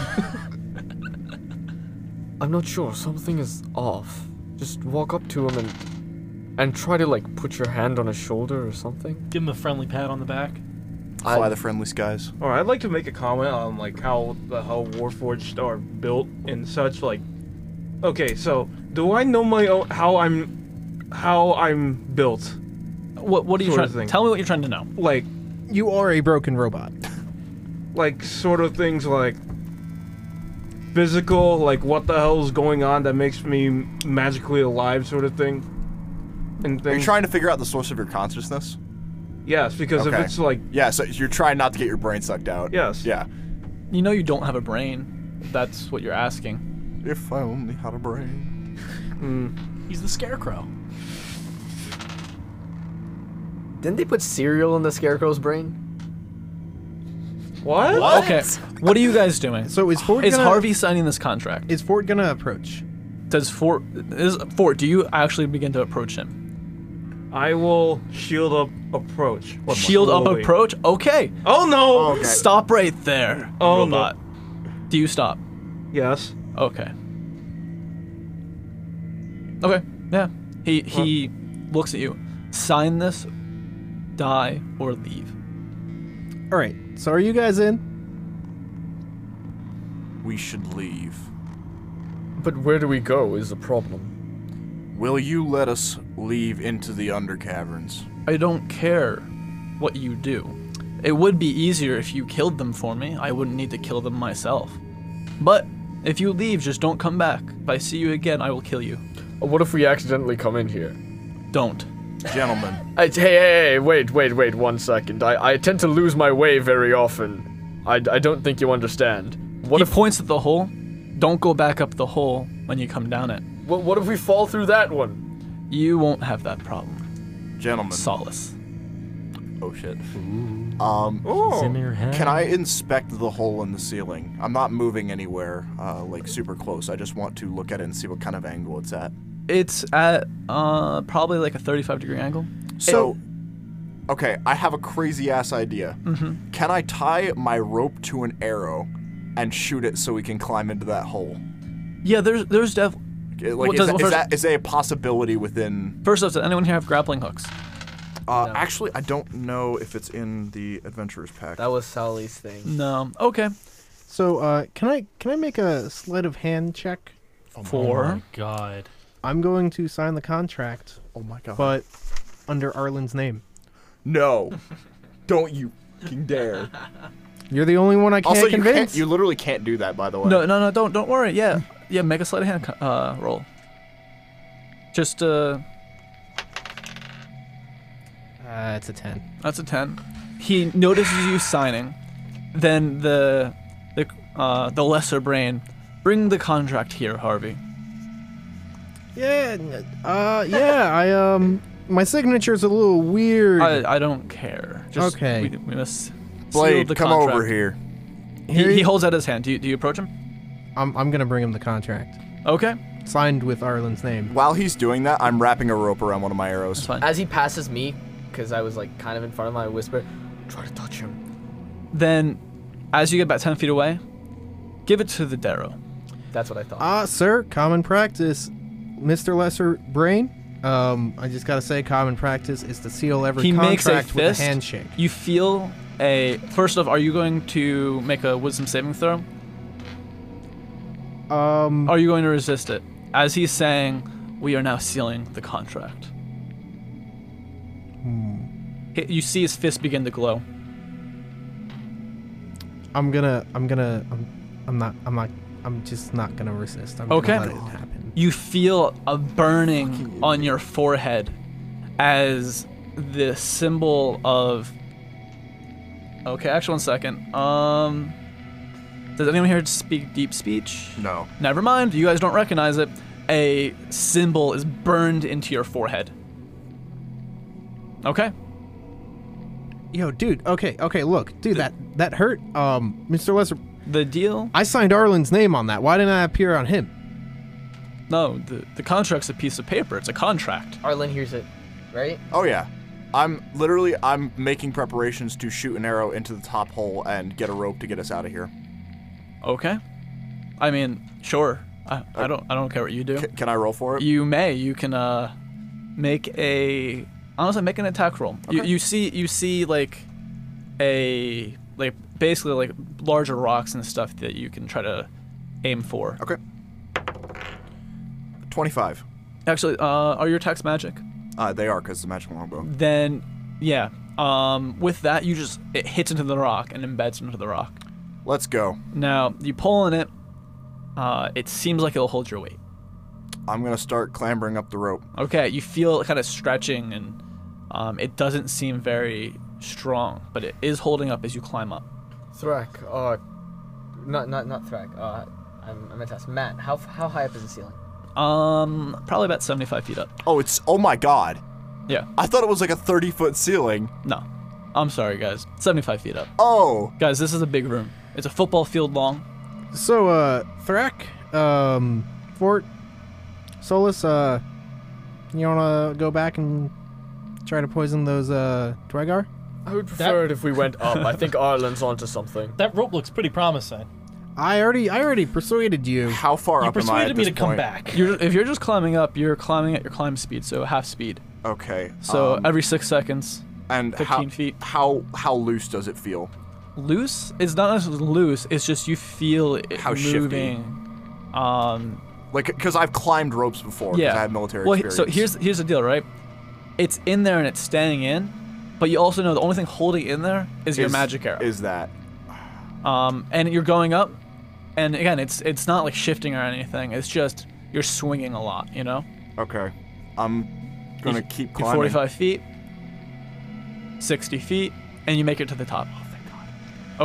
Speaker 5: I'm not sure. Something is off. Just walk up to him and and try to like put your hand on his shoulder or something.
Speaker 1: Give him a friendly pat on the back.
Speaker 2: Fly the friendly skies.
Speaker 7: Or I'd like to make a comment on like how the how Warforged are built and such. Like, okay, so do I know my own how I'm how I'm built?
Speaker 6: What What are you
Speaker 7: Sort of
Speaker 6: trying?
Speaker 7: thing.
Speaker 6: Tell me what you're trying to know.
Speaker 7: Like,
Speaker 3: You are a broken robot.
Speaker 7: like sort of things like physical, like what the hell is going on that makes me magically alive, sort of thing. And
Speaker 2: Are you
Speaker 7: things.
Speaker 2: trying to figure out the source of your consciousness?
Speaker 7: yes, because
Speaker 2: Okay.
Speaker 7: if it's like
Speaker 2: Yeah, so you're trying not to get your brain sucked out.
Speaker 7: Yes.
Speaker 2: Yeah.
Speaker 6: You know you don't have a brain. if That's what you're asking.
Speaker 2: If I only had a brain.
Speaker 1: He's the scarecrow.
Speaker 5: Didn't they put cereal in the scarecrow's brain?
Speaker 7: what?
Speaker 6: Okay. What are you guys doing?
Speaker 3: So is Ford
Speaker 6: is
Speaker 3: gonna-
Speaker 6: Harvey signing this contract?
Speaker 3: Is Ford gonna approach?
Speaker 6: Does Fort is Fort? Do you actually begin to approach him?
Speaker 7: I will shield up approach. What,
Speaker 6: Shield up
Speaker 7: slowly?
Speaker 6: approach. Okay.
Speaker 7: Oh no!
Speaker 2: Okay.
Speaker 6: Stop right there,
Speaker 7: Oh, no.
Speaker 6: robot. Do you stop?
Speaker 7: Yes.
Speaker 6: Okay. Okay. Yeah. He he looks at you. Sign this, die or leave.
Speaker 3: All right. So are you guys in?
Speaker 2: We should leave.
Speaker 5: But where do we go is the problem.
Speaker 2: Will you let us leave into the undercaverns?
Speaker 6: I don't care what you do. It would be easier if you killed them for me. I wouldn't need to kill them myself. But if you leave, just don't come back. If I see you again, I will kill you.
Speaker 5: What if we accidentally come in here?
Speaker 6: Don't.
Speaker 2: Gentlemen,
Speaker 5: I, hey, hey, hey, wait, wait, wait, one second. I, I tend to lose my way very often. I, I don't think you understand. What
Speaker 6: he
Speaker 5: if
Speaker 6: points at the hole. Don't go back up the hole when you come down it.
Speaker 5: what, what if we fall through that one?
Speaker 6: You won't have that problem.
Speaker 2: gentlemen.
Speaker 6: Solace.
Speaker 2: oh shit. Um, Can I inspect the hole in the ceiling? I'm not moving anywhere, uh, like super close. I just want to look at it and see what kind of angle it's at.
Speaker 6: It's at uh, probably like a 35 degree angle.
Speaker 2: So, okay, I have a crazy ass idea. Mm-hmm. Can I tie my rope to an arrow and shoot it so we can climb into that hole?
Speaker 6: Yeah, there's there's def.
Speaker 2: Like,
Speaker 6: Well,
Speaker 2: is,
Speaker 6: does-
Speaker 2: that-
Speaker 6: well,
Speaker 2: is
Speaker 6: first-
Speaker 2: that is that a possibility within?
Speaker 6: First off, does anyone here have grappling hooks?
Speaker 2: Uh, Actually, I don't know if it's in the adventurers pack.
Speaker 5: was Sally's thing.
Speaker 6: No. Okay.
Speaker 3: So uh, can I can I make a sleight of hand check?
Speaker 1: Oh
Speaker 6: Four.
Speaker 1: my god.
Speaker 3: I'm going to sign the contract,
Speaker 2: oh my god!
Speaker 3: but under Arlen's name.
Speaker 2: no, don't you fucking dare!
Speaker 3: You're the only one I can't
Speaker 2: also, you
Speaker 3: convince.
Speaker 2: can't. You literally can't do that. By the way.
Speaker 6: No, no, no. Don't don't worry. Yeah,
Speaker 3: Hmm.
Speaker 6: yeah. Make a sleight of hand co- uh, roll. Just uh,
Speaker 3: Uh, it's a ten.
Speaker 6: that's a ten. He notices you signing. Then the the uh, the lesser brain, bring the contract here, Harvey.
Speaker 3: Yeah. n- Uh, yeah. I um, my signature's a little weird.
Speaker 6: I, I don't care. Just,
Speaker 3: Okay.
Speaker 6: We, we must seal
Speaker 2: Blade,
Speaker 6: the
Speaker 2: come
Speaker 6: contract.
Speaker 2: over here.
Speaker 6: He, he holds out his hand. Do you, do you approach him?
Speaker 3: I'm I'm gonna bring him the contract
Speaker 6: Okay.
Speaker 3: signed with Arlen's name.
Speaker 2: While he's doing that, I'm wrapping a rope around one of my arrows.
Speaker 6: That's fine.
Speaker 5: As he passes me, because I was like kind of in front of him, I whisper, try to touch him.
Speaker 6: Then, as you get about ten feet away, give it to the Darrow.
Speaker 5: That's what I thought.
Speaker 3: Ah, sir, common practice, Mr. Lesser Brain. Um, I just gotta say, common practice is to seal every
Speaker 6: He makes
Speaker 3: contract
Speaker 6: a
Speaker 3: with
Speaker 6: fist.
Speaker 3: a handshake.
Speaker 6: You feel a. First off, are you going to make a wisdom saving throw?
Speaker 3: Um,
Speaker 6: Are you going to resist it? As he's saying, we are now sealing the contract.
Speaker 3: Hmm.
Speaker 6: Hi- You see his fist begin to glow.
Speaker 3: I'm gonna, I'm gonna, I'm, I'm not, I'm not, I'm just not gonna resist. I'm
Speaker 6: Okay.
Speaker 3: gonna let it happen.
Speaker 6: You feel a burning on your forehead as the symbol of. Okay, actually, one second. Um, does anyone here speak deep speech?
Speaker 2: No.
Speaker 6: Never mind. You guys don't recognize it. A symbol is burned into your forehead. Okay.
Speaker 3: Yo, dude. Okay, okay. Look, dude, that that hurt. Um, Mr. Lesser,
Speaker 6: The deal?
Speaker 3: I signed Arlen's name on that. Why didn't I appear on him?
Speaker 6: No, the, the contract's a piece of paper. It's a contract.
Speaker 5: Arlen hears it, right?
Speaker 2: Oh yeah. I'm literally I'm making preparations to shoot an arrow into the top hole and get a rope to get us out of here.
Speaker 6: Okay. I mean, sure. I, I don't I don't care what you do.
Speaker 2: C- can I roll for it?
Speaker 6: You may. You can uh Make a honestly make an attack roll. You, you see you see like a like basically like larger rocks and stuff that you can try to aim for.
Speaker 2: Okay. 25.
Speaker 6: Actually, uh, are your attacks magic?
Speaker 2: Uh, they are, because the magic longbow.
Speaker 6: Then yeah. Um, with that you just it hits into the rock and embeds into the rock.
Speaker 2: Let's go.
Speaker 6: Now you pull on it. Uh, it seems like it'll hold your weight.
Speaker 2: I'm going to start clambering up the rope.
Speaker 6: Okay, you feel it kind of stretching, and um, it doesn't seem very strong, but it is holding up as you climb up.
Speaker 5: Thrak, uh, not not not Thrak. Uh, I'm, I'm gonna ask Matt. How f- how high up is the ceiling?
Speaker 6: Um, probably about 75 feet up.
Speaker 2: Oh, it's. Oh my god.
Speaker 6: Yeah,
Speaker 2: I thought it was like a 30 foot ceiling.
Speaker 6: no, I'm sorry, guys. 75 feet up.
Speaker 2: Oh.
Speaker 6: Guys, this is a big room. It's a football field long.
Speaker 3: So, uh, Thrak, um, Fort, Solus, uh, you wanna go back and try to poison those, uh, Dwegar?
Speaker 5: I would prefer it if we went up. I think Ireland's onto something.
Speaker 1: That rope looks pretty promising.
Speaker 3: I already, I already persuaded you.
Speaker 2: How far
Speaker 1: You
Speaker 2: up am I?
Speaker 1: persuaded
Speaker 2: at
Speaker 1: me to
Speaker 2: this
Speaker 1: come
Speaker 2: point?
Speaker 1: back.
Speaker 6: You're, if you're just climbing up, you're climbing at your climb speed, so half speed.
Speaker 2: Okay.
Speaker 6: So
Speaker 2: um,
Speaker 6: every six seconds,
Speaker 2: and
Speaker 6: 15
Speaker 2: how,
Speaker 6: feet.
Speaker 2: How how loose does it feel?
Speaker 6: loose. It's not necessarily loose. It's just you feel it
Speaker 2: How shifty.
Speaker 6: moving. Um,
Speaker 2: Like, because I've climbed ropes before. 'cause I have military
Speaker 6: well, he-
Speaker 2: experience.
Speaker 6: So here's here's the deal, right? It's in there and it's standing in, but you also know the only thing holding it in there is, your
Speaker 2: Is-
Speaker 6: magic arrow.
Speaker 2: Is that?
Speaker 6: um, and you're going up, and again, it's it's not like shifting or anything. It's just you're swinging a lot, you know.
Speaker 2: Okay. I'm gonna
Speaker 6: You-
Speaker 2: keep
Speaker 6: You're
Speaker 2: climbing.
Speaker 6: 45 feet, 60 feet, and you make it to the top.
Speaker 2: Oh,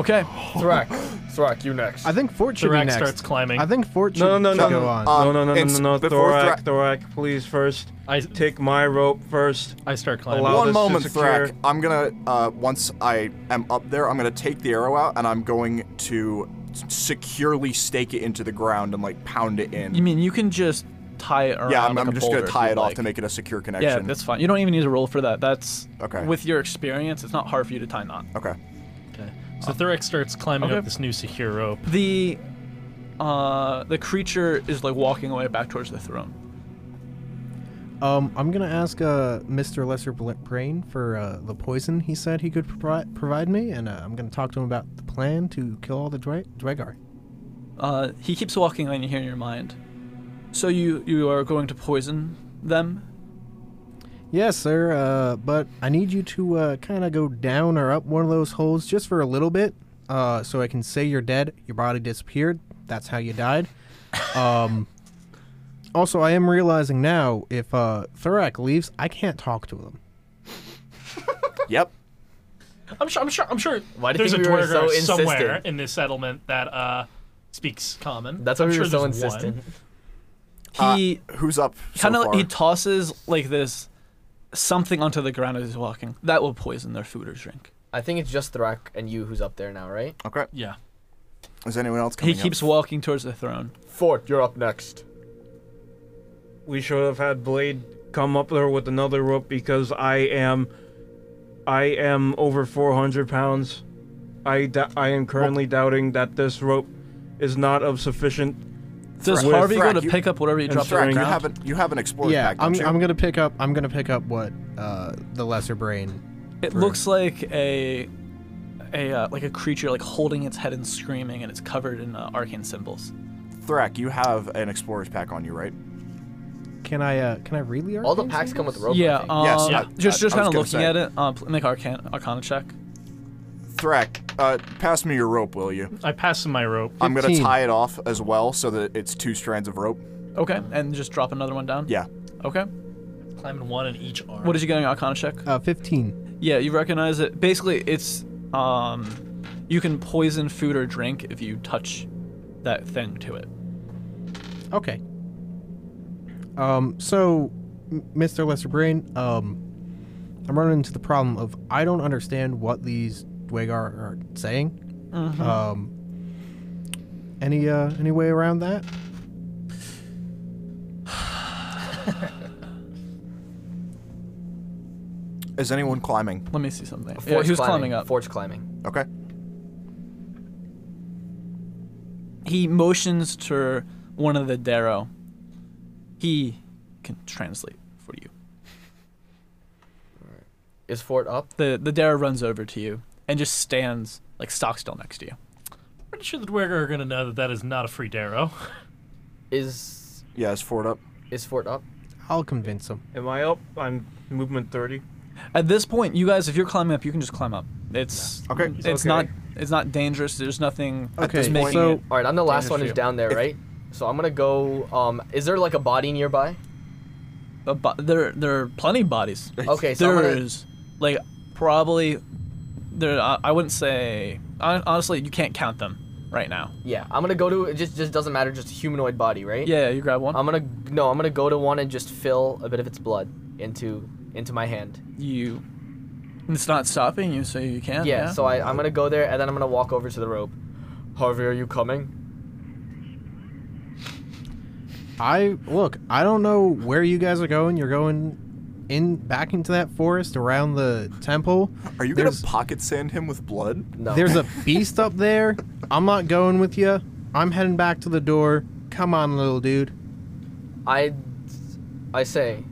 Speaker 6: Okay.
Speaker 5: Thrak, Thrak, you next.
Speaker 3: I think Fort should be
Speaker 1: Dirac
Speaker 3: next.
Speaker 1: starts climbing.
Speaker 3: I think Fort should
Speaker 7: No, no, no,
Speaker 3: go
Speaker 7: no.
Speaker 3: on.
Speaker 2: Um,
Speaker 7: no, no, no,
Speaker 2: it's
Speaker 7: no, no, no.
Speaker 2: before
Speaker 7: Thorak,
Speaker 2: Thra-
Speaker 7: Thorak, please first.
Speaker 1: I
Speaker 7: Take my rope first.
Speaker 1: I start climbing.
Speaker 7: Allow-
Speaker 2: One
Speaker 7: this to
Speaker 2: moment,
Speaker 7: secure-
Speaker 2: Thrak. I'm gonna uh, once I am up there, I'm gonna take the arrow out and I'm going to s- securely stake it into the ground and like pound it in.
Speaker 6: You mean you can just tie it around?
Speaker 2: yeah, I'm,
Speaker 6: like a
Speaker 2: I'm just
Speaker 6: boulder
Speaker 2: gonna
Speaker 6: if
Speaker 2: tie
Speaker 6: you'd
Speaker 2: it off
Speaker 6: like.
Speaker 2: to make it a secure
Speaker 6: Yeah,
Speaker 2: connection.
Speaker 6: that's fine. You don't even need to roll for that. That's
Speaker 2: Okay.
Speaker 6: With your experience, it's not hard for you to tie a knot.
Speaker 2: okay.
Speaker 1: Okay. So
Speaker 5: Um,
Speaker 1: Thurek starts climbing
Speaker 6: Okay.
Speaker 1: up this new secure rope.
Speaker 6: The uh the creature is like walking away back towards the throne.
Speaker 3: Um, I'm gonna ask uh, Mr. Lesser Bl- Brain for uh, the poison he said he could provi- provide me, and uh, I'm gonna talk to him about the plan to kill all the Dwe- Dwegar.
Speaker 6: Uh he keeps walking and you hear in your mind. So you you are going to poison them?
Speaker 3: Yes, sir. Uh, but I need you to uh, kind of go down or up one of those holes just for a little bit, uh, so I can say you're dead. Your body disappeared. That's how you died. Um, also, I am realizing now if uh, Thorak leaves, I can't talk to him.
Speaker 2: Yep.
Speaker 1: I'm sure. I'm sure. I'm sure.
Speaker 5: Why do you
Speaker 1: there's
Speaker 5: think
Speaker 1: a
Speaker 5: we were
Speaker 1: dwarf
Speaker 5: so
Speaker 1: somewhere
Speaker 5: insistent?
Speaker 1: in this settlement that uh, speaks common.
Speaker 5: That's why
Speaker 1: I'm
Speaker 5: we were
Speaker 1: sure
Speaker 5: so
Speaker 1: there's one.
Speaker 5: insistent.
Speaker 6: He
Speaker 2: Who's up? Uh, So
Speaker 6: kind of
Speaker 2: far?
Speaker 6: he tosses like this something onto the ground as he's walking. That will poison their food or drink.
Speaker 5: I think it's just Thrak and you who's up there now, right?
Speaker 2: okay.
Speaker 1: Yeah.
Speaker 2: Is anyone else coming?
Speaker 6: he
Speaker 2: up?
Speaker 6: keeps walking towards the throne.
Speaker 5: Fort, you're up next.
Speaker 7: We should have had Blade come up there with another rope because I am, I am over 400 pounds. I dou- I am currently doubting that this rope is not of sufficient.
Speaker 6: Does
Speaker 2: Thrak-
Speaker 6: Harvey
Speaker 2: Thrak,
Speaker 6: go to
Speaker 2: you-
Speaker 6: pick up whatever you
Speaker 7: and
Speaker 6: dropped on
Speaker 2: Thrak,
Speaker 6: the
Speaker 2: you
Speaker 6: ground?
Speaker 2: haven't you haven't explored.
Speaker 3: yeah,
Speaker 2: back,
Speaker 3: I'm,
Speaker 2: don't you?
Speaker 3: I'm gonna pick up. I'm gonna pick up what uh, the Lesser Brain
Speaker 6: It
Speaker 3: Right.
Speaker 6: looks like a a uh, like a creature like holding its head and screaming, and it's covered in uh, arcane symbols.
Speaker 2: Thrak, you have an explorer's pack on you, right?
Speaker 3: Can I uh can I read the
Speaker 5: All the
Speaker 3: arcane
Speaker 5: packs come with
Speaker 3: symbols?
Speaker 5: rope.
Speaker 6: yeah,
Speaker 5: I think.
Speaker 6: um,
Speaker 2: Yes, I-
Speaker 6: just
Speaker 2: I-
Speaker 6: just
Speaker 2: I was
Speaker 6: kind of
Speaker 2: gonna
Speaker 6: looking
Speaker 2: say.
Speaker 6: at it. Uh, pl- make arcan arcana check.
Speaker 2: Thrak, uh, pass me your rope, will you?
Speaker 1: I pass him my rope.
Speaker 2: I'm gonna
Speaker 3: 15.
Speaker 2: tie it off as well so that it's two strands of rope.
Speaker 6: Okay, and just drop another one down.
Speaker 2: Yeah.
Speaker 6: Okay.
Speaker 1: Uh, climbing one in each arm.
Speaker 6: What did you get on your arcana check?
Speaker 3: Uh, fifteen.
Speaker 6: Yeah, you recognize it. Basically, it's um, you can poison food or drink if you touch that thing to it.
Speaker 3: Okay. Um. So, M- Mr. Lesser Brain, um, I'm running into the problem of I don't understand what these Dwegar are saying. Um. Any uh any way around that?
Speaker 2: Is anyone climbing?
Speaker 6: Let me see something.
Speaker 5: Fort's
Speaker 6: Yeah, he was climbing up.
Speaker 5: Fort's climbing.
Speaker 2: Okay.
Speaker 6: he motions to one of the Darrow. He can translate for you.
Speaker 5: Is Fort up?
Speaker 6: The the Dara runs over to you and just stands like stock still next to you.
Speaker 1: Pretty sure that we're are gonna know that that is not a free Darrow.
Speaker 5: Is
Speaker 2: Yeah, is Ford up?
Speaker 5: is Fort up?
Speaker 3: I'll convince him.
Speaker 7: Am I up? I'm movement 30.
Speaker 6: At this point, you guys, if you're climbing up, you can just climb up. It's
Speaker 2: Okay.
Speaker 6: It's
Speaker 7: Okay.
Speaker 6: not it's not dangerous. There's nothing.
Speaker 2: Okay,
Speaker 6: that's making
Speaker 2: so-
Speaker 6: it-
Speaker 5: All right, I'm the last one who's
Speaker 6: Dangerfield.
Speaker 5: down there, right? So I'm gonna go. Um, is there like a body nearby?
Speaker 6: a bo- there there are plenty of bodies.
Speaker 5: Okay, so I'm
Speaker 6: There
Speaker 5: gonna-
Speaker 6: is like probably there. I, I wouldn't say hon- honestly. You can't count them right now.
Speaker 5: Yeah, I'm gonna go to. It just just doesn't matter. Just a humanoid body, right?
Speaker 6: Yeah, you grab one.
Speaker 5: I'm gonna no. I'm gonna go to one and just fill a bit of its blood into into my hand.
Speaker 6: you. It's not stopping you, so you can.
Speaker 5: Yeah,
Speaker 6: Yeah.
Speaker 5: so I, I'm gonna go there and then I'm gonna walk over to the rope. Harvey, are you coming?
Speaker 3: I look. I don't know where you guys are going. You're going in back into that forest around the temple.
Speaker 2: Are you
Speaker 3: There's-
Speaker 2: gonna pocket sand him with blood?
Speaker 5: No.
Speaker 3: There's a beast up there. I'm not going with you. I'm heading back to the door. Come on, little dude.
Speaker 5: I I say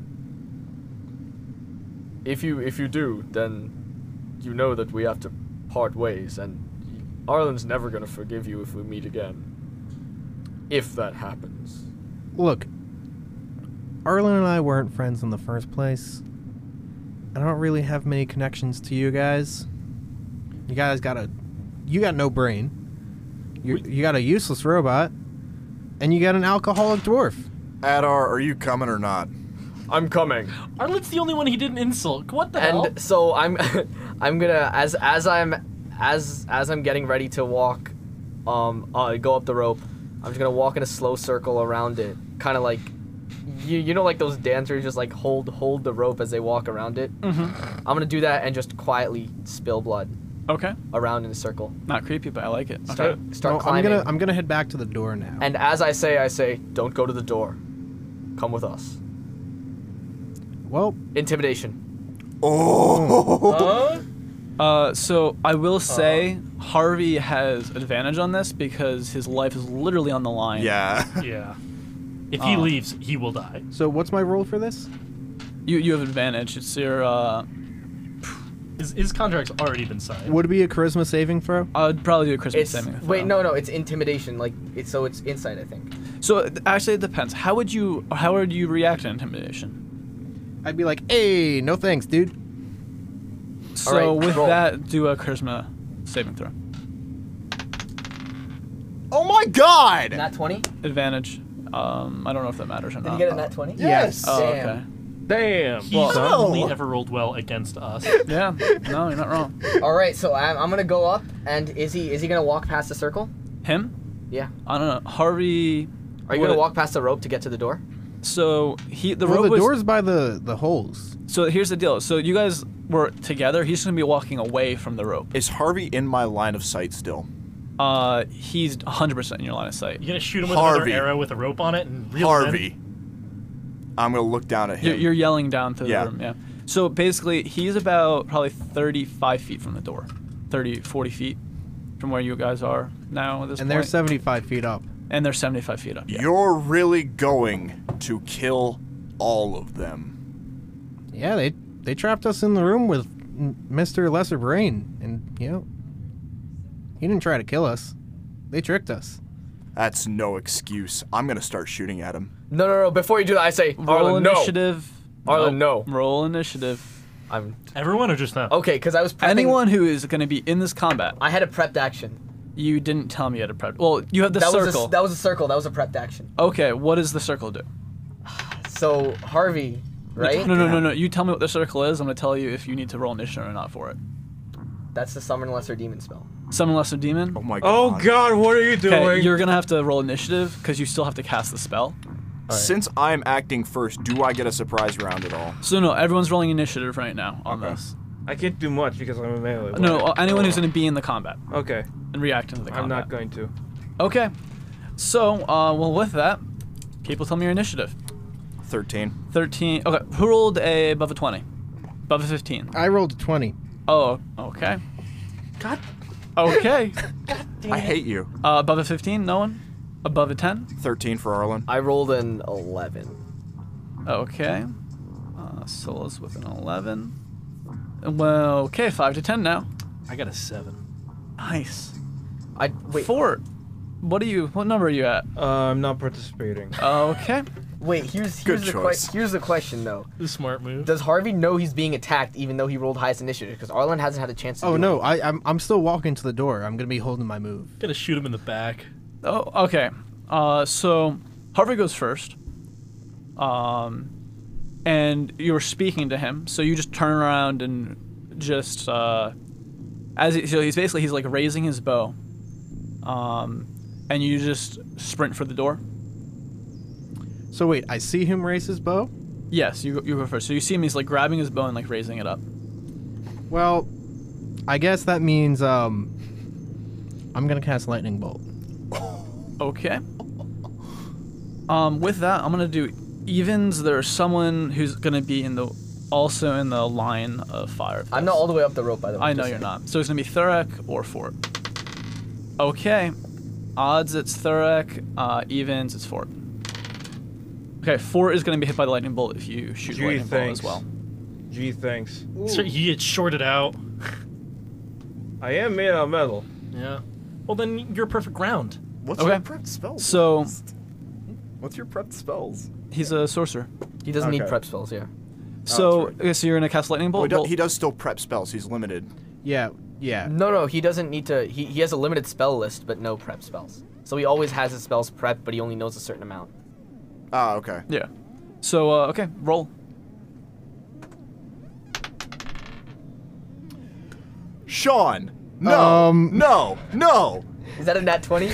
Speaker 5: if you if you do, then you know that we have to part ways and Arlen's never gonna forgive you if we meet again. If that happens.
Speaker 3: Look, Arlen and I weren't friends in the first place. I don't really have many connections to you guys. You guys got a, you got no brain. You you got a useless robot, and you got an alcoholic dwarf.
Speaker 2: Adar, are you coming or not?
Speaker 5: I'm coming.
Speaker 1: Arlen's the only one he didn't insult. What the hell?
Speaker 5: And so I'm I'm gonna as as I'm as as I'm getting ready to walk um uh, go up the rope, I'm just gonna walk in a slow circle around it. Kinda like you you know like those dancers just like hold hold the rope as they walk around it. Mm-hmm. I'm gonna do that and just quietly spill blood
Speaker 6: okay.
Speaker 5: around in a circle.
Speaker 6: Not creepy, but I like it. Okay.
Speaker 5: Start start
Speaker 3: No, I'm
Speaker 5: climbing.
Speaker 3: gonna I'm gonna head back to the door now.
Speaker 5: And as I say, I say, don't go to the door. Come with us.
Speaker 3: well,
Speaker 5: Intimidation.
Speaker 2: Oh,
Speaker 6: Uh, so I
Speaker 5: Uh-huh.
Speaker 6: will say Harvey has advantage on this because his life is literally on the line.
Speaker 2: yeah.
Speaker 1: yeah. If he
Speaker 6: Uh.
Speaker 1: leaves, he will die.
Speaker 3: so what's my role for this?
Speaker 6: You you have advantage. It's your uh,
Speaker 1: His, his contract's already been signed.
Speaker 3: Would it be a charisma saving throw?
Speaker 6: I would probably do a Christmas
Speaker 5: It's
Speaker 6: saving.
Speaker 5: wait,
Speaker 6: throw.
Speaker 5: no, no, it's intimidation. Like it's so it's insight, I think.
Speaker 6: So th- actually, it depends. How would you how would you react to intimidation?
Speaker 3: I'd be like, hey, no thanks, dude.
Speaker 6: So
Speaker 5: right,
Speaker 6: with
Speaker 5: roll.
Speaker 6: that, do a charisma saving throw.
Speaker 2: Oh my God!
Speaker 5: Nat twenty?
Speaker 6: Advantage. Um, I don't know if that matters or
Speaker 5: Did
Speaker 6: not.
Speaker 5: you get a nat twenty?
Speaker 3: Yes.
Speaker 6: Oh,
Speaker 5: Damn.
Speaker 6: okay.
Speaker 7: Damn.
Speaker 1: He's only ever rolled well against us.
Speaker 6: Yeah. No, you're not wrong.
Speaker 5: All right, so I'm, I'm gonna go up, and is he is he gonna walk past the circle?
Speaker 6: Him?
Speaker 5: Yeah.
Speaker 6: I don't know. Harvey.
Speaker 5: Are you
Speaker 6: would-
Speaker 5: gonna walk past the rope to get to the door?
Speaker 6: So he the
Speaker 3: Well,
Speaker 6: rope
Speaker 3: the
Speaker 6: was-
Speaker 3: door's by the the holes.
Speaker 6: So here's the deal. So you guys were together. He's gonna be walking away from the rope.
Speaker 2: Is Harvey in my line of sight still?
Speaker 6: Uh, he's 100% in your line of sight.
Speaker 1: You gonna shoot him with
Speaker 2: Harvey.
Speaker 1: another arrow with a rope on it and reel him in?
Speaker 2: Harvey. I'm gonna look down at him.
Speaker 6: You're, you're yelling down through
Speaker 2: Yeah.
Speaker 6: the room. Yeah. So basically, he's about probably 35 feet from the door, 30, 40 feet from where you guys are now at this
Speaker 3: And
Speaker 6: point.
Speaker 3: they're 75 feet up.
Speaker 6: and they're 75 feet up.
Speaker 2: You're really going to kill all of them.
Speaker 3: Yeah, they they trapped us in the room with M- Mr. Lesser Brain, and you know, he didn't try to kill us. They tricked us.
Speaker 2: That's no excuse. I'm gonna start shooting at him.
Speaker 5: No, no, no. Before you do that, I say,
Speaker 6: Roll
Speaker 5: Arlen, no.
Speaker 6: initiative.
Speaker 5: Arlen,
Speaker 6: Nope.
Speaker 5: no.
Speaker 6: Roll initiative.
Speaker 5: I'm
Speaker 1: Everyone or just uh, now?
Speaker 5: okay, cause I was prepping.
Speaker 6: Anyone who is going to be in this combat,
Speaker 5: I had a prepped action.
Speaker 6: you didn't tell me you had a prep. Well, you have the
Speaker 5: That
Speaker 6: circle.
Speaker 5: was a, that was a circle. That was a prepped action.
Speaker 6: okay, what does the circle do?
Speaker 5: So Harvey, right?
Speaker 6: No, no, no, no. You tell me what the circle is. I'm going to tell you if you need to roll initiative or not for it.
Speaker 5: That's the summon lesser demon spell.
Speaker 6: Summon Lesser Demon.
Speaker 2: Oh my
Speaker 7: Oh
Speaker 2: god.
Speaker 7: god, what are you doing?
Speaker 6: Okay, you're going to have to roll initiative because you still have to cast the spell.
Speaker 2: Since I'm acting first, do I get a surprise round at all?
Speaker 6: So no, everyone's rolling initiative right now on this.
Speaker 7: I can't do much because I'm a melee.
Speaker 6: No,
Speaker 7: warrior.
Speaker 6: uh, anyone who's going to be in the combat
Speaker 7: Okay,
Speaker 6: and reacting to the combat.
Speaker 7: I'm not going to.
Speaker 6: Okay. So, uh, well, with that, people tell me your initiative.
Speaker 2: 13.
Speaker 6: 13. Okay, who rolled a above a 20? Above a 15.
Speaker 3: I rolled a 20.
Speaker 6: Oh, okay. God. Okay.
Speaker 2: I hate you.
Speaker 6: Uh, above a 15, no one? Above a 10?
Speaker 2: 13 for Arlen.
Speaker 5: I rolled an eleven.
Speaker 6: Okay. Uh, Solace with an 11. Well, okay, five to ten now.
Speaker 1: I got a seven.
Speaker 6: Nice.
Speaker 5: I wait.
Speaker 6: Four. What are you? What number are you at? Uh,
Speaker 7: Uh, I'm not participating.
Speaker 6: Okay.
Speaker 5: Wait. Here's here's
Speaker 2: Good
Speaker 5: the
Speaker 2: choice.
Speaker 5: que- here's the question though.
Speaker 1: This is a smart move.
Speaker 5: Does Harvey know he's being attacked even though he rolled highest initiative? Because Arlen hasn't had a chance to.
Speaker 3: Oh
Speaker 5: do
Speaker 3: no,
Speaker 5: it.
Speaker 3: I, I'm I'm still walking to the door. I'm gonna be holding my move.
Speaker 1: Gonna shoot him in the back.
Speaker 6: Oh, okay. Uh, so Harvey goes first. Um, and you're speaking to him, so you just turn around and just uh, as he, so he's basically he's like raising his bow. Um, and you just sprint for the door.
Speaker 3: So wait, I see him raise his bow.
Speaker 6: Yes, you go- you go first. So you see him. He's like grabbing his bow and like raising it up.
Speaker 3: Well, I guess that means um, I'm gonna cast lightning bolt.
Speaker 6: Okay. Um, with that, I'm gonna do evens. There's someone who's gonna be in the also in the line of fire. of
Speaker 5: I'm
Speaker 6: this.
Speaker 5: not all the way up the rope by the way.
Speaker 6: I know
Speaker 5: just
Speaker 6: you're
Speaker 5: saying.
Speaker 6: not. So it's gonna be Thurek or Fort. Okay. Odds it's Thurek. Uh, evens it's Fort. Okay, Fort is gonna be hit by the lightning bolt if you shoot
Speaker 7: Gee,
Speaker 6: lightning bolt
Speaker 7: thanks.
Speaker 6: as well.
Speaker 7: Gee, thanks.
Speaker 1: So you get shorted out.
Speaker 7: I am made out of metal.
Speaker 1: Yeah. Well, then you're perfect ground.
Speaker 2: What's
Speaker 6: Okay.
Speaker 2: your prepped spells?
Speaker 6: So
Speaker 2: What's your prepped spells?
Speaker 6: he's a sorcerer.
Speaker 5: He doesn't need
Speaker 2: Okay.
Speaker 5: prep spells. Yeah.
Speaker 6: So
Speaker 2: Oh, right.
Speaker 6: okay, so you're gonna cast lightning
Speaker 2: Oh, he,
Speaker 6: bolt.
Speaker 2: do-
Speaker 6: Well,
Speaker 2: he does still prep spells. He's limited.
Speaker 3: Yeah, yeah.
Speaker 5: No, no, he doesn't need to. He, he has a limited spell list, but no prep spells. So he always has his spells prepped, but he only knows a certain amount.
Speaker 2: Ah, okay.
Speaker 6: Yeah. So uh, okay, roll.
Speaker 2: Sean, no,
Speaker 3: Um,
Speaker 2: no, no.
Speaker 5: Is that a nat 20?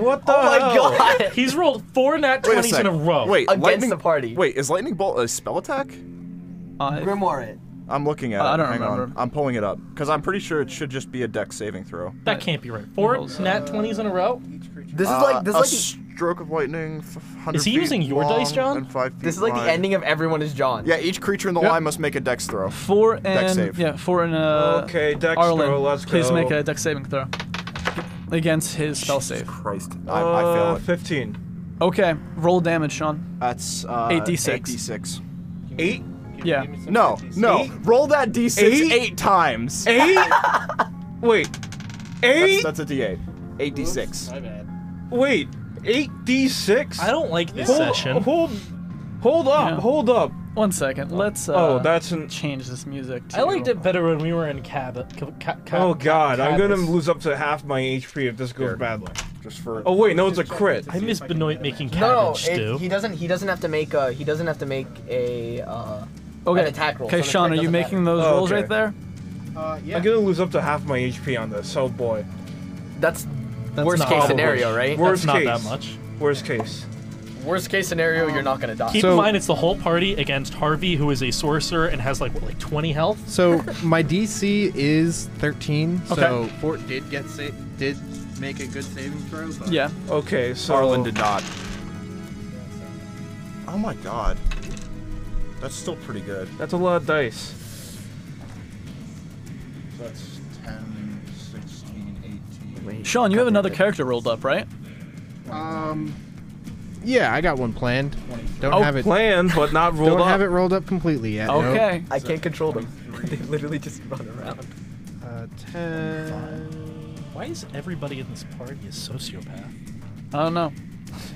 Speaker 7: What the
Speaker 5: oh my
Speaker 7: hell?
Speaker 5: god!
Speaker 1: He's rolled four nat
Speaker 2: Wait a
Speaker 1: 20s in
Speaker 2: sec.
Speaker 1: a row.
Speaker 2: Wait,
Speaker 5: Against
Speaker 2: lightning,
Speaker 5: the party.
Speaker 2: Wait, is lightning bolt a spell attack?
Speaker 6: Uh,
Speaker 5: Grimoire it.
Speaker 2: I'm looking at.
Speaker 6: Uh,
Speaker 2: it.
Speaker 6: I don't
Speaker 2: Hang On.
Speaker 6: remember.
Speaker 2: I'm pulling it up because I'm pretty sure it should just be a deck saving throw.
Speaker 1: That can't be right. Four
Speaker 6: Rolls, uh,
Speaker 1: nat 20s in a row?
Speaker 5: This is
Speaker 2: Uh,
Speaker 5: like this
Speaker 2: a
Speaker 5: is like the,
Speaker 2: stroke of lightning. f- 100
Speaker 1: Is he
Speaker 2: feet
Speaker 1: using your dice,
Speaker 2: long
Speaker 1: John?
Speaker 2: and five feet
Speaker 5: this is like the
Speaker 2: wide.
Speaker 5: ending of everyone is John.
Speaker 2: Yeah, each creature in the line must make a dex throw.
Speaker 6: Four and
Speaker 2: save.
Speaker 6: yeah, four and uh.
Speaker 7: Okay, dex
Speaker 6: Arlen,
Speaker 7: throw, let's
Speaker 6: please
Speaker 7: go.
Speaker 6: make a dex saving throw against his spell save.
Speaker 2: Christ, I, I
Speaker 7: Uh,
Speaker 2: fail it.
Speaker 7: 15.
Speaker 6: Okay, roll damage, Sean.
Speaker 2: That's uh,
Speaker 6: 8d6.
Speaker 2: 8d6.
Speaker 7: Eight?
Speaker 6: Yeah.
Speaker 2: No, no.
Speaker 7: Eight?
Speaker 2: Roll that d6
Speaker 7: Eight?
Speaker 2: eight, times.
Speaker 7: Eight? Wait. Eight?
Speaker 2: That's, that's a d8. 8d6.
Speaker 7: Wait. Eight D six?
Speaker 1: I don't like this
Speaker 7: hold,
Speaker 1: session.
Speaker 7: Hold, hold up,
Speaker 6: Yeah.
Speaker 7: hold up.
Speaker 6: One second. Let's. Uh,
Speaker 7: Oh, that's an.
Speaker 6: change this music. To,
Speaker 1: I liked it better when we were in cab. ca- ca- ca-
Speaker 7: Oh god, I'm gonna
Speaker 1: cabas.
Speaker 7: lose up to half my HP if this goes badly.
Speaker 2: Just for.
Speaker 7: Oh wait, no, it's a crit.
Speaker 1: I miss Benoit making
Speaker 5: No, no,
Speaker 1: cabbage
Speaker 5: it-
Speaker 1: stew.
Speaker 5: he doesn't. He doesn't have to make a. He doesn't have to make a. Uh,
Speaker 6: Okay.
Speaker 5: an attack roll.
Speaker 6: Okay,
Speaker 5: so an
Speaker 6: Sean, are
Speaker 5: attack
Speaker 6: you
Speaker 5: doesn't
Speaker 6: making
Speaker 5: matter.
Speaker 6: those
Speaker 7: Oh,
Speaker 6: rolls
Speaker 7: okay.
Speaker 6: right there?
Speaker 3: Uh, yeah.
Speaker 7: I'm gonna lose up to half my HP on this. Oh boy,
Speaker 5: That's,
Speaker 3: That's
Speaker 5: worst
Speaker 3: not-
Speaker 5: case
Speaker 1: probably.
Speaker 5: scenario, right?
Speaker 7: Wor-
Speaker 1: That's
Speaker 7: worst
Speaker 1: not
Speaker 7: case.
Speaker 1: that much.
Speaker 7: worst case.
Speaker 5: worst case scenario, you're not gonna die.
Speaker 1: Keep in
Speaker 3: So-
Speaker 1: mind, it's the whole party against Harvey, who is a sorcerer and has like what, like 20 health.
Speaker 3: So my DC is 13. So
Speaker 1: Okay.
Speaker 3: Fort did get sa- did make a good saving throw. But
Speaker 6: Yeah.
Speaker 7: Okay, so
Speaker 2: Arlen did not. Oh my god. That's still pretty good.
Speaker 7: that's a lot of dice.
Speaker 9: That's 10, 16, 18.
Speaker 6: Sean, you have another character rolled up, right?
Speaker 3: Um. Yeah, I got one planned. Don't
Speaker 7: Oh,
Speaker 3: have it.
Speaker 7: planned but not rolled
Speaker 3: don't
Speaker 7: up.
Speaker 3: have it rolled up completely yet. no.
Speaker 6: Okay.
Speaker 5: I can't control them. they literally just run around.
Speaker 3: Uh, ten.
Speaker 1: Why is everybody in this party a sociopath?
Speaker 6: I don't know.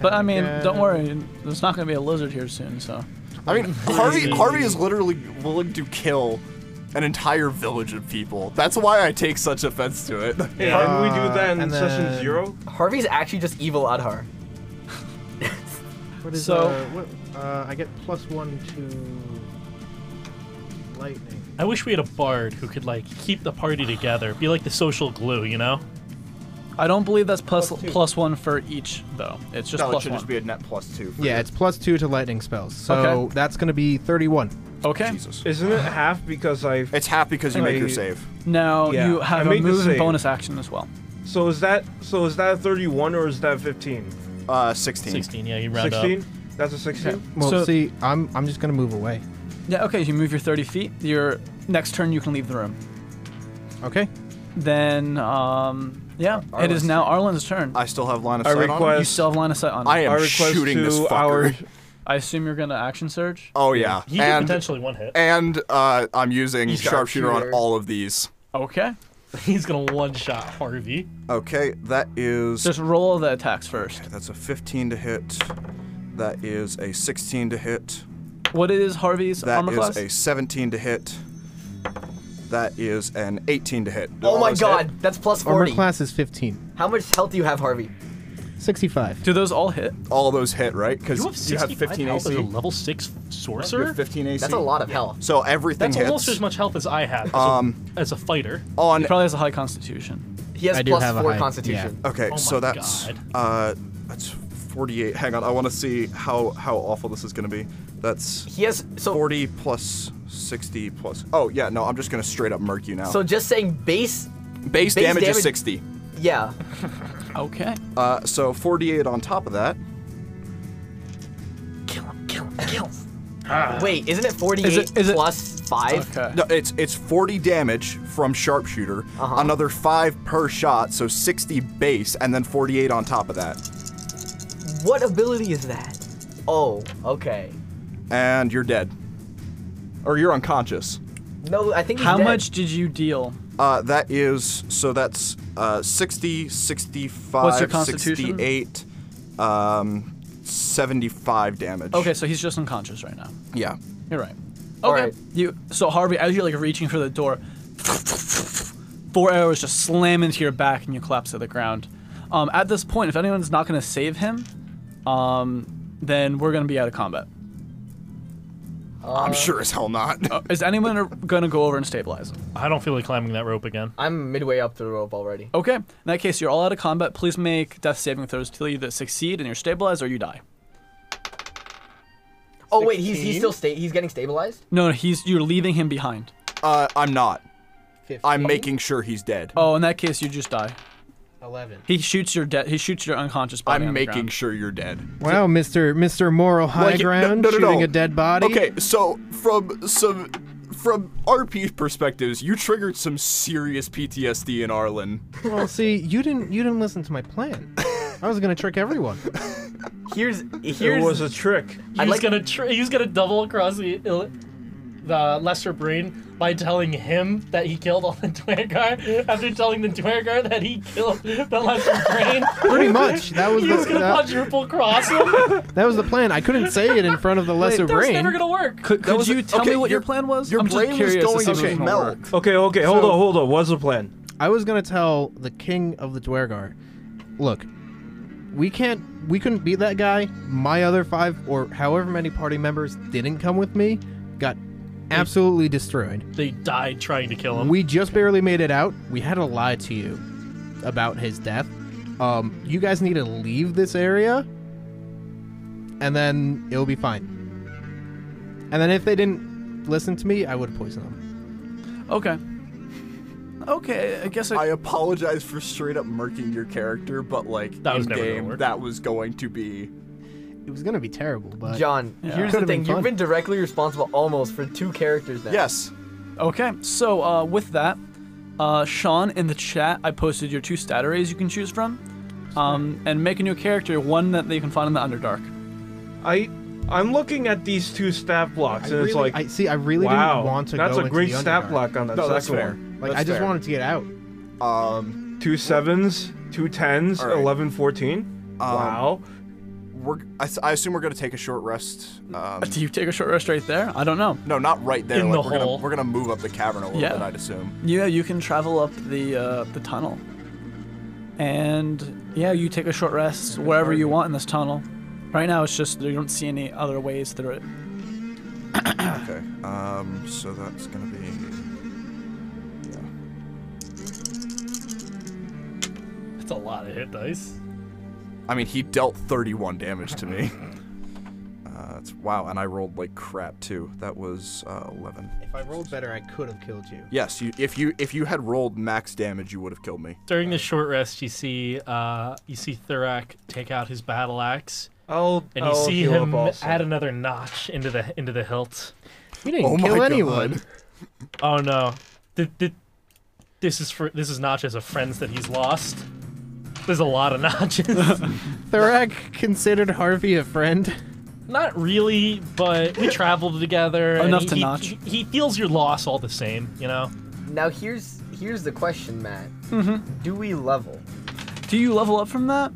Speaker 6: But I mean, don't
Speaker 3: Okay.
Speaker 6: worry. There's not gonna be a lizard here soon, so.
Speaker 2: I mean, Harvey, Harvey is literally willing to kill an entire village of people. That's why I take such offense to it.
Speaker 7: Hey, how did we do that in
Speaker 3: Uh, and
Speaker 7: session
Speaker 3: then-
Speaker 7: zero?
Speaker 5: Harvey's actually just evil Adhar.
Speaker 3: What
Speaker 6: is, So- uh,
Speaker 3: I get plus one to lightning.
Speaker 1: I wish we had a bard who could like keep the party together, be like the social glue, you know?
Speaker 6: I don't believe that's plus plus one for each though. It's just
Speaker 2: no, it
Speaker 6: plus
Speaker 2: should
Speaker 6: one.
Speaker 2: just be a net plus two. For
Speaker 3: Yeah, it's plus two to lightning spells. So
Speaker 6: Okay.
Speaker 3: that's gonna be 31.
Speaker 6: okay.
Speaker 2: Jesus.
Speaker 7: Isn't it half because I?
Speaker 2: It's half because you make your
Speaker 7: I-
Speaker 2: save.
Speaker 6: Now
Speaker 7: Yeah,
Speaker 6: you
Speaker 7: I
Speaker 6: have a
Speaker 7: made the
Speaker 6: move and
Speaker 7: save.
Speaker 6: bonus action as well.
Speaker 7: So is that so is that a 31 or is that 15?
Speaker 2: Uh, 16.
Speaker 1: 16, yeah, you round
Speaker 7: 16.
Speaker 1: up.
Speaker 7: That's a 16.
Speaker 3: Well,
Speaker 6: So-
Speaker 3: see, I'm I'm just gonna move away.
Speaker 6: Yeah. Okay. You move your 30 feet. Your next turn, you can leave the room.
Speaker 3: Okay.
Speaker 6: Then, um, yeah, it is
Speaker 5: Arlen's
Speaker 6: now Arlen's turn.
Speaker 2: I still have line of
Speaker 7: I
Speaker 2: sight on him.
Speaker 7: request-
Speaker 6: you still have line of sight on.
Speaker 2: I
Speaker 6: him.
Speaker 2: am
Speaker 7: I request
Speaker 2: shooting this
Speaker 7: to
Speaker 2: fucker.
Speaker 7: our
Speaker 6: I assume you're gonna action surge.
Speaker 2: Oh yeah,
Speaker 1: He could
Speaker 2: and
Speaker 1: potentially one hit.
Speaker 2: and uh, I'm using sharpshooter on
Speaker 5: Sharpshooter.
Speaker 2: all of these.
Speaker 6: Okay.
Speaker 1: He's gonna one shot Harvey.
Speaker 2: Okay, that is
Speaker 6: Just roll all the attacks first.
Speaker 2: that's a 15 to hit. That is a 16 to hit.
Speaker 6: What is Harvey's
Speaker 2: That
Speaker 6: armor
Speaker 2: is
Speaker 6: class?
Speaker 2: a 17 to hit. That is an 18 to hit.
Speaker 5: Oh my
Speaker 6: Almost
Speaker 5: god, that's plus
Speaker 3: Armor
Speaker 5: 40.
Speaker 3: class is 15.
Speaker 5: How much health do you have, Harvey?
Speaker 3: 65.
Speaker 6: Do those all hit?
Speaker 2: All those hit,
Speaker 1: You
Speaker 2: right?
Speaker 1: have
Speaker 2: Because you have
Speaker 1: 65
Speaker 2: 15
Speaker 1: health as a
Speaker 2: AC.
Speaker 1: level six
Speaker 2: You
Speaker 1: sorcerer.
Speaker 2: have 15 AC.
Speaker 5: That's a lot of health.
Speaker 2: So everything
Speaker 1: That's
Speaker 2: hits.
Speaker 1: almost as much health as I have as,
Speaker 2: Um,
Speaker 1: a, as a fighter.
Speaker 2: on
Speaker 6: He probably has a high constitution.
Speaker 5: He has
Speaker 3: I do
Speaker 5: plus
Speaker 3: have a
Speaker 5: four
Speaker 3: high-
Speaker 5: constitution.
Speaker 2: Okay,
Speaker 1: Oh
Speaker 2: so
Speaker 1: my
Speaker 2: that's uh that's 48. Hang on, I want to see how how awful this is going to be. That's
Speaker 5: He has so
Speaker 2: 40 plus 60 plus. Oh yeah, no, I'm just going to straight up murk you now.
Speaker 5: so just saying base.
Speaker 2: base,
Speaker 5: base
Speaker 2: damage, is
Speaker 5: damage-
Speaker 2: 60.
Speaker 5: Yeah,
Speaker 6: Okay.
Speaker 2: Uh so 48 on top of that.
Speaker 5: kill him, kill him, kill him. Wait, isn't it 48
Speaker 6: is it-
Speaker 5: plus five?
Speaker 6: Okay.
Speaker 2: Uh, No, it's it's 40 damage from sharpshooter,
Speaker 6: Uh-huh.
Speaker 2: another 5 per shot, so 60 base and then 48 on top of that.
Speaker 5: What ability is that? Oh, okay.
Speaker 2: And you're dead. Or you're unconscious.
Speaker 5: No, I think he's
Speaker 6: How
Speaker 5: dead.
Speaker 6: much did you deal?
Speaker 2: Uh, that is so that's uh, 60, 65,
Speaker 6: What's your constitution?
Speaker 2: 68, um, 75 damage.
Speaker 6: Okay, so he's just unconscious right now.
Speaker 2: Yeah.
Speaker 6: You're right.
Speaker 5: All
Speaker 6: Okay.
Speaker 5: right.
Speaker 6: You so Harvey, as you're like reaching for the door, four arrows just slam into your back and you collapse to the ground. Um, at this point, if anyone's not gonna save him, um, then we're gonna be out of combat. Uh,
Speaker 2: I'm sure as hell not.
Speaker 6: Is anyone ar- gonna go over and stabilize him?
Speaker 1: I don't feel like climbing that rope again.
Speaker 5: I'm midway up the rope already.
Speaker 6: Okay. In that case, you're all out of combat. Please make death saving throws till you that succeed and you're stabilized or you die.
Speaker 5: Oh wait, he's he's still sta- he's getting stabilized.
Speaker 6: No, no, he's you're leaving him behind.
Speaker 2: uh, I'm not.
Speaker 5: 15,
Speaker 2: I'm making sure he's dead.
Speaker 6: Oh, in that case, you just die.
Speaker 5: 11.
Speaker 6: He shoots your de- he shoots your unconscious body.
Speaker 2: I'm
Speaker 6: on the
Speaker 2: making
Speaker 6: ground.
Speaker 2: sure you're dead.
Speaker 3: Wow, Mr. Mr. Moral High
Speaker 2: Like, no-
Speaker 3: Ground,
Speaker 2: no, no,
Speaker 3: shooting
Speaker 2: no.
Speaker 3: a dead body.
Speaker 2: Okay, so from some from RP perspectives, you triggered some serious PTSD in Arlen.
Speaker 3: Well, see, you didn't you didn't listen to my plan. I was gonna trick everyone.
Speaker 5: Here's
Speaker 7: It
Speaker 5: here's
Speaker 7: was a trick.
Speaker 1: He's
Speaker 5: I like-
Speaker 1: gonna tr- he's gonna double across the Ill- the lesser brain by telling him that he killed all the Dwargar after telling the Dwargar that he killed the lesser brain.
Speaker 3: Pretty much. That was
Speaker 1: He was
Speaker 3: the,
Speaker 1: gonna
Speaker 3: that,
Speaker 1: quadruple cross him.
Speaker 3: that was the plan. I couldn't say it in front of the lesser
Speaker 1: That was
Speaker 3: brain.
Speaker 1: never gonna work.
Speaker 6: Could, could
Speaker 2: was a-
Speaker 6: you tell
Speaker 2: okay,
Speaker 6: me what your
Speaker 2: your-
Speaker 6: plan was?
Speaker 2: Your
Speaker 6: I'm
Speaker 2: brain
Speaker 6: just curious
Speaker 2: was
Speaker 6: to
Speaker 2: going
Speaker 6: see
Speaker 2: to,
Speaker 6: if it was gonna
Speaker 2: melt.
Speaker 6: work.
Speaker 7: Okay, okay, hold
Speaker 3: So-
Speaker 7: on, hold on. What's the plan?
Speaker 3: I was gonna tell the king of the Dwergar, look, we can't, we couldn't beat that guy. My other five or however many party members didn't come with me, got absolutely destroyed.
Speaker 1: They died trying to kill him.
Speaker 3: We just barely made it out. We had to lie to you about his death. Um, you guys need to leave this area, and then it'll be fine. And then if they didn't listen to me, I would poison them.
Speaker 6: Okay. Okay, I guess I,
Speaker 2: I apologize for straight up murking your character, but like
Speaker 1: That was
Speaker 2: in
Speaker 1: never gonna
Speaker 2: game,
Speaker 1: work.
Speaker 2: that was going to be
Speaker 3: It was gonna be terrible, but
Speaker 5: John. Here's the
Speaker 3: Could've been
Speaker 5: thing:
Speaker 3: fun.
Speaker 5: you've been directly responsible almost for two characters now.
Speaker 2: yes.
Speaker 6: okay. So uh, with that, uh, Sean in the chat, I posted your two stat arrays you can choose from, um, and make a new character, one that they can find in the Underdark.
Speaker 7: I I'm looking at these two stat blocks,
Speaker 3: I
Speaker 7: and it's
Speaker 3: really-
Speaker 7: like,
Speaker 3: I see. I really
Speaker 7: wow,
Speaker 3: didn't want to
Speaker 7: that's
Speaker 3: go
Speaker 7: a
Speaker 3: into
Speaker 7: great
Speaker 3: the
Speaker 7: stat
Speaker 3: Underdark.
Speaker 7: block on that
Speaker 2: No,
Speaker 7: second
Speaker 2: that's fair.
Speaker 7: one.
Speaker 3: Like
Speaker 2: That's
Speaker 3: I just
Speaker 2: fair.
Speaker 3: wanted to get out.
Speaker 2: Um,
Speaker 7: Two sevens, two tens,
Speaker 2: All right. Um,
Speaker 7: 11, 14. wow.
Speaker 2: we're I, s- I assume we're gonna take a short rest. Um,
Speaker 6: Do you take a short rest right there? I don't know.
Speaker 2: no, not right there.
Speaker 1: In
Speaker 2: like,
Speaker 1: the
Speaker 2: we're gonna
Speaker 1: hole.
Speaker 2: we're gonna move up the cavern a little
Speaker 6: Yeah.
Speaker 2: bit, I'd assume.
Speaker 6: Yeah, you can travel up the uh, the tunnel, and yeah, you take a short rest wherever you want in this tunnel. Right now, it's just you don't see any other ways through it.
Speaker 2: Okay. Um, so that's gonna be. Yeah.
Speaker 1: That's a lot of hit dice.
Speaker 2: I mean, he dealt 31 damage to me. Uh, that's wow, and I rolled like crap too. That was uh, 11.
Speaker 3: If I rolled better, I could have killed you.
Speaker 2: Yes, you, if you if you had rolled max damage, you would have killed me.
Speaker 1: During the short rest, you see uh, you see Thurak take out his battle axe,
Speaker 7: I'll
Speaker 1: and you
Speaker 7: I'll
Speaker 1: see
Speaker 7: Oh, heal
Speaker 1: him
Speaker 7: up also.
Speaker 1: add another notch into the into the hilt.
Speaker 3: You didn't
Speaker 2: Oh my
Speaker 3: kill
Speaker 2: God.
Speaker 3: anyone.
Speaker 1: Oh no, Th- th- this is for this is notches of friends that he's lost. There's a lot of notches.
Speaker 3: Thurak considered Harvey a friend.
Speaker 1: Not really, but we traveled together. and
Speaker 6: Enough
Speaker 1: he-
Speaker 6: to
Speaker 1: he,
Speaker 6: notch.
Speaker 1: He, he feels your loss all the same, you know.
Speaker 5: Now here's here's the question, Matt.
Speaker 2: Mm-hmm.
Speaker 5: Do we level?
Speaker 6: Do you level up from that?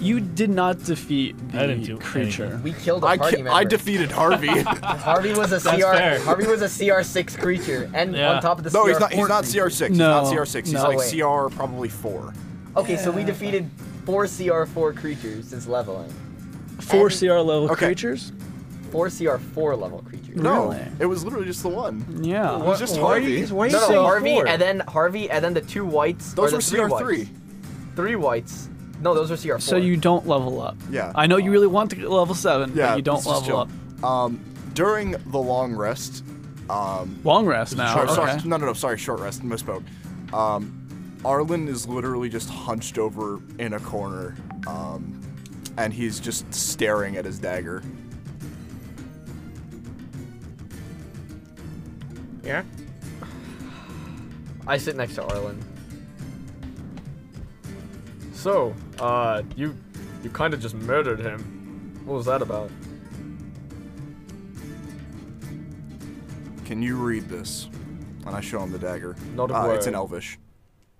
Speaker 6: You did not defeat the
Speaker 1: I didn't do
Speaker 6: creature.
Speaker 5: We killed a
Speaker 2: I,
Speaker 5: party
Speaker 2: ki-
Speaker 5: member.
Speaker 2: I defeated Harvey.
Speaker 5: Harvey was a
Speaker 1: That's
Speaker 5: CR.
Speaker 1: fair.
Speaker 5: Harvey was a CR6 creature, and
Speaker 1: Yeah.
Speaker 5: on top of the
Speaker 2: no,
Speaker 5: CR.
Speaker 2: he's not. He's not
Speaker 5: 14.
Speaker 2: CR6.
Speaker 6: No,
Speaker 2: He's not CR6. He's
Speaker 6: no.
Speaker 2: like
Speaker 5: Wait.
Speaker 2: CR probably four.
Speaker 5: Okay, so we defeated four CR4 creatures since leveling.
Speaker 6: Four
Speaker 5: And-
Speaker 6: CR level
Speaker 2: Okay.
Speaker 6: creatures?
Speaker 5: Four CR4 level creatures.
Speaker 2: No,
Speaker 6: Really?
Speaker 2: it was literally just the one.
Speaker 6: Yeah.
Speaker 2: It was just
Speaker 7: Why are
Speaker 2: Harvey.
Speaker 7: you- why are you
Speaker 5: No, no,
Speaker 7: saying
Speaker 5: Harvey,
Speaker 7: four?
Speaker 5: and then Harvey, and then the two whites.
Speaker 2: Those
Speaker 5: or
Speaker 2: were
Speaker 5: the three
Speaker 2: CR3.
Speaker 5: Whites. Three whites. No, those were CR4.
Speaker 6: So you don't level up.
Speaker 2: Yeah.
Speaker 6: I know you really want to get level seven,
Speaker 2: Yeah,
Speaker 6: but you don't
Speaker 2: let's just
Speaker 6: level up.
Speaker 2: chill. Um, during the long rest, um,
Speaker 6: Long rest now.
Speaker 2: Sorry, sorry,
Speaker 6: okay.
Speaker 2: no, no, no, sorry, short rest, misspoke. Um, Arlen is literally just hunched over in a corner, um, and he's just staring at his dagger.
Speaker 7: Yeah.
Speaker 5: I sit next to Arlen. So, uh, you, you kind of just murdered him. What was that about?
Speaker 2: Can you read this? And I show him the dagger.
Speaker 5: Not a
Speaker 2: uh, It's in
Speaker 5: word.
Speaker 2: Elvish.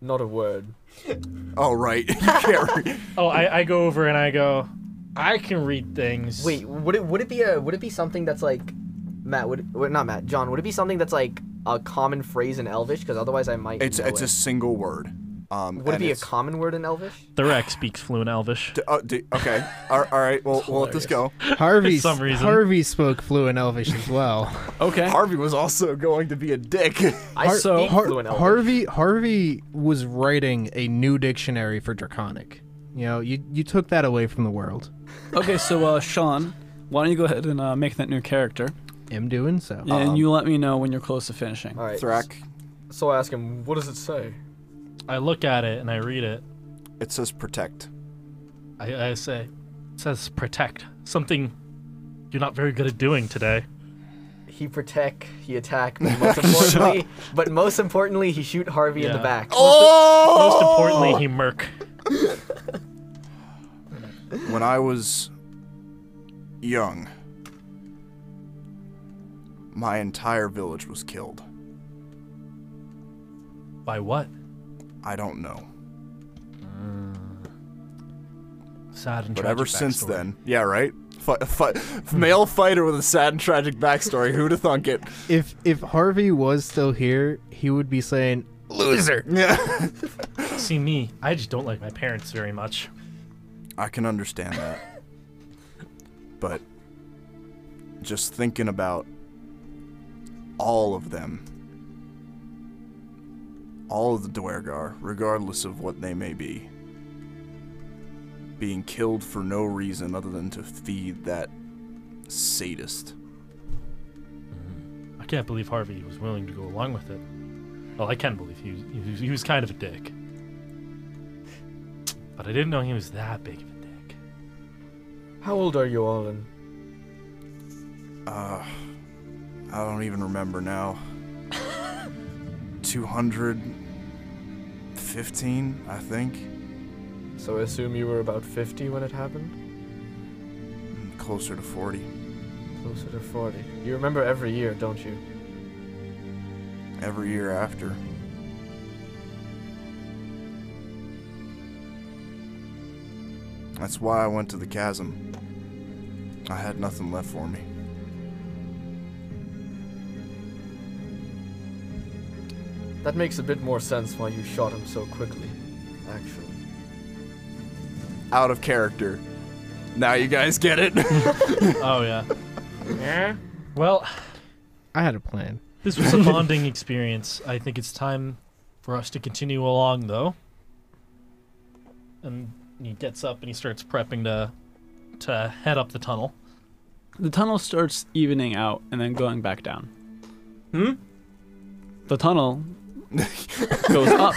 Speaker 5: Not a word.
Speaker 2: Oh right, you can't read.
Speaker 1: Oh, I, I go over and I go. I can read things.
Speaker 5: Wait, would it would it be a would it be something that's like Matt would would- not Matt John would it be something that's like a common phrase in Elvish? Because otherwise I might.
Speaker 2: It's
Speaker 5: know
Speaker 2: it's
Speaker 5: it.
Speaker 2: a single word. Um,
Speaker 5: would it
Speaker 2: and
Speaker 5: be a
Speaker 2: it's-
Speaker 5: common word in Elvish?
Speaker 1: The Rex speaks fluent Elvish.
Speaker 2: D- oh, d- okay. all, all right. Well, we'll let this go.
Speaker 3: Harvey,
Speaker 1: some reason.
Speaker 3: Harvey spoke fluent Elvish as well.
Speaker 6: Okay.
Speaker 2: Harvey was also going to be a dick.
Speaker 5: I
Speaker 3: Har-
Speaker 5: speak
Speaker 3: Har-
Speaker 5: fluent Elvish.
Speaker 3: Harvey Harvey was writing a new dictionary for Draconic. You know, you, you took that away from the world.
Speaker 6: okay, so uh, Sean, why don't you go ahead and uh, make that new character?
Speaker 3: Am doing so.
Speaker 2: Uh-huh.
Speaker 6: and you let me know when you're close to finishing.
Speaker 5: All right.
Speaker 2: Thrak,
Speaker 5: So I ask him, what does it say?
Speaker 1: I look at it and I read it.
Speaker 2: it says protect.
Speaker 1: I, I say, it says protect. Something you're not very good at doing today.
Speaker 5: He protect, he attack, but most importantly, but most importantly, he shoot Harvey in the
Speaker 1: Yeah.
Speaker 5: back.
Speaker 3: Oh!
Speaker 5: Oh!
Speaker 1: Most importantly, he merc.
Speaker 2: when I was young, my entire village was killed.
Speaker 1: By what?
Speaker 2: I don't know.
Speaker 1: Sad and
Speaker 2: But
Speaker 1: tragic
Speaker 2: ever since
Speaker 1: backstory.
Speaker 2: then, yeah, right? Fi fi- male fighter with a sad and tragic backstory. Who'd have thunk it?
Speaker 3: if if Harvey was still here, he would be saying, "Loser."
Speaker 2: Yeah.
Speaker 1: See me, I just don't like my parents very much.
Speaker 2: I can understand that. But just thinking about all of them, all of the Dwergar, regardless of what they may be, being killed for no reason other than to feed that sadist.
Speaker 1: I can't believe Harvey was willing to go along with it. Well, I can believe he was, he was, he was kind of a dick. But I didn't know he was that big of a dick.
Speaker 5: How old are you, Arlen?
Speaker 2: Uh, I don't even remember now. 215, I think.
Speaker 5: So I assume you were about 50 when it happened.
Speaker 2: Closer to 40.
Speaker 5: Closer to 40. You remember every year, don't you?
Speaker 2: every year after. That's why I went to the chasm. I had nothing left for me.
Speaker 5: That makes a bit more sense why you shot him so quickly. Actually.
Speaker 2: Out of character. Now you guys get it.
Speaker 1: Oh, yeah.
Speaker 7: Yeah.
Speaker 1: Well,
Speaker 3: I had a plan.
Speaker 1: this was a bonding experience. I think it's time for us to continue along, though. And he gets up and he starts prepping to to head up the tunnel.
Speaker 6: The tunnel starts evening out and then going back down.
Speaker 7: Hmm?
Speaker 6: The tunnel goes up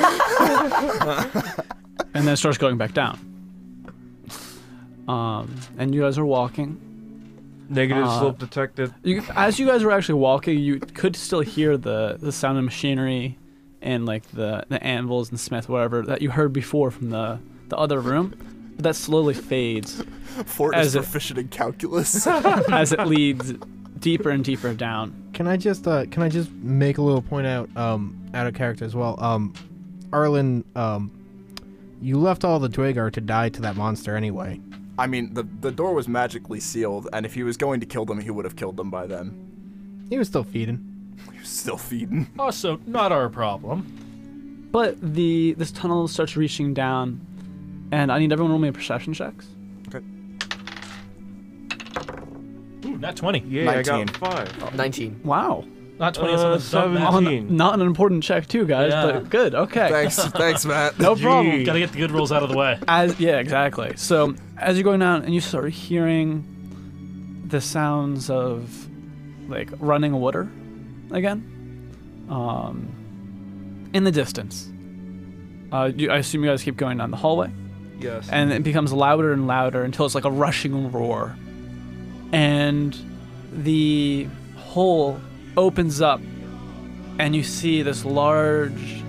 Speaker 6: and then starts going back down. Um, and you guys are walking.
Speaker 7: Negative
Speaker 6: Uh,
Speaker 7: slope detected.
Speaker 6: You, as you guys were actually walking, you could still hear the, the sound of machinery and like the, the anvils and smith, whatever that you heard before from the, the other room.
Speaker 10: But that slowly fades
Speaker 2: Fort
Speaker 10: As
Speaker 2: is
Speaker 10: a-
Speaker 2: proficient in calculus.
Speaker 6: as it leads deeper and deeper down.
Speaker 3: Can I just uh, can I just make a little point out um, out of character as well? Um, Arlen, um, you left all the Dwagar to die to that monster anyway.
Speaker 2: I mean, the the door was magically sealed, and if he was going to kill them, he would have killed them by then.
Speaker 3: He was still feeding.
Speaker 2: He was still feeding.
Speaker 1: Also, not our problem.
Speaker 6: But the this tunnel starts reaching down, and I need everyone to roll me a perception checks.
Speaker 1: Ooh, not 20.
Speaker 7: Yeah, I
Speaker 2: 19.
Speaker 7: got five.
Speaker 5: 19.
Speaker 6: Wow,
Speaker 1: Not 20
Speaker 7: Uh,
Speaker 1: is on the dumb map.
Speaker 6: On-
Speaker 7: 17.
Speaker 6: not an important check too, guys,
Speaker 1: Yeah.
Speaker 6: but good. Okay,
Speaker 2: Thanks, thanks, Matt.
Speaker 6: no problem.
Speaker 7: Gee.
Speaker 1: Gotta get the good rolls out of the way.
Speaker 6: As yeah, exactly. So as you're going down and you start hearing the sounds of like running water again, um, in the distance. Uh, you, I assume you guys keep going down the hallway,
Speaker 7: Yes.
Speaker 6: and it becomes louder and louder until it's like a rushing roar, and the hole opens up, and you see this large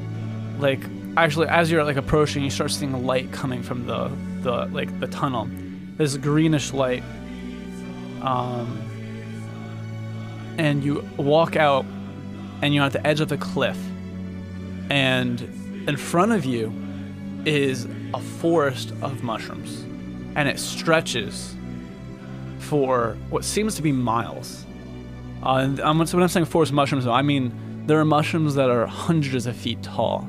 Speaker 6: like actually as you're like approaching you start seeing a light coming from the the like the tunnel this greenish light um and you walk out and you're at the edge of the cliff and in front of you is a forest of mushrooms and it stretches for what seems to be miles uh, and I'm, so when I'm saying forest mushrooms, though, I mean there are mushrooms that are hundreds of feet tall.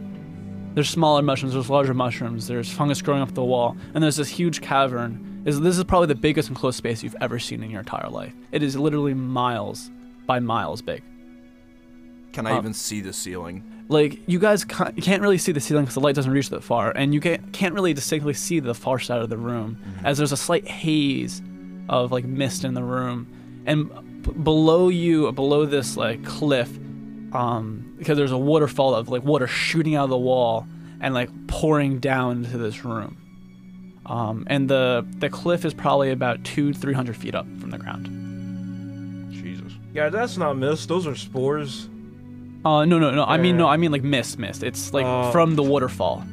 Speaker 6: There's smaller mushrooms, there's larger mushrooms, there's fungus growing up the wall, and there's this huge cavern. Is This is probably the biggest enclosed space you've ever seen in your entire life. It is literally miles by miles big.
Speaker 2: Can I
Speaker 6: Uh,
Speaker 2: even see the ceiling?
Speaker 6: Like, you guys ca- can't really see the ceiling because the light doesn't reach that far, and you can't, can't really distinctly see the far side of the room, as there's a slight haze of, like, mist in the room. And b- below you, below this, like, cliff, um, because there's a waterfall of, like, water shooting out of the wall and, like, pouring down into this room. Um, and the, the cliff is probably about two, three hundred feet up from the ground.
Speaker 7: Jesus. Yeah, that's not mist. Those are spores.
Speaker 6: Uh, no, no, no. I mean, no,
Speaker 7: Yeah.
Speaker 6: I mean like mist, mist. It's like
Speaker 7: Oh.
Speaker 6: from the waterfall.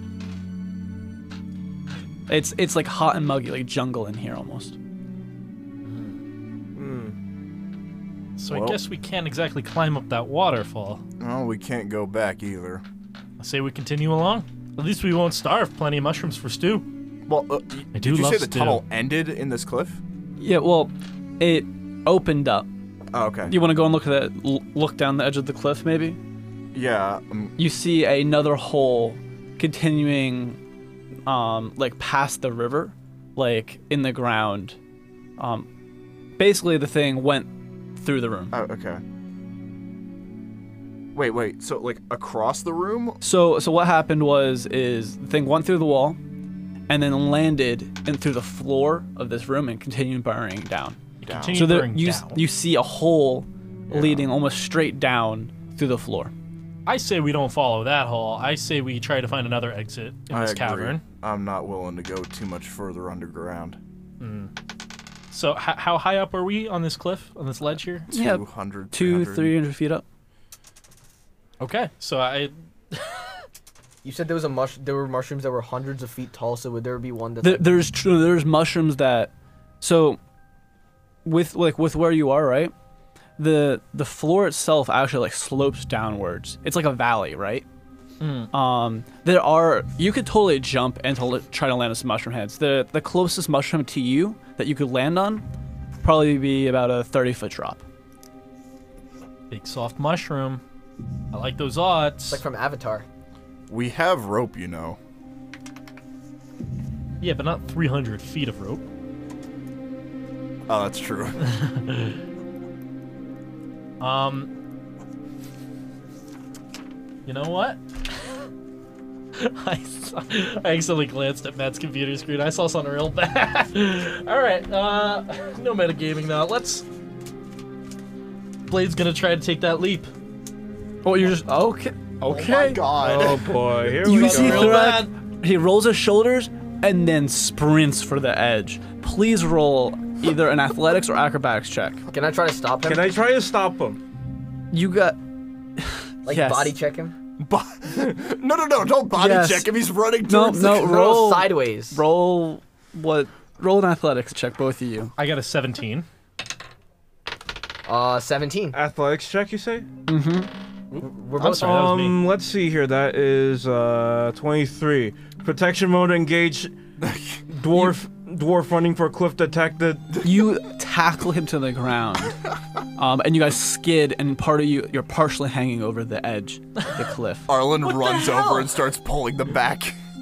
Speaker 6: It's it's like hot and muggy, like jungle in here almost.
Speaker 7: Hmm.
Speaker 1: So
Speaker 2: Well.
Speaker 1: I guess we can't exactly climb up that waterfall.
Speaker 2: Oh, we can't go back either.
Speaker 1: I say we continue along. At least we won't starve. Plenty of mushrooms for stew.
Speaker 2: Well, uh, y-
Speaker 1: I do
Speaker 2: did you
Speaker 1: love
Speaker 2: say the
Speaker 1: stew.
Speaker 2: tunnel ended in this cliff?
Speaker 6: Yeah, well, it opened up.
Speaker 2: Oh, okay.
Speaker 6: You want to go and look at that? l- Look down the edge of the cliff, maybe.
Speaker 2: yeah. Um,
Speaker 6: You see another hole continuing, um, like past the river, like in the ground. Um, basically the thing went through the room.
Speaker 2: oh, okay. Wait, wait. So, like, across the room?
Speaker 6: So so what happened was is the thing went through the wall and then landed and through the floor of this room and continued burrowing down.
Speaker 2: Down.
Speaker 1: Continue
Speaker 6: so there
Speaker 1: burning
Speaker 6: you s-
Speaker 1: down.
Speaker 6: you see a hole leading almost straight down through the floor.
Speaker 1: I say we don't follow that hole. I say we try to find another exit in
Speaker 2: I
Speaker 1: this
Speaker 2: agree.
Speaker 1: cavern.
Speaker 2: I'm not willing to go too much further underground.
Speaker 1: So h- how high up are we on this cliff, on this ledge here?
Speaker 6: Yeah,
Speaker 2: 200,
Speaker 6: Two,
Speaker 2: 300.
Speaker 6: three hundred feet up.
Speaker 1: Okay. So I
Speaker 5: You said there was a mush. There were mushrooms that were hundreds of feet tall. So would there be one that's
Speaker 6: There,
Speaker 5: like-
Speaker 6: there's true. There's mushrooms that, so, with like with where you are, right? The the floor itself actually like slopes downwards. It's like a valley, right? Um, there are you could totally jump and to l- try to land on some mushroom heads. The the closest mushroom to you that you could land on, probably be about a thirty foot drop.
Speaker 1: big soft mushroom. I like those odds.
Speaker 5: like from Avatar?
Speaker 2: We have rope, you know.
Speaker 1: yeah, but not 300 feet of rope.
Speaker 2: Oh, that's true.
Speaker 1: Um, you know what? I, saw, I accidentally glanced at Matt's computer screen. I saw something real bad. All right, uh, no metagaming now. Let's. Blade's gonna try to take that leap.
Speaker 6: Oh, you're just okay.
Speaker 2: Oh
Speaker 6: Okay.
Speaker 2: God.
Speaker 7: Oh boy. Here
Speaker 6: You
Speaker 7: we
Speaker 6: see
Speaker 7: go.
Speaker 1: real
Speaker 6: Thurak, he rolls his shoulders and then sprints for the edge. Please roll either an athletics or acrobatics check.
Speaker 5: Can I try to stop him?
Speaker 7: Can I try to stop him?
Speaker 6: You got
Speaker 5: like
Speaker 6: yes.
Speaker 5: body check him?
Speaker 2: Bo- no, no, no! Don't body
Speaker 6: Yes.
Speaker 2: check him. He's running
Speaker 6: no,
Speaker 2: towards.
Speaker 6: no
Speaker 5: Roll
Speaker 6: roll
Speaker 5: sideways.
Speaker 6: roll what? Roll an athletics check, both of you.
Speaker 1: I got a 17.
Speaker 5: Uh, 17.
Speaker 7: Athletics check, you say?
Speaker 6: Mm-hmm.
Speaker 5: We're both
Speaker 1: sorry. that was me.
Speaker 7: um, let's see here. That is uh 23. Protection mode engaged. Dwarf dwarf running for cliff detected.
Speaker 6: You tackle him to the ground, um, and you guys skid, and part of you you're partially hanging over the edge, of the cliff.
Speaker 2: Arlen runs over and starts pulling them back.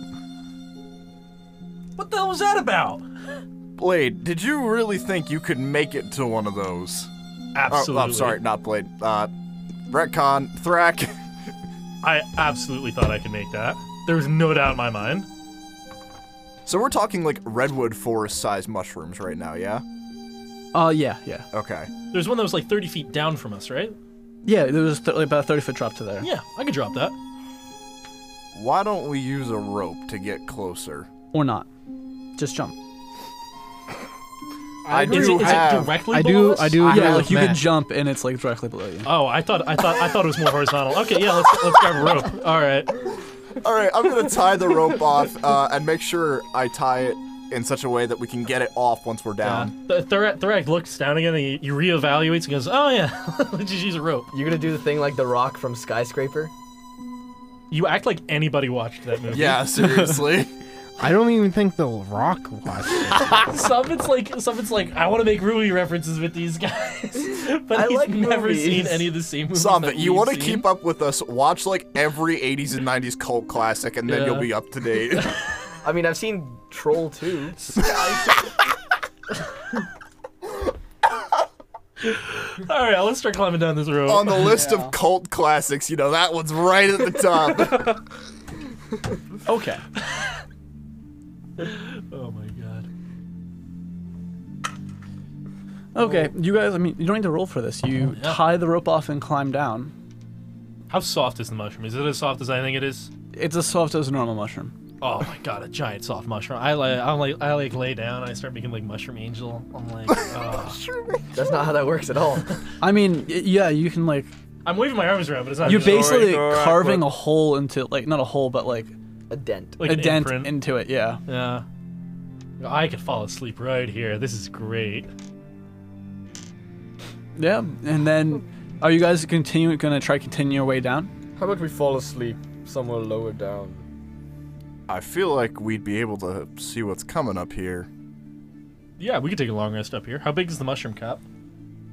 Speaker 1: What the hell was that about?
Speaker 2: Oh, Blade, did you really think you could make it to one of those? Oh,
Speaker 1: Absolutely.
Speaker 2: I'm sorry, not Blade. Uh, retcon, Thrak.
Speaker 1: I absolutely thought I could make that. There was no doubt in my mind.
Speaker 2: So we're talking like redwood forest sized mushrooms right now, yeah?
Speaker 6: Uh, yeah, yeah,
Speaker 2: Okay.
Speaker 1: There's one that was like 30 feet down from us, right?
Speaker 6: yeah. There was th- about a thirty foot drop to there.
Speaker 1: Yeah, I could drop that.
Speaker 2: Why don't we use a rope to get closer?
Speaker 6: or not. Just jump.
Speaker 2: I
Speaker 1: Is it,
Speaker 2: do
Speaker 1: is it
Speaker 2: have.
Speaker 1: directly
Speaker 3: I
Speaker 1: below
Speaker 3: do.
Speaker 1: us?
Speaker 3: I do.
Speaker 6: yeah,
Speaker 3: have
Speaker 6: like you can
Speaker 3: math.
Speaker 6: jump and it's like directly below you.
Speaker 1: Oh, I thought I thought I thought it was more horizontal. Okay, yeah, let's let's grab a rope. All right.
Speaker 2: All right, I'm gonna tie the rope off uh, and make sure I tie it in such a way that we can get it off once we're
Speaker 1: Uh,
Speaker 2: down.
Speaker 1: Th- Thorak, Thorak looks down again and he, he reevaluates and goes, "Oh yeah, let's just use a rope."
Speaker 5: You're gonna do the thing like the rock from Skyscraper?
Speaker 1: You act like anybody watched that movie.
Speaker 2: Yeah, seriously.
Speaker 3: I don't even think the rock watched. it.
Speaker 1: some it's like some it's like I want to make movie references with these guys, but
Speaker 5: I
Speaker 1: he's
Speaker 5: like
Speaker 1: never
Speaker 5: movies.
Speaker 1: seen any of the same movies.
Speaker 2: Some,
Speaker 1: that
Speaker 2: you
Speaker 1: we've
Speaker 2: want to
Speaker 1: seen.
Speaker 2: keep up with us. Watch like every 80s and 90s cult classic, and then
Speaker 1: Yeah.
Speaker 2: you'll be up to date.
Speaker 5: I mean, I've seen Troll 2.
Speaker 1: All right, let's start climbing down this rope.
Speaker 2: On the list of cult classics, you know that one's right at the top.
Speaker 6: Okay.
Speaker 1: oh my god.
Speaker 6: Okay. You guys. I mean, you don't need to roll for this. You
Speaker 1: Yeah.
Speaker 6: tie the rope off and climb down.
Speaker 1: How soft is the mushroom? Is it as soft as I think it is?
Speaker 6: It's as soft as a normal mushroom.
Speaker 1: Oh my god, a giant soft mushroom. I like I like I like lay down. I start making like mushroom angel. I'm like, oh.
Speaker 5: That's not how that works at all.
Speaker 6: I mean, y- yeah, you can like.
Speaker 1: I'm waving my arms around, but it's not.
Speaker 6: You're
Speaker 1: just
Speaker 6: basically
Speaker 7: all right,
Speaker 6: carving
Speaker 7: but-
Speaker 6: a hole into like not a hole, but like
Speaker 5: A dent.
Speaker 1: like
Speaker 6: a
Speaker 1: an
Speaker 6: dent
Speaker 1: imprint.
Speaker 6: into it. Yeah.
Speaker 1: Yeah. I could fall asleep right here. This is great.
Speaker 6: Yeah. And then, are you guys continue gonna try continue your way down?
Speaker 5: How about we fall asleep somewhere lower down?
Speaker 2: I feel like we'd be able to see what's coming up here.
Speaker 1: Yeah, we could take a long rest up here. How big is the mushroom cap?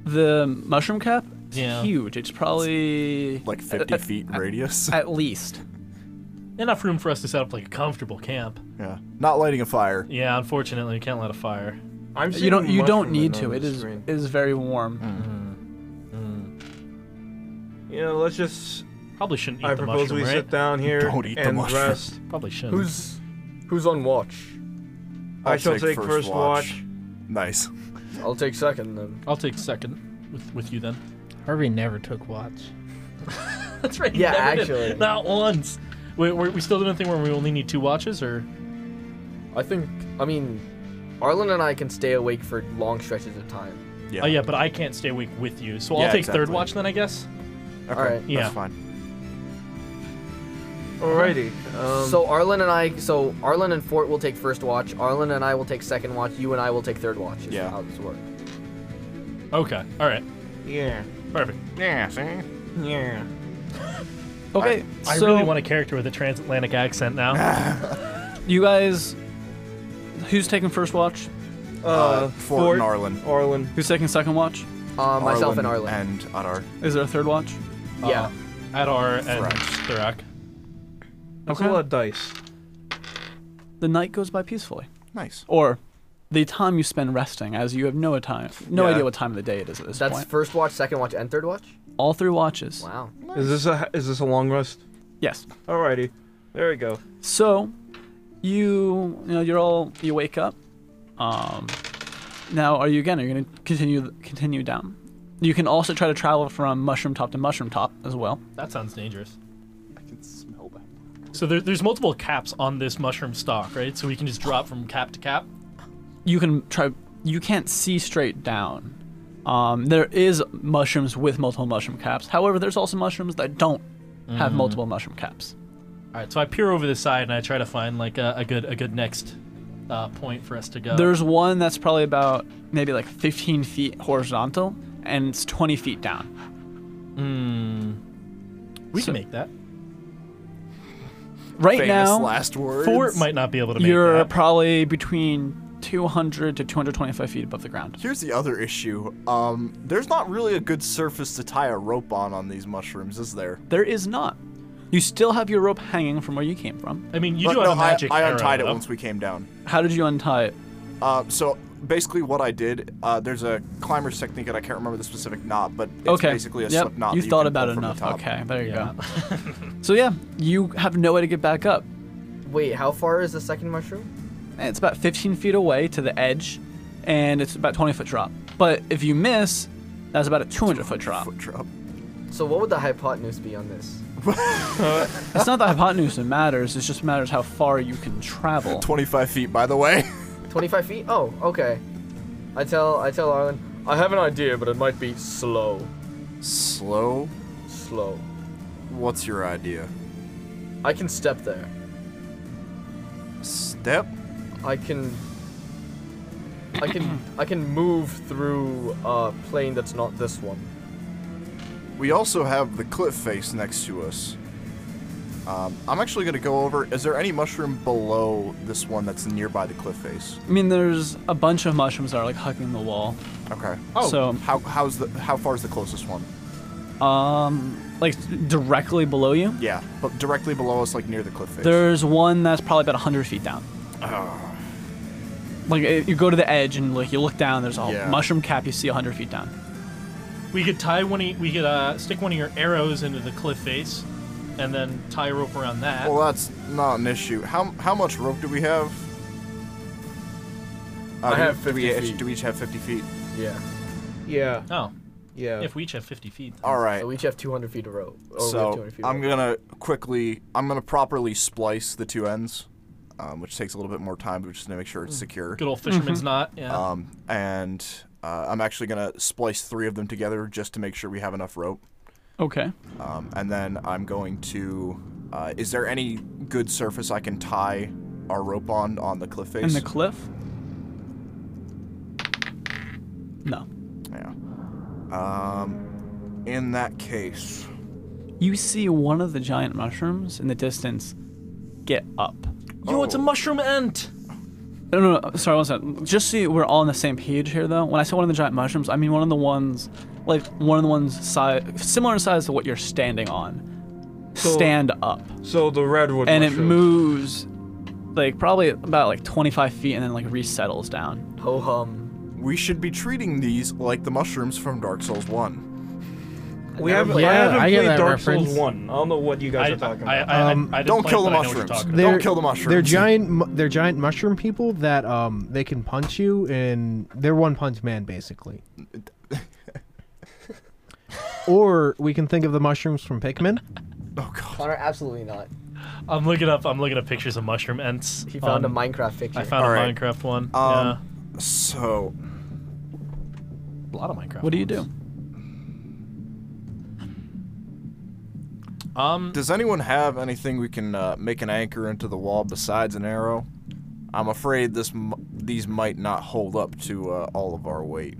Speaker 6: The mushroom cap. It's
Speaker 1: Yeah.
Speaker 6: Huge. It's probably
Speaker 2: Like 50 feet in radius.
Speaker 6: at least.
Speaker 1: Enough room for us to set up like a comfortable camp.
Speaker 2: Yeah. Not lighting a fire.
Speaker 1: Yeah, unfortunately, we can't light a fire.
Speaker 7: I'm
Speaker 6: You don't.
Speaker 7: seeing
Speaker 6: You don't
Speaker 7: mushroom
Speaker 6: need
Speaker 7: on
Speaker 6: to.
Speaker 7: the
Speaker 6: It is.
Speaker 7: screen. Hmm.
Speaker 6: It is very warm.
Speaker 7: You know, let's just.
Speaker 1: Probably shouldn't eat
Speaker 7: I
Speaker 1: the
Speaker 7: propose
Speaker 1: mushroom,
Speaker 7: we
Speaker 1: right?
Speaker 7: sit down here
Speaker 2: Don't eat the
Speaker 7: and
Speaker 2: mushroom.
Speaker 7: rest.
Speaker 1: Probably shouldn't.
Speaker 5: Who's who's on watch?
Speaker 7: I
Speaker 2: I'll
Speaker 7: shall take, first watch.
Speaker 2: Nice.
Speaker 5: I'll take second then.
Speaker 1: I'll take second with with you then.
Speaker 11: Harvey never took watch.
Speaker 1: That's right.
Speaker 5: Yeah,
Speaker 1: never did.
Speaker 5: actually.
Speaker 1: not once. Wait, we we still doing a thing where we only need two watches, or
Speaker 5: I think I mean Arlen and I can stay awake for long stretches of time.
Speaker 2: Yeah.
Speaker 1: oh yeah, but I can't stay awake with you, so I'll
Speaker 2: Yeah,
Speaker 1: take third
Speaker 2: exactly.
Speaker 1: watch then, I guess.
Speaker 2: Okay,
Speaker 5: Alright.
Speaker 1: Yeah.
Speaker 2: That's fine.
Speaker 7: Alrighty. Um,
Speaker 5: so Arlen and I so Arlen and Fort will take first watch, Arlen and I will take second watch, you and I will take third watch. is
Speaker 2: Yeah.
Speaker 5: How this works.
Speaker 1: Okay, all right,
Speaker 7: yeah.
Speaker 1: perfect.
Speaker 2: Yeah, see?
Speaker 7: Yeah.
Speaker 6: Okay,
Speaker 1: I
Speaker 6: so
Speaker 1: really want a character with a transatlantic accent
Speaker 2: Ah,
Speaker 1: now.
Speaker 6: you guys, who's taking first watch?
Speaker 7: Uh,
Speaker 2: Uh, Fort
Speaker 7: Fort
Speaker 2: and Arlen.
Speaker 7: Arlen.
Speaker 6: Who's taking second watch?
Speaker 5: Uh, myself and Arlen.
Speaker 2: And Adar.
Speaker 6: Is there a third watch?
Speaker 5: yeah.
Speaker 1: Adar and
Speaker 2: Thrak.
Speaker 1: Thurak.
Speaker 7: That's
Speaker 6: Okay.
Speaker 7: a lot of dice.
Speaker 6: The night goes by peacefully,
Speaker 2: Nice.
Speaker 6: or the time you spend resting, as you have no time, no
Speaker 2: Yeah.
Speaker 6: idea what time of the day it is at this
Speaker 5: That's
Speaker 6: point.
Speaker 5: first watch, second watch, and third watch?
Speaker 6: All three watches.
Speaker 5: Wow.
Speaker 7: Is this a is this a long rest?
Speaker 6: Yes.
Speaker 7: Alrighty. There we go.
Speaker 6: So, you you know you're all you wake up. Um, now are you again? Are you gonna continue continue down? You can also try to travel from mushroom top to mushroom top as well.
Speaker 1: That sounds dangerous.
Speaker 2: I can smell that.
Speaker 1: So there, there's multiple caps on this mushroom stalk, right? So we can just drop from cap to cap.
Speaker 6: you can try you can't see straight down um, there is mushrooms with multiple mushroom caps however there's also mushrooms that don't have multiple mushroom caps
Speaker 1: All right, so I peer over the side and I try to find like a, a good a good next uh, point for us to go.
Speaker 6: There's one that's probably about maybe like 15 feet horizontal, and it's 20 feet down.
Speaker 1: we can make that.
Speaker 6: Right
Speaker 1: Famous
Speaker 6: now,
Speaker 1: last words. Fort might not be able to make
Speaker 6: You're
Speaker 1: that.
Speaker 6: probably between 200 to 225 feet above the ground.
Speaker 2: Here's the other issue. Um, there's not really a good surface to tie a rope on on these mushrooms, is there?
Speaker 6: There is not. You still have your rope hanging from where you came from.
Speaker 1: I mean,
Speaker 2: But no, I- I, untied it once we came down.
Speaker 6: How did you untie it?
Speaker 2: Uh, so basically, what I did, uh, there's a climber's technique, and I can't remember the specific knot, but it's
Speaker 6: okay.
Speaker 2: basically a
Speaker 6: yep.
Speaker 2: slip knot.
Speaker 6: You
Speaker 2: that
Speaker 6: thought
Speaker 2: can
Speaker 6: about
Speaker 2: pull
Speaker 6: it
Speaker 2: from the
Speaker 6: enough.
Speaker 2: top.
Speaker 6: Okay, there you go. so yeah, you have no way to get back up.
Speaker 5: Wait, how far is the second mushroom?
Speaker 6: And It's about 15 feet away to the edge, and it's about 20 foot drop. But if you miss, that's about a 200 foot drop. Foot
Speaker 2: drop.
Speaker 5: So what would the hypotenuse be on this?
Speaker 6: it's not the hypotenuse that matters. It just matters how far you can travel.
Speaker 2: 25 feet, by the way.
Speaker 5: 25 feet? Oh, okay. I tell I tell Arlen, I have an idea, but it might be slow.
Speaker 2: Slow?
Speaker 5: Slow.
Speaker 2: What's your idea?
Speaker 5: I can step there.
Speaker 2: Step?
Speaker 5: I can I can I can move through a plane that's not this one.
Speaker 2: We also have the cliff face next to us. Um, I'm actually going to go over. Is there any mushroom below this one that's nearby the cliff face?
Speaker 6: I mean, there's a bunch of mushrooms that are like hugging the wall.
Speaker 2: Okay.
Speaker 6: Oh. So-
Speaker 2: how how's the how far is the closest one?
Speaker 6: Um, like directly below you.
Speaker 2: Yeah, but directly below us, like near the cliff face.
Speaker 6: There's one that's probably about 100 feet down.
Speaker 2: Ah.
Speaker 6: Like eh, you go to the edge and like you look down. There's a
Speaker 1: Yeah.
Speaker 6: mushroom cap you see 100 feet down.
Speaker 1: We could tie one. Of, we could uh, stick one of your arrows into the cliff face, and then tie a rope around that.
Speaker 2: Well, that's not an issue. How how much rope do we have? Uh,
Speaker 1: I
Speaker 2: do-
Speaker 1: have
Speaker 2: do we
Speaker 1: 50
Speaker 2: each-
Speaker 1: feet.
Speaker 2: do we each have 50 feet?
Speaker 5: Yeah.
Speaker 7: Yeah.
Speaker 1: Oh.
Speaker 7: Yeah.
Speaker 1: If we each have 50 feet.
Speaker 2: All right.
Speaker 5: So we each have 200 feet of rope. Or we have
Speaker 2: so
Speaker 5: 200 feet of
Speaker 2: I'm
Speaker 5: rope.
Speaker 2: gonna quickly, I'm gonna properly splice the two ends, um, which takes a little bit more time, but just to make sure it's secure.
Speaker 1: Good old fisherman's
Speaker 12: Mhm.
Speaker 1: knot, yeah.
Speaker 2: Um, and uh, I'm actually gonna splice three of them together just to make sure we have enough rope.
Speaker 6: Okay.
Speaker 2: Um, and then I'm going to. Uh, is there any good surface I can tie our rope on on the cliff face?
Speaker 6: And the cliff? No.
Speaker 2: Yeah. Um, in that case,
Speaker 6: You see one of the giant mushrooms in the distance get up.
Speaker 1: Yo,
Speaker 2: oh.
Speaker 1: it's a mushroom ant.
Speaker 6: No, no, no, sorry, one second. Just so we're all on the same page here, though. When I say one of the giant mushrooms, I mean one of the ones, like one of the ones size, similar in size to what you're standing on.
Speaker 7: So-
Speaker 6: Stand up.
Speaker 7: So the redwood
Speaker 6: and it
Speaker 7: mushroom.
Speaker 6: moves, like probably about like 25 feet, and then like resettles down.
Speaker 5: Ho hum.
Speaker 2: we should be treating these like the mushrooms from Dark Souls One.
Speaker 7: We haven't, I haven't played Dark Souls 1. I don't know what you guys
Speaker 1: I-
Speaker 7: are talking
Speaker 1: I-
Speaker 7: about.
Speaker 1: I- I- Um, I didn't
Speaker 2: don't play kill it, the but I know what you're
Speaker 7: mushrooms.
Speaker 2: talking about.
Speaker 3: They're-
Speaker 2: Don't kill the mushrooms.
Speaker 3: They're giant. mu- They're giant mushroom people that um they can punch you and they're one punch man basically. or we can think of the mushrooms from Pikmin.
Speaker 5: Connor, absolutely not.
Speaker 1: I'm looking up. I'm looking at pictures of mushroom ants.
Speaker 5: He found
Speaker 1: on-
Speaker 5: a Minecraft picture.
Speaker 1: Um, I found a
Speaker 2: Alright.
Speaker 1: Minecraft one. yeah.
Speaker 2: Um, So,
Speaker 1: A lot of Minecraft.
Speaker 6: What do you do?
Speaker 1: Um,
Speaker 2: does anyone have anything we can uh, make an anchor into the wall besides an arrow? I'm afraid this m- these might not hold up to uh, all of our weight.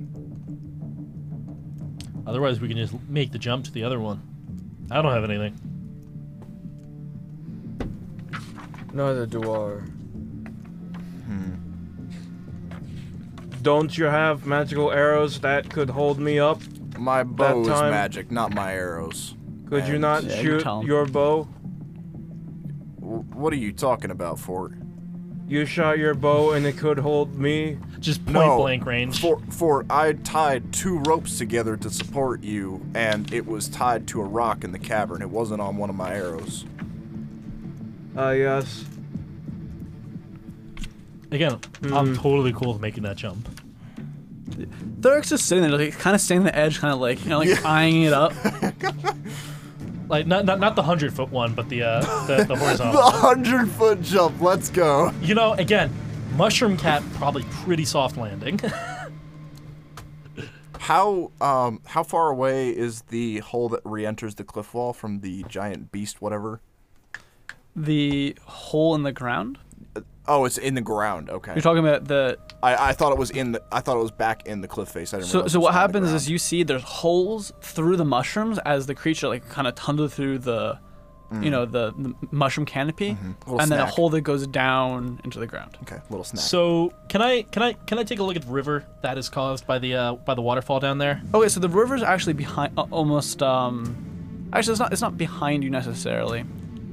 Speaker 1: Otherwise, we can just make the jump to the other one. I don't have anything.
Speaker 5: Neither do I.
Speaker 7: Don't you have magical arrows that could hold me up?
Speaker 2: My
Speaker 7: that
Speaker 2: bow is
Speaker 7: time?
Speaker 2: magic, not my arrows.
Speaker 7: Could you
Speaker 2: And-
Speaker 7: not
Speaker 6: Yeah, you
Speaker 7: shoot
Speaker 6: tell 'em.
Speaker 7: your bow?
Speaker 2: W- What are you talking about, Fort?
Speaker 7: You shot your bow and it could hold me.
Speaker 1: Just
Speaker 7: point
Speaker 2: no,
Speaker 1: blank range.
Speaker 2: For, for I tied two ropes together to support you, and it was tied to a rock in the cavern. It wasn't on one of my arrows.
Speaker 7: Ah, yes.
Speaker 1: Again, I'm totally cool with making that jump.
Speaker 6: Thurik's just sitting there, like kind of standing on the edge, kind of like you know, like eyeing it up.
Speaker 1: Like not not, not the hundred foot one, but the uh, the, the horizontal.
Speaker 2: the
Speaker 1: one.
Speaker 2: hundred foot jump. Let's go.
Speaker 1: You know, again, mushroom cat probably pretty soft landing.
Speaker 2: How um how far away is the hole that re-enters the cliff wall from the giant beast? Whatever.
Speaker 6: The hole in the ground.
Speaker 2: Oh, it's in the ground. Okay.
Speaker 6: You're talking about the.
Speaker 2: I, I thought it was in the. I thought it was back in the cliff face. I didn't.
Speaker 6: So,
Speaker 2: realize
Speaker 6: so
Speaker 2: it was
Speaker 6: what
Speaker 2: on the
Speaker 6: happens
Speaker 2: ground.
Speaker 6: is you see there's holes through the mushrooms as the creature like kind of tunneled through the, you
Speaker 2: Mm. Mm-hmm.
Speaker 6: know, the, the mushroom canopy,
Speaker 2: Little
Speaker 6: and then a
Speaker 2: snack.
Speaker 6: hole that goes down into the ground.
Speaker 2: Okay, little snack.
Speaker 1: So can I can I can I take a look at the river that is caused by the uh, by the waterfall down there?
Speaker 6: Okay, so the river's actually behind, uh, almost. um Actually, it's not. It's not behind you necessarily.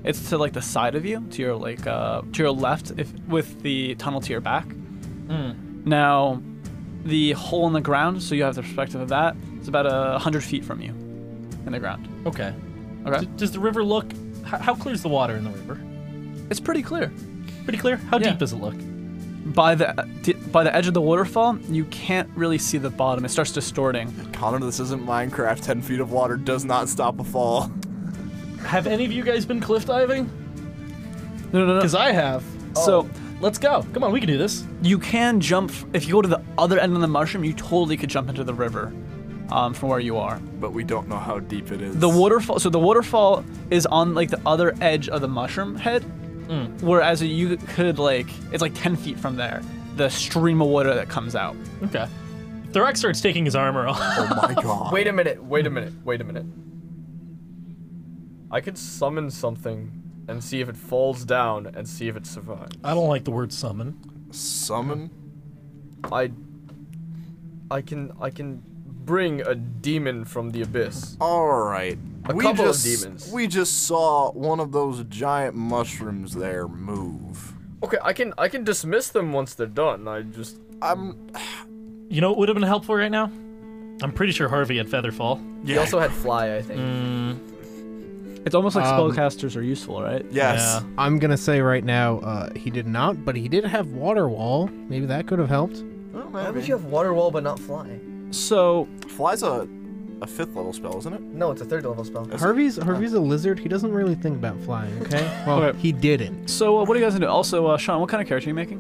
Speaker 6: It's to like the side of you, to your like uh, to your left, if with the tunnel to your back.
Speaker 2: Hmm.
Speaker 6: Now, the hole in the ground, so you have the perspective of that. It's about a hundred feet from you, in the ground.
Speaker 1: Okay.
Speaker 6: Okay.
Speaker 1: D- does the river look? How, how clear is the water in the river?
Speaker 6: It's pretty clear.
Speaker 1: Pretty clear. How deep does it look?
Speaker 6: By the di- by the edge of the waterfall, you can't really see the bottom. It starts distorting.
Speaker 2: Connor, this isn't Minecraft. Ten feet of water does not stop a fall.
Speaker 1: Have any of you guys been cliff diving?
Speaker 6: No, no, Oh. no.
Speaker 1: Because I have.
Speaker 6: So
Speaker 1: let's go. Come on, we can do this.
Speaker 6: You can jump f- if you go to the other end of the mushroom. You totally could jump into the river, um, from where you are.
Speaker 2: But we don't know how deep it is.
Speaker 6: The waterfall. So the waterfall is on like the other edge of the mushroom head, whereas you could like it's like ten feet from there. The stream of water that comes out.
Speaker 1: Okay. Thorax starts taking his armor off.
Speaker 2: Oh my god.
Speaker 5: Wait a minute, wait a minute, wait a minute. I could summon something and see if it falls down and see if it survives.
Speaker 1: I don't like the word summon.
Speaker 2: Summon.
Speaker 5: I I can I can bring a demon from the abyss.
Speaker 2: All right.
Speaker 5: A
Speaker 2: we
Speaker 5: couple of
Speaker 2: just,
Speaker 5: demons.
Speaker 2: We just saw one of those giant mushrooms there move.
Speaker 5: Okay, I can I can dismiss them once they're done. I just
Speaker 2: I'm
Speaker 1: You know what would have been helpful right now? I'm pretty sure Harvey had Featherfall.
Speaker 5: He also had fly, I think.
Speaker 6: It's almost like
Speaker 3: Um,
Speaker 6: spellcasters are useful, right?
Speaker 2: Yes.
Speaker 3: I'm gonna say right now, uh, he did not, but he did have water wall. Maybe that could have helped.
Speaker 2: Oh,
Speaker 5: Why would you have water wall but not fly?
Speaker 6: So
Speaker 2: fly's a a fifth level spell, isn't it?
Speaker 5: No, it's a third level spell.
Speaker 3: Harvey's Harvey's a lizard. He doesn't really think about flying. Okay. Well,
Speaker 6: Okay.
Speaker 3: he didn't.
Speaker 6: So uh, what are you guys gonna do? Also, uh, Sean, what kind of character are you making?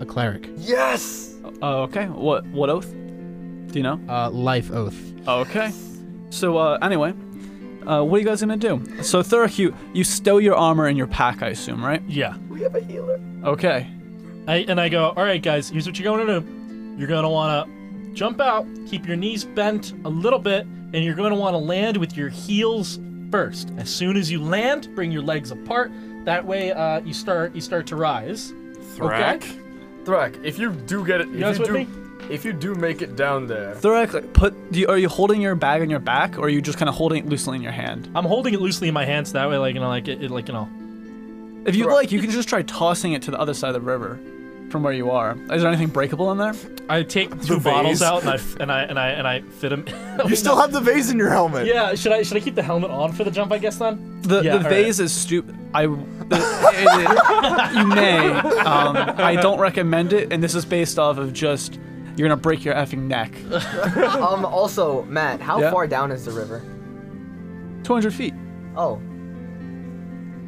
Speaker 3: A cleric.
Speaker 5: Yes.
Speaker 6: Uh, okay. What what oath? Do you know?
Speaker 3: Uh, life oath.
Speaker 6: Okay. So uh, anyway, uh, what are you guys gonna do? So Thurrock, you you stow your armor in your pack, I assume, right?
Speaker 1: Yeah.
Speaker 5: We have a healer.
Speaker 6: Okay.
Speaker 1: I, and I go, all right, guys, here's what you're going to do. You're going to want to jump out, keep your knees bent a little bit, and you're going to want to land with your heels first. As soon as you land, bring your legs apart. That way, uh, you start you start to rise.
Speaker 2: Thrak?
Speaker 5: Thrak, if you do get it, if
Speaker 1: guys
Speaker 5: you
Speaker 1: with
Speaker 5: do,
Speaker 1: me?
Speaker 5: if you do make it down there,
Speaker 6: Thurrock, like, put. Do you, are you holding your bag on your back, or are you just kind of holding it loosely in your hand?
Speaker 1: I'm holding it loosely in my hands. That way, like you know, like it, it like you know.
Speaker 6: If you'd like, you can just try tossing it to the other side of the river, from where you are. Is there anything breakable in there?
Speaker 1: I take two
Speaker 2: vase.
Speaker 1: bottles out and I f- and I and I and I fit them.
Speaker 2: You still have the vase in your helmet.
Speaker 1: Yeah, should I should I keep the helmet on for the jump? I guess then.
Speaker 6: The,
Speaker 1: Yeah,
Speaker 6: the
Speaker 1: all
Speaker 6: vase is stupid. I it- it- you may. Um, I don't recommend it, and this is based off of just you're gonna break your effing neck.
Speaker 5: um. Also, Matt, how
Speaker 6: Yeah?
Speaker 5: far down is the river?
Speaker 6: 200 feet.
Speaker 5: Oh.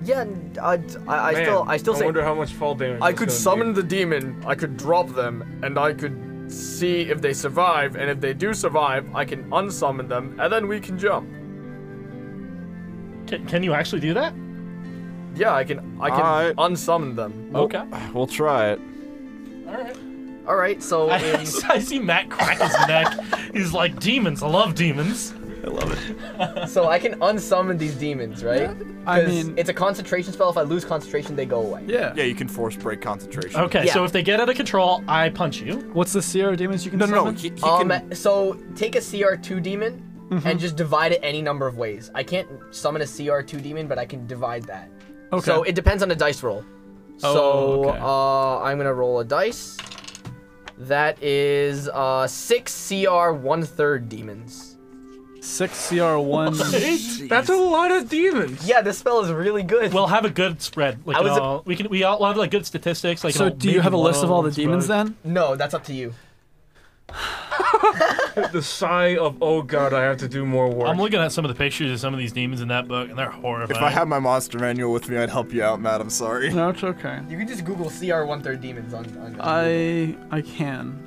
Speaker 5: Yeah, n- I, I, I
Speaker 7: Man,
Speaker 5: still, I still
Speaker 7: I
Speaker 5: say.
Speaker 7: wonder how much fall damage.
Speaker 5: I
Speaker 7: that's
Speaker 5: could
Speaker 7: gonna
Speaker 5: summon the demon. I could drop them, and I could see if they survive. And if they do survive, I can unsummon them, and then we can jump.
Speaker 1: Can, can you actually do that?
Speaker 5: Yeah, I can, I can
Speaker 2: Alright.
Speaker 5: unsummon them.
Speaker 1: Okay.
Speaker 2: We'll try it.
Speaker 1: All right.
Speaker 5: All right, so
Speaker 1: I,
Speaker 5: in,
Speaker 1: I see Matt crack his neck. He's like, demons. I love demons.
Speaker 5: so I can unsummon these demons, right?
Speaker 6: I
Speaker 5: 'Cause
Speaker 6: mean-
Speaker 5: it's a concentration spell. If I lose concentration, they go away.
Speaker 6: Yeah.
Speaker 2: Yeah, you can force break concentration.
Speaker 1: Okay,
Speaker 5: Yeah.
Speaker 1: so if they get out of control, I punch you.
Speaker 6: What's the CR demons you can Mm-hmm.
Speaker 2: No, no, no.
Speaker 6: summon?
Speaker 2: He, he
Speaker 5: Um,
Speaker 2: can,
Speaker 5: so take a CR2 demon and just divide it any number of ways. I can't summon a CR2 demon, but I can divide that.
Speaker 6: Okay.
Speaker 5: So it depends on the dice roll.
Speaker 6: Oh,
Speaker 5: so
Speaker 6: okay.
Speaker 5: uh, I'm gonna roll a dice. That is uh, six CR one third demons.
Speaker 6: Six CR one.
Speaker 7: do. That's a lot of demons.
Speaker 5: Yeah, this spell is really good.
Speaker 1: We'll have a good spread. Like,
Speaker 5: I was
Speaker 1: you know, we can we all we'll have like good statistics. Like,
Speaker 6: so
Speaker 1: know,
Speaker 6: do you
Speaker 1: maybe
Speaker 6: have a list of all the
Speaker 1: one
Speaker 6: demons
Speaker 1: spread.
Speaker 6: then?
Speaker 5: no, that's up to you.
Speaker 7: The sigh of oh god, I have to do more work.
Speaker 1: I'm looking at some of the pictures of some of these demons in that book, and they're horrifying.
Speaker 2: if I had my monster manual with me, I'd help you out, Matt. I'm sorry.
Speaker 6: No, it's okay.
Speaker 5: You can just Google CR one third demons on. on
Speaker 6: I I can.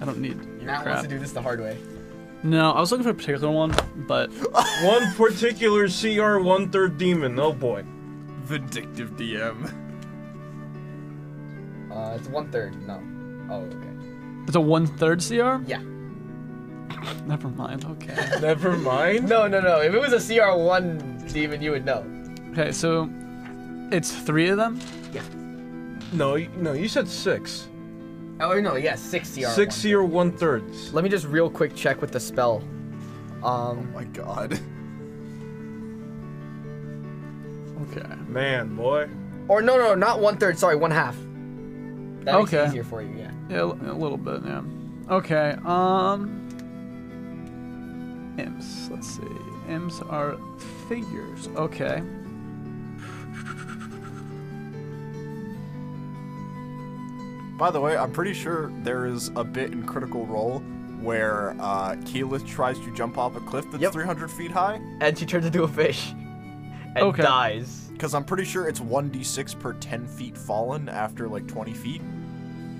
Speaker 6: I don't need your
Speaker 5: Matt wants
Speaker 6: crap.
Speaker 5: to do this the hard way.
Speaker 6: No, I was looking for a particular one, but
Speaker 7: One particular CR one third demon. Oh boy.
Speaker 8: Vindictive DM.
Speaker 5: Uh, it's one third. No. Oh, okay.
Speaker 6: It's a one third CR?
Speaker 5: Yeah.
Speaker 6: Never mind. Okay.
Speaker 7: Never mind.
Speaker 5: No, no, no. If it was a CR one demon, you would know.
Speaker 6: Okay, so it's three of them?
Speaker 5: Yeah.
Speaker 7: No, y- no, you said six.
Speaker 5: Oh no, yes, six CR.
Speaker 7: Six CR one thirds.
Speaker 5: Let me just real quick check with the spell. Um.
Speaker 2: Oh my god.
Speaker 6: Okay.
Speaker 7: Man, boy.
Speaker 5: Or no, no, not one third. Sorry, one half. That makes
Speaker 6: Okay.
Speaker 5: it easier for you. Yeah.
Speaker 6: Yeah, a li- a little bit, yeah. Okay, um. Imps, let's see. Imps are figures. Okay.
Speaker 2: By the way, I'm pretty sure there is a bit in Critical Role where uh, Keyleth tries to jump off a cliff that's 300 feet high.
Speaker 5: And she turns into a fish. And
Speaker 6: Okay.
Speaker 5: dies.
Speaker 2: Because I'm pretty sure it's 1d6 per 10 feet fallen after like 20 feet.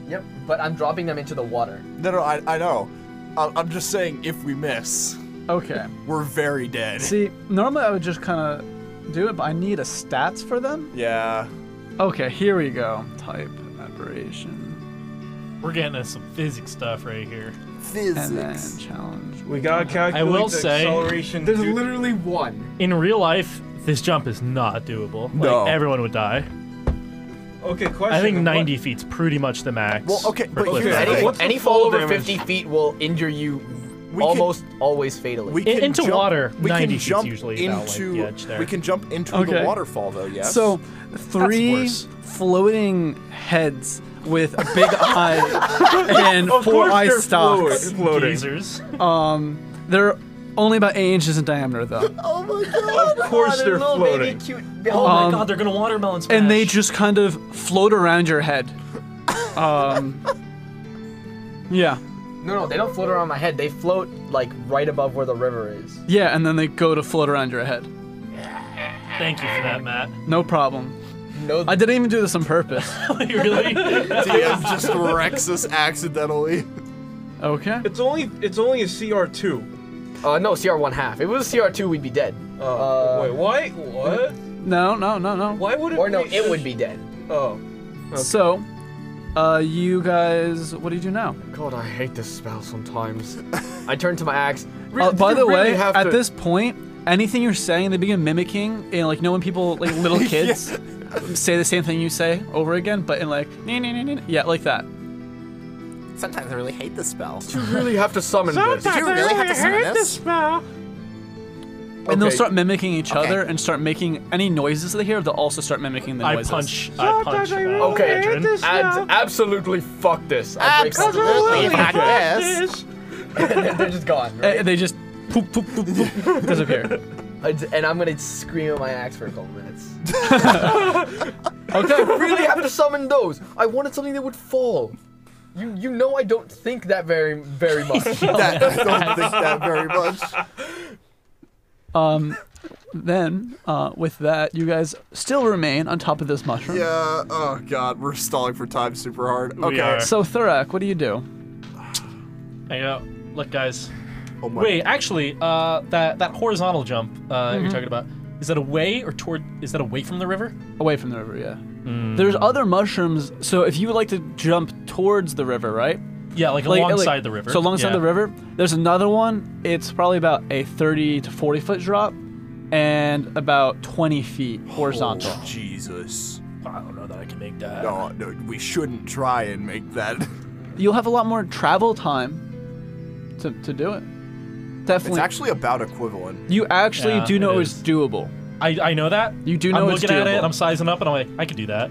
Speaker 5: Yep. But I'm dropping them into the water.
Speaker 2: No, no, I, I know. I, I'm just saying if we miss,
Speaker 6: Okay.
Speaker 2: we're very dead.
Speaker 6: see, normally I would just kind of do it, but I need a stats for them?
Speaker 2: Yeah.
Speaker 6: Okay, here we go. Type aberration.
Speaker 1: We're getting into some physics stuff right here.
Speaker 6: And then challenge.
Speaker 7: We gotta calculate
Speaker 1: will
Speaker 7: the
Speaker 1: say-
Speaker 7: acceleration.
Speaker 5: There's
Speaker 7: due-
Speaker 5: literally one.
Speaker 1: In real life, this jump is not doable. Like,
Speaker 2: No.
Speaker 1: everyone would die.
Speaker 7: okay, question.
Speaker 1: I think
Speaker 7: what-
Speaker 1: 90 feet's pretty much the max.
Speaker 2: Well, okay,
Speaker 1: for
Speaker 2: but
Speaker 1: cliff
Speaker 2: here's the
Speaker 1: diving.
Speaker 2: thing.
Speaker 5: Any,
Speaker 7: What's the
Speaker 5: any
Speaker 7: fall
Speaker 5: fall over
Speaker 7: damage?
Speaker 5: 50 feet will injure you
Speaker 2: We
Speaker 5: almost always fatally.
Speaker 2: We
Speaker 1: In-
Speaker 2: can
Speaker 1: into
Speaker 2: jump-
Speaker 1: water, 90
Speaker 2: We can
Speaker 1: feet's
Speaker 2: jump
Speaker 1: usually about, like, the
Speaker 2: into.
Speaker 1: edge there.
Speaker 2: we can jump into
Speaker 6: Okay.
Speaker 2: the waterfall though. Yes.
Speaker 6: So, three
Speaker 1: worse.
Speaker 6: floating heads with a big eye and four
Speaker 7: course
Speaker 6: eye
Speaker 7: they're
Speaker 6: stalks.
Speaker 7: floating.
Speaker 1: Geezers.
Speaker 6: They're only about eight inches in diameter, though.
Speaker 5: Oh my god.
Speaker 7: Of course they're floating.
Speaker 1: Oh
Speaker 6: Um,
Speaker 1: my god, they're gonna watermelon smash.
Speaker 6: and they just kind of float around your head. Um, yeah,
Speaker 5: No, no, they don't float around my head. They float like right above where the river is.
Speaker 6: yeah, and then they go to float around your head.
Speaker 1: Thank you for that, Matt.
Speaker 6: No problem.
Speaker 5: No,
Speaker 6: I didn't even do this on purpose.
Speaker 1: really?
Speaker 2: DM just wrecks us accidentally.
Speaker 6: Okay.
Speaker 7: It's only it's only a CR two.
Speaker 5: uh, no, CR one half. If it was CR two, we'd be dead.
Speaker 7: Uh,
Speaker 5: Uh,
Speaker 7: wait, why? What?
Speaker 6: No, no, no, no.
Speaker 7: Why would it?
Speaker 5: or no,
Speaker 7: be
Speaker 5: it
Speaker 7: such-
Speaker 5: would be dead.
Speaker 7: Oh,
Speaker 6: So, uh, you guys, what do you do now?
Speaker 5: God, I hate this spell sometimes. I turn to my axe. Re-
Speaker 6: Uh,
Speaker 5: do
Speaker 6: by
Speaker 5: you
Speaker 6: the
Speaker 5: really
Speaker 6: way,
Speaker 5: have
Speaker 6: at
Speaker 5: to-
Speaker 6: this point, anything you're saying, they begin mimicking. And like, you know when people, like little kids, say the same thing you say over again, but in like, "Nee, nee, nee, nee, nee." yeah, like that.
Speaker 8: Sometimes I really hate the spell.
Speaker 5: you really have to summon this.
Speaker 8: Do you really have to summon this?
Speaker 6: And they'll
Speaker 5: Okay.
Speaker 6: start mimicking each
Speaker 8: Okay.
Speaker 6: other and start making any noises they hear. They'll also start mimicking the
Speaker 1: I
Speaker 6: noises.
Speaker 1: punch. I punch. Uh,
Speaker 5: Okay,
Speaker 1: Adrian.
Speaker 5: Ad- absolutely fuck this. I break something.
Speaker 8: Absolutely not this.
Speaker 5: They're just gone.
Speaker 6: A-
Speaker 5: Right?
Speaker 6: And Eh, they just poop, poop, poop, poop, disappear.
Speaker 5: I'd- And I'm gonna scream at my axe for a couple minutes. I
Speaker 6: Okay.
Speaker 5: really have to summon those. I wanted something that would fall. You you know I don't think that very very much.
Speaker 2: that, I don't think that very much.
Speaker 6: Um, then uh, with that, you guys still remain on top of this mushroom.
Speaker 2: Yeah. Oh god, we're stalling for time super hard.
Speaker 1: We
Speaker 2: Okay.
Speaker 1: are.
Speaker 6: So Thurak, what do you do?
Speaker 1: I go. uh, Look, guys.
Speaker 2: Oh my.
Speaker 1: Wait, actually, uh, that that horizontal jump uh,
Speaker 6: Mm-hmm.
Speaker 1: you're talking about is that away or toward? Is that away from the river?
Speaker 6: Away from the river, yeah.
Speaker 1: Hmm.
Speaker 6: There's other mushrooms. So if you would like to jump towards the river, right?
Speaker 1: Yeah, like,
Speaker 6: Like- like-
Speaker 1: alongside the river.
Speaker 6: So alongside
Speaker 1: Yeah.
Speaker 6: the river, there's another one. It's probably about a 30 to 40 foot drop, and about 20 feet horizontal.
Speaker 2: Oh, Jesus.
Speaker 1: I don't know that I can make that.
Speaker 2: No, no, we shouldn't try and make that.
Speaker 6: You'll have a lot more travel time to, to do it.
Speaker 2: It's
Speaker 6: Definitely.
Speaker 2: actually about equivalent.
Speaker 6: you actually
Speaker 1: Yeah,
Speaker 6: do know
Speaker 1: it
Speaker 6: it's
Speaker 1: is.
Speaker 6: doable.
Speaker 1: I, I know that.
Speaker 6: You do know
Speaker 1: I'm
Speaker 6: it's
Speaker 1: looking at it.
Speaker 6: doable.
Speaker 1: and I'm sizing up, and I'm like, I could do that.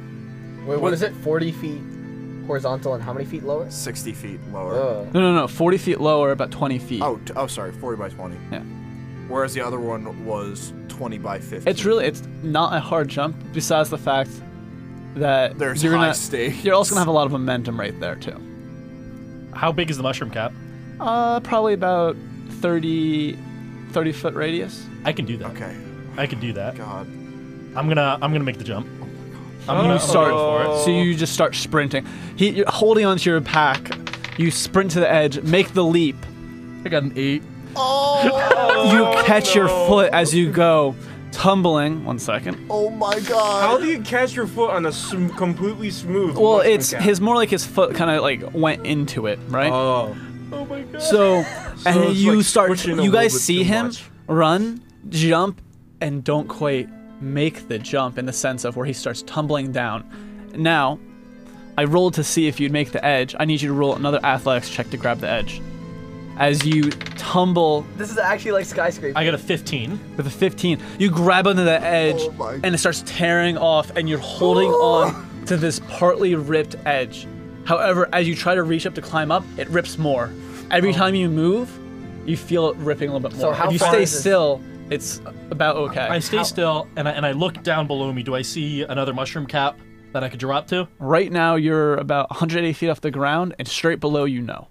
Speaker 5: Wait, what is it? Forty feet horizontal and how many feet lower?
Speaker 2: 60 feet lower.
Speaker 5: Uh,
Speaker 6: No, no, no. 40 feet lower, about 20 feet.
Speaker 2: Oh, t- oh, sorry, 40 by 20.
Speaker 6: Yeah.
Speaker 2: Whereas the other one was 20 by 50.
Speaker 6: It's really, it's not a hard jump, besides the fact that
Speaker 2: There's
Speaker 6: you're
Speaker 2: high
Speaker 6: gonna,
Speaker 2: stakes.
Speaker 6: You're also gonna have a lot of momentum right there too.
Speaker 1: How big is the mushroom cap?
Speaker 6: Uh, probably about 30, 30 foot radius.
Speaker 1: I can do that.
Speaker 2: Okay.
Speaker 1: I can do that.
Speaker 2: God.
Speaker 1: I'm gonna I'm gonna make the jump. I'm
Speaker 6: You
Speaker 1: gonna
Speaker 6: start,
Speaker 1: I'm gonna go for it.
Speaker 6: Uh, so you just start sprinting. He, you're holding onto your pack. You sprint to the edge, make the leap.
Speaker 13: I got an eight.
Speaker 6: you catch your foot as you go, humbling. One second.
Speaker 2: Oh my god.
Speaker 7: How do you catch your foot on a sm- completely smooth?
Speaker 6: Well,
Speaker 7: mushroom
Speaker 6: it's
Speaker 7: cap?
Speaker 6: his more like his foot kind of like went into it, right?
Speaker 7: Oh.
Speaker 6: Oh my god. So, and
Speaker 7: it's
Speaker 6: you
Speaker 7: like
Speaker 6: start.
Speaker 7: squishing a
Speaker 6: You guys
Speaker 7: little bit
Speaker 6: see
Speaker 7: too
Speaker 6: him
Speaker 7: much.
Speaker 6: run, jump, and don't quite make the jump in the sense of where he starts tumbling down. Now, I rolled to see if you'd make the edge. I need you to roll another athletics check to grab the edge. As you tumble
Speaker 5: This is actually like skyscraper.
Speaker 1: I got a 15.
Speaker 6: with a 15. You grab onto the edge and it starts tearing off, and you're holding on to this partly ripped edge. However, as you try to reach up to climb up, it rips more. Every time you move, you feel it ripping a little bit
Speaker 1: So
Speaker 6: more.
Speaker 1: how
Speaker 6: if you
Speaker 1: far
Speaker 6: stay
Speaker 1: is this?
Speaker 6: still, it's about okay.
Speaker 1: I stay still and I, and I look down below me. Do I see another mushroom cap that I could drop to?
Speaker 6: Right now, you're about 180 feet off the ground, and straight below you know.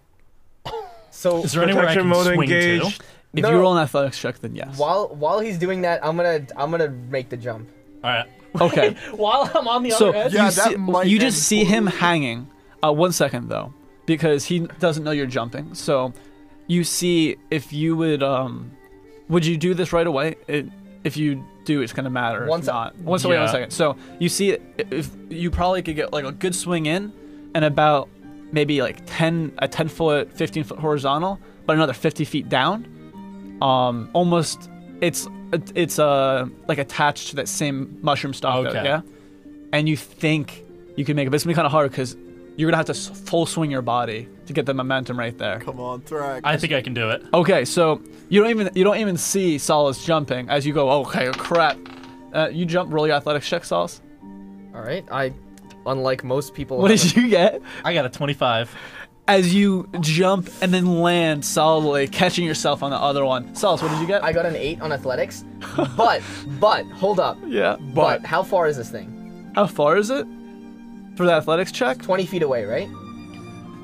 Speaker 5: So
Speaker 1: Is there anywhere I can swing to?
Speaker 6: If
Speaker 5: No.
Speaker 6: you roll an athletics check, then yes.
Speaker 5: While while he's doing that, I'm gonna I'm gonna make the jump.
Speaker 1: All right.
Speaker 6: Okay.
Speaker 1: While I'm on the
Speaker 6: so
Speaker 1: other edge,
Speaker 6: you, see- you just see him hanging. Uh, one second though, because he doesn't know you're jumping. So you see if you would um, would you do this right away? It, if you do, it's gonna matter.
Speaker 5: One
Speaker 6: if
Speaker 5: sec-
Speaker 6: not, one second. Wait one
Speaker 1: Yeah.
Speaker 6: second. So you see i- if you probably could get like a good swing in, and about maybe like ten a ten foot, fifteen foot horizontal, but another fifty feet down. Um, almost it's it's uh like attached to that same mushroom stalk. though,
Speaker 1: Okay.
Speaker 6: yeah and you think you can make it, but it's gonna be kind of hard because you're gonna have to s- full swing your body to get the momentum right there.
Speaker 14: Come on, Thrax.
Speaker 1: I think I can do it.
Speaker 6: Okay, so you don't even you don't even see Solace jumping as you go. Okay, crap. Uh, you jump. Roll your athletics check, Solace.
Speaker 5: All right. I, unlike most people.
Speaker 6: What did you get?
Speaker 1: I got a 25.
Speaker 6: As you jump and then land solidly, catching yourself on the other one. Solace, what did you get?
Speaker 5: I got an eight on athletics, but but hold up.
Speaker 6: Yeah,
Speaker 5: But, how far is this thing?
Speaker 6: How far is it for the athletics check?
Speaker 5: Twenty feet away, right?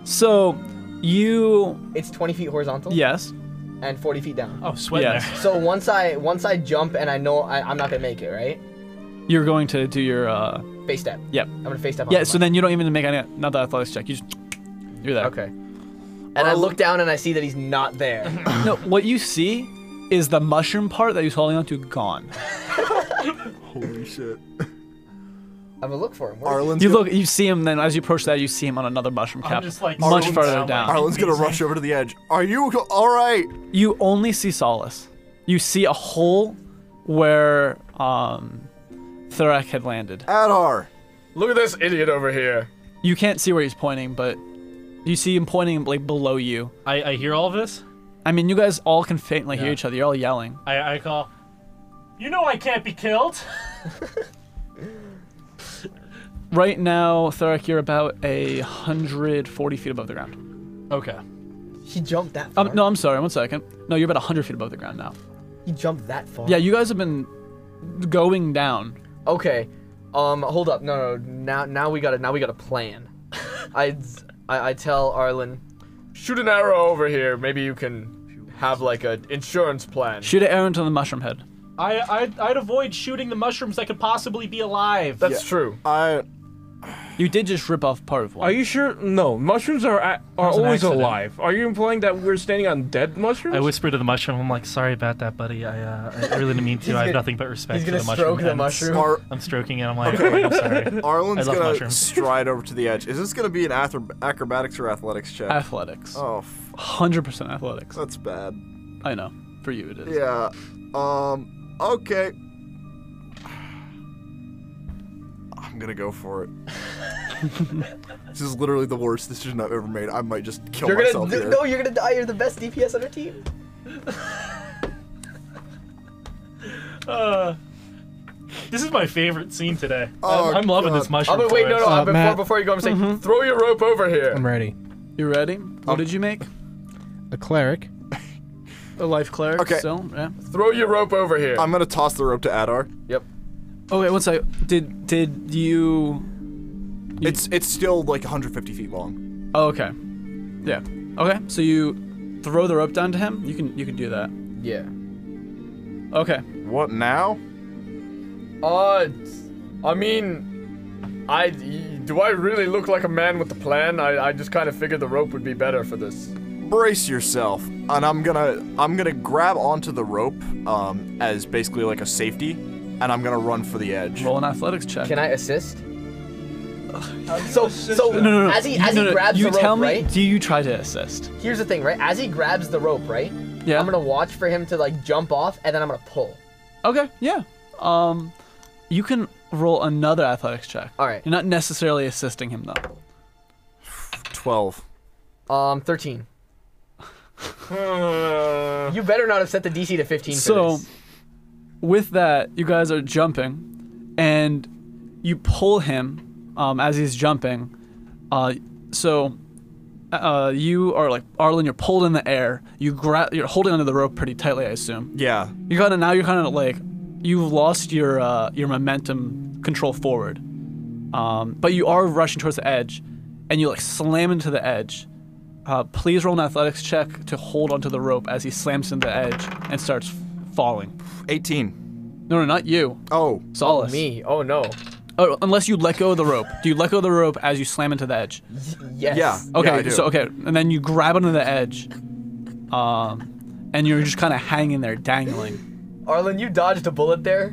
Speaker 6: So you
Speaker 5: It's twenty feet horizontal.
Speaker 6: yes.
Speaker 5: And forty feet down.
Speaker 1: Oh, sweat
Speaker 6: Yes. there.
Speaker 5: So once I once I jump and I know I, I'm not gonna make it, right?
Speaker 6: You're going to do your uh,
Speaker 5: Face step.
Speaker 6: Yep.
Speaker 5: I'm gonna face step.
Speaker 6: Yeah,
Speaker 5: onto
Speaker 6: so
Speaker 5: mine.
Speaker 6: then you don't even make any another athletics check. You just you're there.
Speaker 5: Okay. And I look down and I see that he's not there.
Speaker 6: No, what you see is the mushroom part that he's holding onto gone.
Speaker 2: Holy shit.
Speaker 5: I'm gonna look for him. Where is he?
Speaker 2: Arlen's
Speaker 6: You
Speaker 2: gonna,
Speaker 6: look, you see him. Then as you approach that, you see him on another mushroom
Speaker 5: I'm
Speaker 6: cap,
Speaker 5: just like
Speaker 6: much
Speaker 5: scrolling
Speaker 6: farther
Speaker 5: down,
Speaker 6: down.
Speaker 2: Arlen's gonna rush over to the edge. Are you all right?
Speaker 6: You only see Solace. You see a hole where um, Thurak had landed.
Speaker 2: Adar.
Speaker 7: Look at this idiot over here.
Speaker 6: You can't see where he's pointing, but you see him pointing like below you.
Speaker 1: I, I hear all of this.
Speaker 6: I mean, you guys all can faintly hear each other. You're all yelling.
Speaker 1: I, I call. You know I can't be killed.
Speaker 6: Right now, Thurak, you're about a hundred forty feet above the ground.
Speaker 1: Okay.
Speaker 5: He jumped that far.
Speaker 6: Um, no, I'm sorry. One second. No, you're about 100 feet above the ground now.
Speaker 5: He jumped that far.
Speaker 6: Yeah, you guys have been going down.
Speaker 5: Okay. Um, hold up. No, no. Now, now we got to Now we got a plan. I, I, I tell Arlen, shoot an arrow over here. Maybe you can have like an insurance plan.
Speaker 6: Shoot an arrow into the mushroom head.
Speaker 1: I, I'd, I'd avoid shooting the mushrooms that could possibly be alive.
Speaker 5: That's true.
Speaker 2: I.
Speaker 6: You did just rip off part of one.
Speaker 7: Are you sure? No, mushrooms are a- are
Speaker 1: was an
Speaker 7: always
Speaker 1: accident.
Speaker 7: alive. Are you implying that we're standing on dead mushrooms?
Speaker 1: I whisper to the mushroom. I'm like, sorry about that, buddy. I, uh, I really didn't mean to. I have nothing but respect
Speaker 5: he's
Speaker 1: for
Speaker 5: gonna
Speaker 1: the mushroom.
Speaker 5: stroke the
Speaker 1: and it's-
Speaker 5: mushroom. Or-
Speaker 1: I'm stroking it. I'm like, "All right, I'm sorry.
Speaker 2: Arlen's
Speaker 1: I love
Speaker 2: gonna
Speaker 1: mushrooms.
Speaker 2: stride over to the edge. Is this gonna be an athro- acrobatics or athletics check?
Speaker 6: Athletics.
Speaker 2: Oh, f-
Speaker 6: 100%
Speaker 7: Uh.
Speaker 6: athletics.
Speaker 2: that's bad.
Speaker 6: I know. For you, it is.
Speaker 2: Yeah. Um. Okay. I'm gonna go for it. this is literally the worst decision I've ever made. I might just kill
Speaker 5: You're
Speaker 2: myself
Speaker 5: gonna
Speaker 2: here.
Speaker 5: d- no. You're gonna die. You're the best DPS on our team.
Speaker 1: Uh, this is my favorite scene today.
Speaker 2: Oh,
Speaker 1: I'm, I'm loving
Speaker 2: God.
Speaker 1: this mushroom.
Speaker 5: I'm gonna wait. No, no.
Speaker 2: Uh,
Speaker 1: forest.
Speaker 5: I'm before,
Speaker 3: Uh, Matt.
Speaker 5: before you go, I'm saying, throw your rope over here.
Speaker 15: I'm ready.
Speaker 6: You ready? What did you make?
Speaker 3: A cleric.
Speaker 6: A life cleric
Speaker 2: Okay.
Speaker 6: still? Yeah.
Speaker 5: Throw your rope over here.
Speaker 1: Um,
Speaker 2: I'm gonna toss the rope to Adar.
Speaker 5: yep.
Speaker 6: Okay, one second. Did, did you...
Speaker 2: It's it's still like 150 feet long.
Speaker 6: Oh, okay. Yeah. Okay, so you throw the rope down to him? You can, you can do that.
Speaker 5: Yeah.
Speaker 6: Okay.
Speaker 2: What now?
Speaker 8: Uh, I mean, I do I really look like a man with a plan? I, I just kind of figured the rope would be better for this.
Speaker 2: Brace yourself, and I'm gonna I'm gonna grab onto the rope um, as basically like a safety, and I'm gonna run for the edge.
Speaker 6: Roll an athletics check.
Speaker 5: Can I assist? so so
Speaker 6: No, no, no.
Speaker 5: as he
Speaker 6: You-
Speaker 5: as
Speaker 6: no,
Speaker 5: he
Speaker 6: no,
Speaker 5: grabs
Speaker 6: you
Speaker 5: the rope,
Speaker 6: tell me,
Speaker 5: right?
Speaker 6: Do you try to assist?
Speaker 5: Here's the thing, right? As he grabs the rope, right?
Speaker 6: Yeah.
Speaker 5: I'm gonna watch for him to like jump off, and then I'm gonna pull.
Speaker 6: Okay, yeah. Um, you can roll another athletics check.
Speaker 5: All right.
Speaker 6: You're not necessarily assisting him though.
Speaker 2: Twelve.
Speaker 5: Um, thirteen. you better not have set the DC to fifteen. for
Speaker 6: So,
Speaker 5: this.
Speaker 6: with that, you guys are jumping, and you pull him um, as he's jumping. Uh, so, uh, you are like Arlen. You're pulled in the air. You gra- You're holding onto the rope pretty tightly, I assume.
Speaker 2: Yeah.
Speaker 6: You kind of now. You're kind of like you've lost your uh, your momentum control forward, um, but you are rushing towards the edge, and you like slam into the edge. Uh, please roll an athletics check to hold onto the rope as he slams into the edge and starts falling.
Speaker 2: 18.
Speaker 6: No, no, not you.
Speaker 2: Oh,
Speaker 6: Solace.
Speaker 5: me. Oh no.
Speaker 6: Oh, unless you let go of the rope. Do you let go of the rope as you slam into the edge?
Speaker 5: Yes.
Speaker 2: Yeah,
Speaker 6: Okay.
Speaker 2: I do.
Speaker 6: So okay, and then you grab onto the edge, um, and you're just kind of hanging there, dangling.
Speaker 5: Arlen, you dodged a bullet there.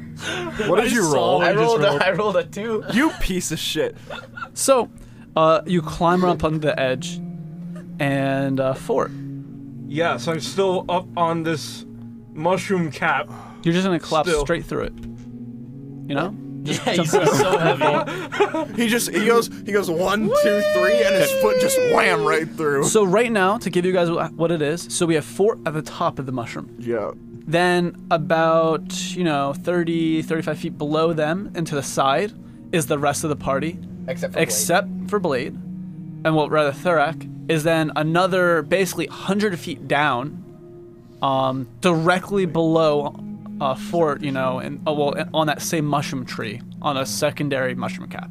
Speaker 6: What did I you saw roll? what
Speaker 5: I
Speaker 6: Oh, you just
Speaker 5: rolled, a-
Speaker 6: rolled.
Speaker 5: I rolled a two.
Speaker 2: You piece of shit.
Speaker 6: So, uh, you climb up onto the edge, and uh, fort.
Speaker 7: Yes, I'm still up on this mushroom cap.
Speaker 6: You're just gonna collapse
Speaker 7: Still.
Speaker 6: straight through it. You know? Just
Speaker 7: Yeah,
Speaker 6: jump
Speaker 7: he's
Speaker 6: through it.
Speaker 7: so
Speaker 2: He just he goes he goes one two three and his foot just wham right through.
Speaker 6: So right now, to give you guys wh- what it is, so we have fort at the top of the mushroom.
Speaker 2: Yeah.
Speaker 6: Then about, you know, 30, 35 feet below them and to the side is the rest of the party.
Speaker 5: Except for Blade.
Speaker 6: Except for Blade. And well, rather Thurak is then another basically 100 feet down um, directly below a fort, you know, and oh, well, on that same mushroom tree on a secondary mushroom cap.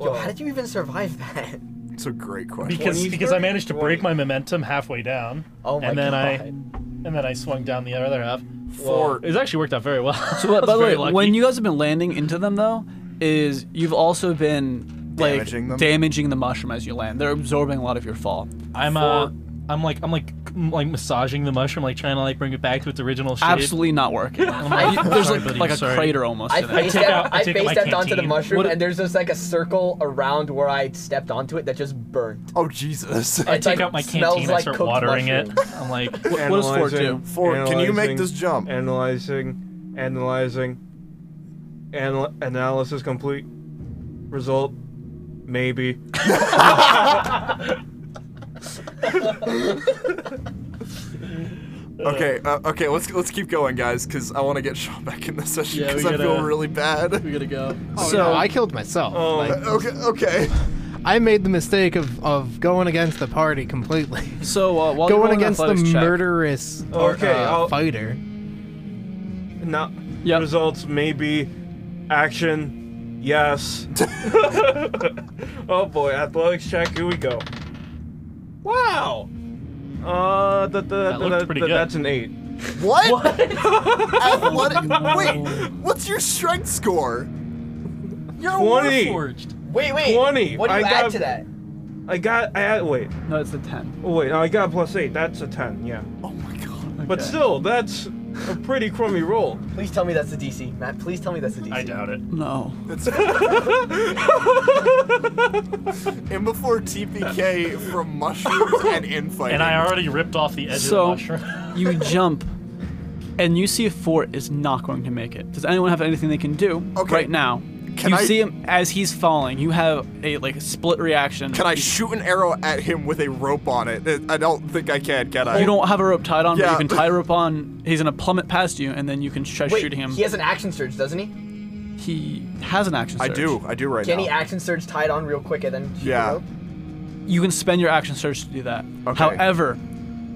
Speaker 5: Yo, how did you even survive that?
Speaker 2: It's a great question.
Speaker 1: Because because I managed to break my momentum halfway down.
Speaker 5: Oh my
Speaker 1: and then I
Speaker 5: God.
Speaker 1: and then I swung down the other half.
Speaker 6: Fort.
Speaker 1: It's actually worked out very well.
Speaker 6: So, uh,
Speaker 1: I was
Speaker 6: by the
Speaker 1: very
Speaker 6: way,
Speaker 1: lucky.
Speaker 6: when you guys have been landing into them, though, is you've also been like
Speaker 1: Damaging them?
Speaker 6: damaging the mushroom as you land. They're absorbing a lot of your fall.
Speaker 1: I'm uh I'm like I'm like m- like massaging the mushroom, like trying to like bring it back to its original shape.
Speaker 6: Absolutely not working.
Speaker 1: I'm like,
Speaker 6: You- there's
Speaker 1: "Sorry,
Speaker 6: like,
Speaker 1: buddy,
Speaker 6: like a
Speaker 1: sorry."
Speaker 6: crater almost.
Speaker 5: I
Speaker 6: in it.
Speaker 5: face stepped, I face stepped onto the mushroom,
Speaker 6: What-
Speaker 5: and there's just like a circle around where I stepped onto it that just burnt.
Speaker 2: Oh Jesus!
Speaker 1: I take out my canteen, I start watering it. I'm like,
Speaker 7: Analyzing,
Speaker 2: Fort, can you make
Speaker 7: analyzing,
Speaker 2: this jump?
Speaker 7: Analyzing, analyzing, anal- analysis complete. Result, maybe.
Speaker 2: Okay, uh, okay, let's let's keep going, guys, because I want to get Sean back in this session
Speaker 16: Yeah, we
Speaker 2: because I
Speaker 16: gotta-
Speaker 2: feel really bad. We
Speaker 6: gotta go.
Speaker 2: Oh,
Speaker 16: so I killed myself. like,
Speaker 2: okay, okay.
Speaker 3: I made the mistake of, of going against the party completely.
Speaker 6: So uh, while you roll
Speaker 3: going
Speaker 6: an
Speaker 3: against the
Speaker 6: athletics check-
Speaker 3: murderous or,
Speaker 7: Okay,
Speaker 3: uh,
Speaker 7: I'll-
Speaker 3: fighter.
Speaker 7: Not results, maybe. Action, yes. oh boy, athletics check. Here we go. Wow. Uh, the, the,
Speaker 17: That looked pretty good.
Speaker 7: That's an eight.
Speaker 2: What? Athletic- Wait, what's your strength score? You're a
Speaker 7: 20.
Speaker 2: warforged.
Speaker 5: Wait, wait.
Speaker 7: 20.
Speaker 5: What do you
Speaker 7: I
Speaker 5: add
Speaker 7: got-
Speaker 5: to that?
Speaker 7: I got. I had, wait.
Speaker 6: No, it's a ten.
Speaker 7: Oh wait, no, I got a plus eight. That's a ten. Yeah. Oh my god. But
Speaker 5: Okay.
Speaker 7: still, that's a pretty crummy roll.
Speaker 5: Please tell me that's the DC, Matt. Please tell me that's the DC. I
Speaker 1: doubt it.
Speaker 6: No.
Speaker 2: and before TPK from mushrooms and infighting.
Speaker 1: and I already ripped off the edge
Speaker 6: So
Speaker 1: of the mushroom.
Speaker 6: you jump, and you see Fort is not going to make it. Does anyone have anything they can do right now?
Speaker 2: Can
Speaker 6: you
Speaker 2: I-
Speaker 6: see him as he's falling. You have a like a split reaction.
Speaker 2: Can I shoot an arrow at him with a rope on it? I I don't think I can. Can I?
Speaker 6: You don't have a rope tied on,
Speaker 2: Yeah.
Speaker 6: but you can tie a rope on. He's gonna plummet past you, and then you can try
Speaker 5: Wait,
Speaker 6: shooting him.
Speaker 5: he has an action surge, doesn't he?
Speaker 6: He has an action
Speaker 2: I
Speaker 6: surge.
Speaker 2: do. I do right
Speaker 5: Can
Speaker 2: now.
Speaker 5: he action surge tie it on real quick and then?
Speaker 2: yeah.
Speaker 6: You can spend your action surge to do that. However,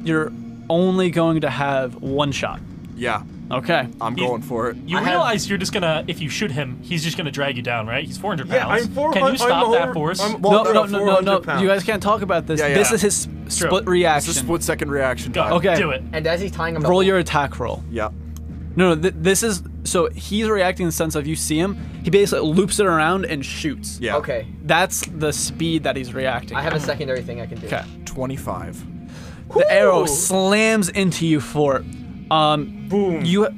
Speaker 6: you're only going to have one shot.
Speaker 2: Yeah.
Speaker 6: Okay.
Speaker 2: I'm
Speaker 1: going
Speaker 2: for it.
Speaker 1: You realize you're just gonna if you shoot him, he's just gonna drag you down, right? He's 400
Speaker 6: Yeah,
Speaker 1: pounds.
Speaker 6: I'm four
Speaker 1: Can
Speaker 6: hun-
Speaker 1: you stop
Speaker 6: I'm
Speaker 1: that
Speaker 6: over-
Speaker 1: force?
Speaker 6: I'm No, over no, no, no, 400 no. pounds. You guys can't talk about this. This is his split reaction.
Speaker 2: It's a split second reaction. time.
Speaker 6: Okay.
Speaker 5: And as he's tying him,
Speaker 6: Roll your attack roll.
Speaker 2: Yeah.
Speaker 6: No, no. Th- this is so he's reacting in the sense of you see him. He basically loops it around and shoots.
Speaker 2: Yeah.
Speaker 5: Okay.
Speaker 6: That's the speed that he's reacting.
Speaker 5: I have a
Speaker 6: at.
Speaker 5: secondary thing I can do.
Speaker 6: Okay.
Speaker 2: 25.
Speaker 6: The arrow slams into you, Fort. Um,
Speaker 7: Boom.
Speaker 6: You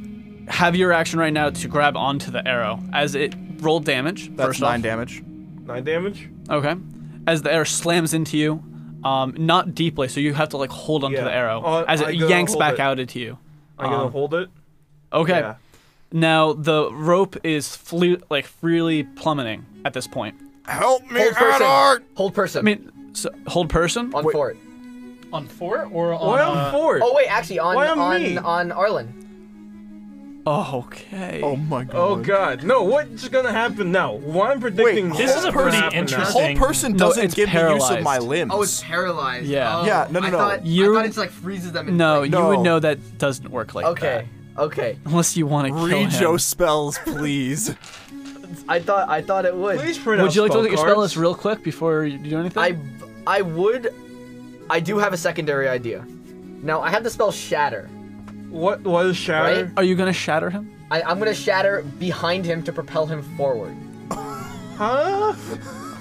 Speaker 6: have your action right now to grab onto the arrow as it rolled damage.
Speaker 2: That's
Speaker 6: first
Speaker 2: nine
Speaker 6: off.
Speaker 2: damage.
Speaker 7: Nine damage.
Speaker 6: Okay. As the arrow slams into you, um, not deeply, so you have to like hold onto
Speaker 7: Yeah.
Speaker 6: the arrow
Speaker 7: Uh,
Speaker 6: as it
Speaker 7: I gotta
Speaker 6: yanks
Speaker 7: hold
Speaker 6: back
Speaker 7: it.
Speaker 6: out into you.
Speaker 7: I'm gonna
Speaker 6: Um,
Speaker 7: hold it.
Speaker 6: Okay.
Speaker 7: Yeah.
Speaker 6: Now the rope is flu- like freely plummeting at this point.
Speaker 2: Help
Speaker 5: Hold person. Hold person.
Speaker 6: I mean, so, hold person.
Speaker 5: on fort.
Speaker 1: On fort or on?
Speaker 5: Why
Speaker 1: uh,
Speaker 5: Oh wait, actually on
Speaker 7: Why on
Speaker 5: on,
Speaker 7: me?
Speaker 5: on, Arlen.
Speaker 6: Oh, okay.
Speaker 2: Oh my god.
Speaker 7: Oh god. No, what's gonna happen now? What I'm predicting.
Speaker 2: Wait,
Speaker 1: This
Speaker 7: whole
Speaker 1: is a pretty
Speaker 7: person-
Speaker 1: interesting-
Speaker 2: Whole person
Speaker 6: No,
Speaker 2: doesn't
Speaker 6: it's
Speaker 2: give me use of my
Speaker 6: paralyzed.
Speaker 2: limbs.
Speaker 5: Oh, it's paralyzed.
Speaker 6: Yeah.
Speaker 5: Oh,
Speaker 2: Yeah, no, no,
Speaker 5: I
Speaker 2: no.
Speaker 5: Thought,
Speaker 6: You're-
Speaker 5: I thought it's like freezes them. In
Speaker 6: No, you would
Speaker 2: No.
Speaker 6: know that doesn't work like that.
Speaker 5: Okay. Okay.
Speaker 6: Unless you want to kill him.
Speaker 2: Read your spells, please.
Speaker 5: I thought I thought it would.
Speaker 7: Please print out
Speaker 6: Would you like to
Speaker 7: spell
Speaker 6: look at your spell
Speaker 7: cards.
Speaker 6: list real quick before you do anything?
Speaker 5: I I would. I do have a secondary idea. Now I have the spell Shatter.
Speaker 7: What was shatter?
Speaker 6: Are you gonna shatter him?
Speaker 5: I, I'm gonna shatter behind him to propel him forward.
Speaker 7: Huh?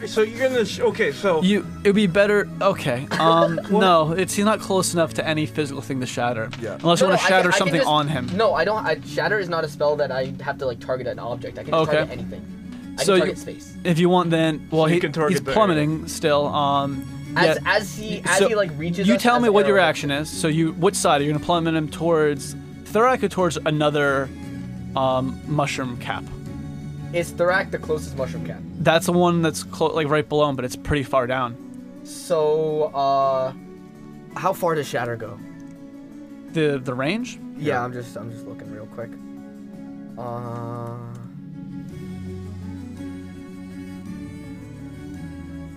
Speaker 7: So you're gonna sh- okay? So
Speaker 6: You. It'd be better. Okay. Um. no, it's he's not close enough to any physical thing to shatter.
Speaker 2: Yeah.
Speaker 6: Unless you
Speaker 5: No,
Speaker 6: want
Speaker 5: no,
Speaker 6: to
Speaker 5: I
Speaker 6: shatter
Speaker 5: can- I can
Speaker 6: something
Speaker 5: just-
Speaker 6: on him.
Speaker 5: No, I don't. I, shatter is not a spell that I have to like target an object. I can just
Speaker 6: Okay.
Speaker 5: target anything. I
Speaker 6: So
Speaker 5: can
Speaker 6: you-
Speaker 5: target space.
Speaker 6: If you want, then well,
Speaker 7: You
Speaker 6: he,
Speaker 7: can target
Speaker 6: he's
Speaker 7: the
Speaker 6: plummeting still. Um.
Speaker 5: As
Speaker 6: yeah.
Speaker 5: as he as
Speaker 6: So
Speaker 5: he like reaches.
Speaker 6: you
Speaker 5: us,
Speaker 6: tell
Speaker 5: as
Speaker 6: me
Speaker 5: the
Speaker 6: what your
Speaker 5: arrow-
Speaker 6: action is. So you, which side are you gonna plummet him towards? Thorac or towards another, um, mushroom cap.
Speaker 5: Is Thorac the closest mushroom cap?
Speaker 6: That's the one that's clo- like right below him, but it's pretty far down.
Speaker 5: So uh, how far does Shatter go?
Speaker 6: The the range.
Speaker 5: Yeah, I'm just I'm just looking real quick. Uh,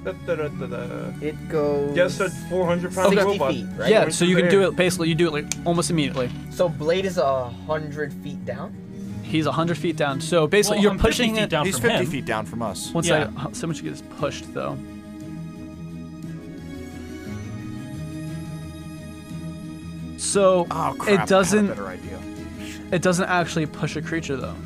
Speaker 7: Da, da, da, da, da.
Speaker 5: it goes.
Speaker 7: Yes, a 400 pound
Speaker 5: 60
Speaker 7: robot.
Speaker 5: feet, right?
Speaker 6: Yeah,
Speaker 7: Right
Speaker 6: so you can
Speaker 7: there.
Speaker 6: do it basically. You do it like almost immediately.
Speaker 5: So Blade is a hundred feet down.
Speaker 6: He's hundred feet down. So basically,
Speaker 1: Well,
Speaker 6: you're
Speaker 1: I'm 50
Speaker 6: pushing
Speaker 1: feet
Speaker 6: it.
Speaker 1: down
Speaker 2: He's
Speaker 1: from
Speaker 2: 50
Speaker 1: him.
Speaker 2: feet down from us.
Speaker 6: Once
Speaker 1: Yeah.
Speaker 6: I, uh, so much gets pushed though. So
Speaker 2: Oh crap! I had
Speaker 6: it
Speaker 2: a
Speaker 6: doesn't.
Speaker 2: better idea.
Speaker 6: It doesn't actually push a creature though.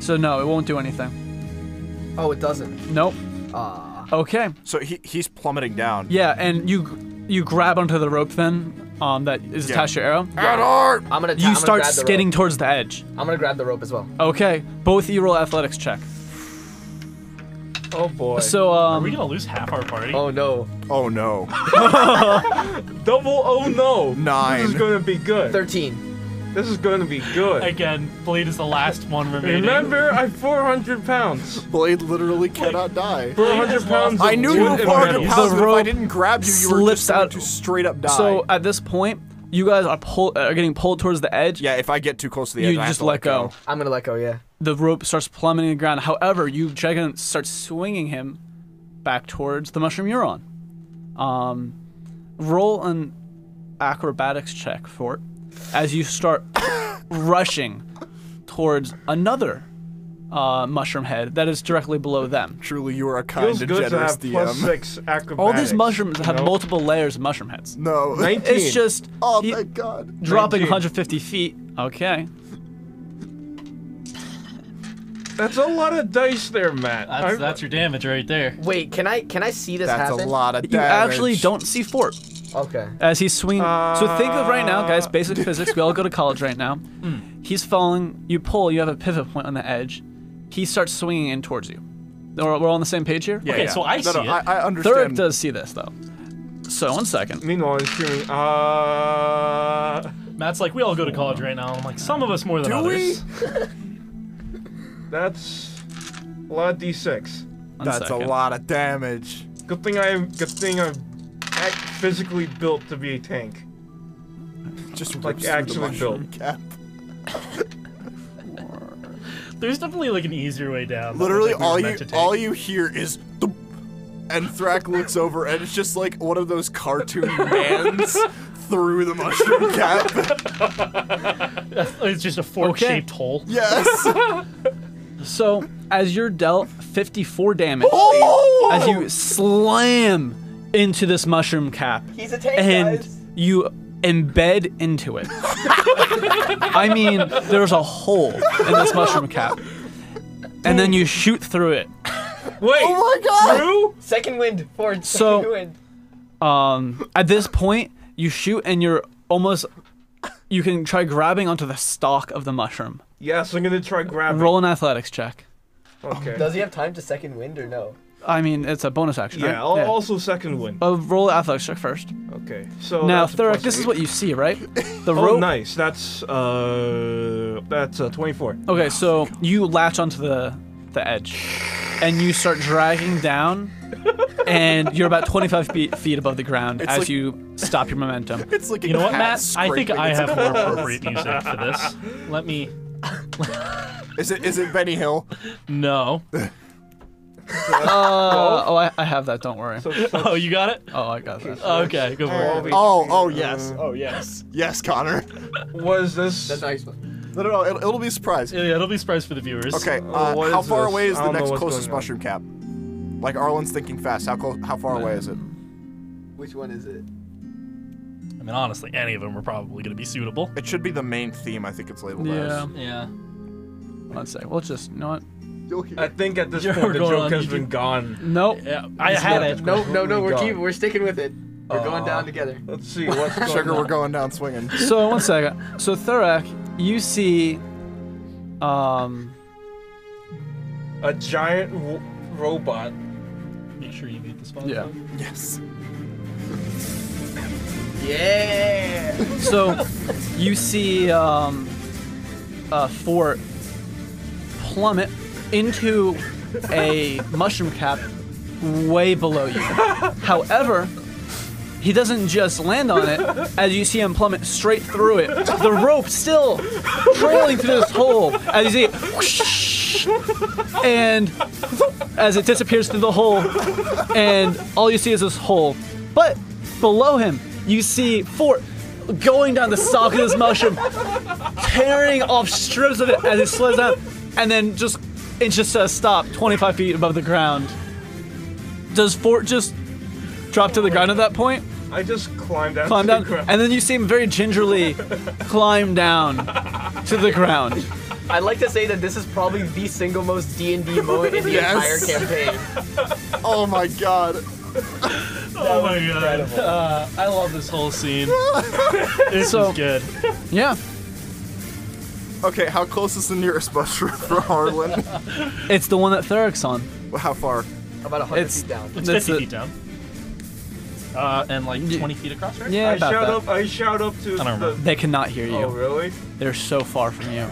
Speaker 6: So no, it won't do anything.
Speaker 5: Oh, it doesn't.
Speaker 6: Nope.
Speaker 5: Uh,
Speaker 6: Okay.
Speaker 2: So he, he's plummeting down.
Speaker 6: Yeah, and you you grab onto the rope then um, that is
Speaker 2: Yeah.
Speaker 6: attached to your arrow.
Speaker 2: Edward!
Speaker 5: I'm gonna. ta- I'm
Speaker 6: You
Speaker 5: gonna
Speaker 6: start
Speaker 5: grab the rope.
Speaker 6: skidding towards the edge.
Speaker 5: I'm gonna grab the rope as well.
Speaker 6: Okay, both of you roll athletics check.
Speaker 7: Oh boy.
Speaker 6: So
Speaker 1: Are
Speaker 6: um,
Speaker 1: we gonna lose half our party?
Speaker 5: Oh no.
Speaker 2: Oh no.
Speaker 7: Double oh no. This is
Speaker 2: Nine.
Speaker 7: gonna be good.
Speaker 5: Thirteen.
Speaker 7: This is gonna be good.
Speaker 1: Again, Blade is the last one remaining.
Speaker 7: Remember, I'm 400 pounds.
Speaker 18: Blade literally cannot die.
Speaker 7: 400 pounds.
Speaker 2: I
Speaker 7: of
Speaker 2: knew
Speaker 7: wood
Speaker 2: you were
Speaker 7: and
Speaker 2: 400
Speaker 7: metal.
Speaker 2: pounds,
Speaker 6: The
Speaker 2: but if I
Speaker 6: rope
Speaker 2: didn't grab you, you were
Speaker 6: slips
Speaker 2: just going
Speaker 6: out-
Speaker 2: to straight up die.
Speaker 6: so at this point, you guys are pull are getting pulled towards the edge.
Speaker 2: yeah, if I get too close to the edge,
Speaker 6: you
Speaker 2: I have
Speaker 6: just
Speaker 2: to
Speaker 6: let go.
Speaker 5: I'm gonna let go. Yeah.
Speaker 6: The rope starts plummeting to the ground. However, you Jagan starts swinging him back towards the mushroom you're on. Um, roll an acrobatics check for it as you start rushing towards another uh, mushroom head that is directly below them.
Speaker 2: Truly, you are a kind
Speaker 7: Feels
Speaker 2: and
Speaker 7: good to
Speaker 2: generous
Speaker 7: have plus
Speaker 2: DM.
Speaker 7: six acrobatics.
Speaker 6: All these mushrooms have
Speaker 7: you know?
Speaker 6: multiple layers of mushroom heads.
Speaker 2: No.
Speaker 7: 19.
Speaker 6: It's just
Speaker 18: Oh,
Speaker 6: he-
Speaker 18: thank God.
Speaker 6: dropping
Speaker 7: 19.
Speaker 6: 150 feet. Okay.
Speaker 7: That's a lot of dice there, Matt.
Speaker 1: That's,
Speaker 7: I'm-
Speaker 1: that's your damage right there.
Speaker 5: Wait, can I can I see this
Speaker 2: That's a
Speaker 5: happen?
Speaker 2: lot of damage.
Speaker 6: You actually don't see Fort
Speaker 5: Okay.
Speaker 6: as he's swinging. so think of right now, guys, basic
Speaker 2: Uh.
Speaker 6: physics. We all go to college right now.
Speaker 2: Hmm.
Speaker 6: He's falling. You pull. You have a pivot point on the edge. He starts swinging in towards you. We're we're all on the same page here?
Speaker 2: Yeah,
Speaker 1: Okay,
Speaker 2: yeah.
Speaker 1: so I
Speaker 2: no,
Speaker 1: see
Speaker 2: no,
Speaker 1: it.
Speaker 2: I, I understand.
Speaker 6: Thurek does see this, though. So, one second.
Speaker 7: Meanwhile, I'm screaming. Ah.
Speaker 1: Matt's like, we all go to college right now. I'm like, some of us more than
Speaker 2: Do we?
Speaker 1: others.
Speaker 7: That's a lot of d6.
Speaker 6: One
Speaker 2: That's a
Speaker 6: second.
Speaker 2: lot of damage.
Speaker 7: Good thing I'm. Good thing I'm act physically built to be a tank.
Speaker 2: Just
Speaker 7: Like,
Speaker 2: rips through the
Speaker 7: actually
Speaker 2: mushroom Cap.
Speaker 1: There's definitely like an easier way down. that
Speaker 2: Literally,
Speaker 1: I think we were
Speaker 2: all you
Speaker 1: meant to take.
Speaker 2: all you hear is. thump, And Thrak looks over, and it's just like one of those cartoon hands through the mushroom cap.
Speaker 1: It's just a fork-shaped hole.
Speaker 2: Yes.
Speaker 6: So, as you're dealt 54 damage,
Speaker 2: Oh!
Speaker 6: as you slam into this mushroom cap,
Speaker 5: He's a tank,
Speaker 6: and
Speaker 5: guys.
Speaker 6: you embed into it. I mean, there's a hole in this mushroom cap, and then you shoot through it.
Speaker 7: Wait. Oh my god. True.
Speaker 5: Second wind. Forward.
Speaker 6: So-
Speaker 5: Second wind.
Speaker 6: Um, at this point, you shoot and you're almost you can try grabbing onto the stalk of the mushroom.
Speaker 7: Yes, I'm gonna try grabbing.
Speaker 6: Roll an athletics check.
Speaker 7: Okay.
Speaker 5: Does he have time to second wind or no?
Speaker 6: I mean, it's a bonus action.
Speaker 7: Yeah,
Speaker 6: right?
Speaker 7: I'll also second win.
Speaker 6: Oh, roll athletics check first.
Speaker 7: Okay. So
Speaker 6: now,
Speaker 7: Oh, that's a
Speaker 6: Thurrock,
Speaker 7: plus
Speaker 6: this is
Speaker 7: eight.
Speaker 6: what you see, right? The
Speaker 7: oh,
Speaker 6: rope.
Speaker 7: nice. That's uh, that's uh, 24.
Speaker 6: Okay, so you latch onto the the edge, and you start dragging down, and you're about 25 feet, feet above the ground
Speaker 1: It's
Speaker 6: as
Speaker 1: like-
Speaker 6: you stop your momentum.
Speaker 1: It's like a You know what, cat Matt? I think scraping I its have more claws. appropriate music for this. Let me.
Speaker 2: Is it is it Benny Hill?
Speaker 1: No.
Speaker 6: Uh, oh, I, I have that. Don't worry.
Speaker 1: oh, you got it.
Speaker 6: Oh, I got that.
Speaker 1: Okay, good work.
Speaker 2: Oh, oh yes.
Speaker 1: oh yes.
Speaker 2: Yes, Connor.
Speaker 7: Was this? That's
Speaker 5: nice.
Speaker 2: No, no, no. It'll, it'll be a surprise.
Speaker 1: Yeah, it'll be a surprise for the viewers.
Speaker 2: Okay.
Speaker 1: Oh,
Speaker 2: Uh,
Speaker 1: what
Speaker 2: how
Speaker 1: is
Speaker 2: far
Speaker 1: this?
Speaker 2: away is
Speaker 1: I
Speaker 2: the
Speaker 1: don't know
Speaker 2: next
Speaker 1: what's
Speaker 2: closest
Speaker 1: going on.
Speaker 2: mushroom cap? Like Arlen's thinking fast. How close? How far away is it?
Speaker 5: Which one is it?
Speaker 1: I mean, honestly, any of them are probably going to be suitable.
Speaker 2: It should be the main theme. I think it's labeled
Speaker 6: Yeah.
Speaker 2: as.
Speaker 1: Yeah.
Speaker 6: One sec. We'll just you know what.
Speaker 5: Uh,
Speaker 7: I think at this
Speaker 6: You're
Speaker 7: point the
Speaker 6: going
Speaker 7: joke
Speaker 6: on
Speaker 7: has
Speaker 6: YouTube.
Speaker 7: been gone.
Speaker 6: Nope.
Speaker 1: I
Speaker 7: It's
Speaker 1: had
Speaker 7: not-
Speaker 1: it.
Speaker 5: No, no, no.
Speaker 7: Completely
Speaker 5: We're
Speaker 7: gone.
Speaker 5: keeping. We're sticking with it. We're going
Speaker 7: Aw.
Speaker 5: down together.
Speaker 7: Let's see what's going
Speaker 2: Sugar,
Speaker 7: on.
Speaker 2: we're going down swinging.
Speaker 6: So one second. So Thurak, you see, um,
Speaker 7: A giant w- robot.
Speaker 1: Make sure you mute the spot.
Speaker 6: Yeah.
Speaker 2: Yes.
Speaker 5: Yeah.
Speaker 6: so you see um, uh, Fort plummet into a mushroom cap way below you. However, he doesn't just land on it. As you see him plummet straight through it, the rope still trailing through this hole. As you see it, whoosh, and as it disappears through the hole, and all you see is this hole. But below him, you see Fort going down the stalk of this mushroom, tearing off strips of it as it slows down, and then just it just says stop 25 feet above the ground. Does Fort just drop to the ground at that point?
Speaker 7: I just climbed out.
Speaker 6: Climb
Speaker 7: to the
Speaker 6: down,
Speaker 7: ground.
Speaker 6: and then you see him very gingerly climb down to the ground.
Speaker 5: I'd like to say that this is probably the single most D and D moment in the
Speaker 2: Yes.
Speaker 5: entire campaign.
Speaker 2: Oh my god.
Speaker 1: Oh my god. Uh, I love this whole scene. this is good.
Speaker 6: Yeah.
Speaker 2: Okay, how close is the nearest mushroom for Harlan?
Speaker 6: It's the one that Thurrock's on.
Speaker 2: how far?
Speaker 5: About 100
Speaker 6: It's-
Speaker 5: feet down.
Speaker 1: It's
Speaker 6: That's
Speaker 1: 50
Speaker 6: the-
Speaker 1: feet down. Uh, and like 20 feet across, right?
Speaker 6: Yeah,
Speaker 7: I
Speaker 6: about
Speaker 7: shout
Speaker 6: that.
Speaker 7: up. I shout up to.
Speaker 6: I don't
Speaker 7: the,
Speaker 6: remember. They cannot hear you.
Speaker 7: Oh really?
Speaker 6: They're so far from you.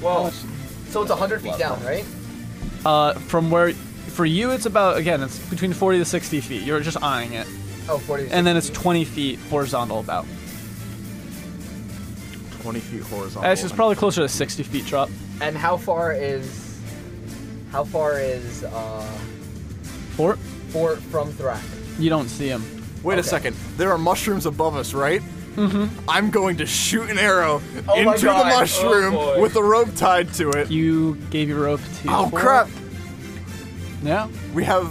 Speaker 7: Well,
Speaker 5: So it's 100 feet down, right?
Speaker 6: Uh, from where, for you, it's about again, it's between 40 to 60 feet. You're just eyeing it,
Speaker 5: Oh, 40.
Speaker 6: and then it's 20 feet horizontal about.
Speaker 2: 20 feet horizontal.
Speaker 6: Actually, it's probably closer to 60 feet drop.
Speaker 5: And how far is how far is uh
Speaker 6: Fort,
Speaker 5: Fort from Thrak?
Speaker 6: you don't see him.
Speaker 2: Wait a
Speaker 5: Okay.
Speaker 2: second. There are mushrooms above us, right?
Speaker 6: Mm-hmm.
Speaker 2: I'm going to shoot an arrow
Speaker 5: Oh my
Speaker 2: into the
Speaker 5: God.
Speaker 2: mushroom
Speaker 7: Oh boy.
Speaker 2: with a rope tied to it.
Speaker 6: You gave your rope to.
Speaker 2: oh
Speaker 6: Fort.
Speaker 2: crap!
Speaker 6: Yeah.
Speaker 2: We have.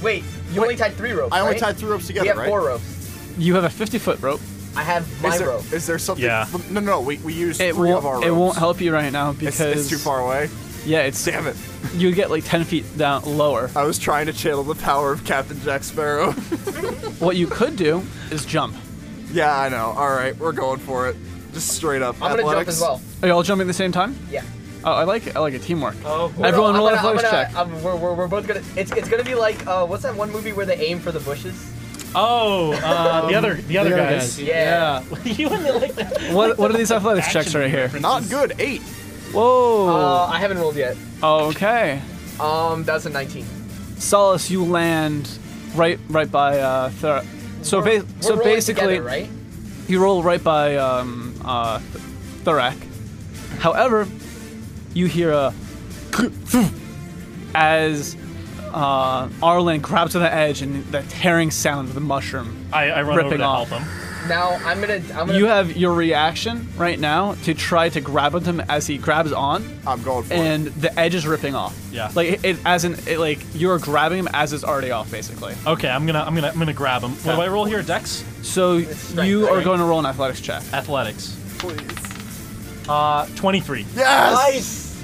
Speaker 5: Wait, you only tied three ropes.
Speaker 2: I only
Speaker 5: right?
Speaker 2: tied three ropes together,
Speaker 5: We have
Speaker 2: right?
Speaker 5: four ropes.
Speaker 6: You have a 50 foot rope.
Speaker 5: I have my
Speaker 2: Is there,
Speaker 5: rope.
Speaker 2: is there something?
Speaker 1: Yeah.
Speaker 2: No, no, no, we, we used
Speaker 6: It
Speaker 2: three of our
Speaker 6: won't.
Speaker 2: ropes.
Speaker 6: It won't help you right now
Speaker 2: It's,
Speaker 6: because
Speaker 2: it's too far away.
Speaker 6: Yeah, it's
Speaker 2: Damn it.
Speaker 6: you get like 10 feet down lower.
Speaker 2: I was trying to channel the power of Captain Jack Sparrow.
Speaker 6: What you could do is jump.
Speaker 2: yeah, I know. All right, we're going for it. Just straight up.
Speaker 5: I'm gonna
Speaker 2: Athletics.
Speaker 5: jump as well.
Speaker 6: Are you all jumping at the same time?
Speaker 5: Yeah.
Speaker 6: Oh, I like it. I like it. Teamwork.
Speaker 7: oh, boy.
Speaker 5: I'm
Speaker 6: Everyone, roll
Speaker 5: gonna- I'm
Speaker 6: athletics
Speaker 5: gonna-
Speaker 6: check.
Speaker 5: I'm- we're, we're, we're both gonna. It's it's gonna be like uh, what's that one movie where they aim for the bushes?
Speaker 1: Oh, uh, the other the other guys.
Speaker 5: Yeah.
Speaker 1: you wouldn't like that.
Speaker 6: What, what are these athletics checks
Speaker 1: Action
Speaker 6: right here?
Speaker 1: references.
Speaker 2: Not good. Eight.
Speaker 6: Whoa.
Speaker 5: Uh, I haven't rolled yet.
Speaker 6: okay.
Speaker 5: Um, that's a 19.
Speaker 6: Solace, you land right right by uh, Thera. So, ba-
Speaker 5: We're
Speaker 6: so
Speaker 5: rolling
Speaker 6: basically,
Speaker 5: together, right?
Speaker 6: you roll right by um, uh, Thorak. However, you hear a as uh, Arlen grabs to the edge and the tearing sound of the mushroom.
Speaker 1: I, I run over
Speaker 6: ripping
Speaker 1: to
Speaker 6: off.
Speaker 1: help him.
Speaker 5: Now I'm gonna I'm gonna
Speaker 6: You have your reaction right now to try to grab onto him as he grabs on.
Speaker 2: I'm going for it.
Speaker 6: and the edge is ripping off.
Speaker 1: Yeah.
Speaker 6: Like it, it as in it, like you're grabbing him as it's already off basically.
Speaker 1: Okay, I'm gonna I'm gonna I'm gonna grab him. What do I roll here? Dex,
Speaker 6: So
Speaker 5: strength,
Speaker 6: you are
Speaker 5: right?
Speaker 6: going to roll an athletics check.
Speaker 1: athletics. Please. Uh, 23.
Speaker 2: Yes.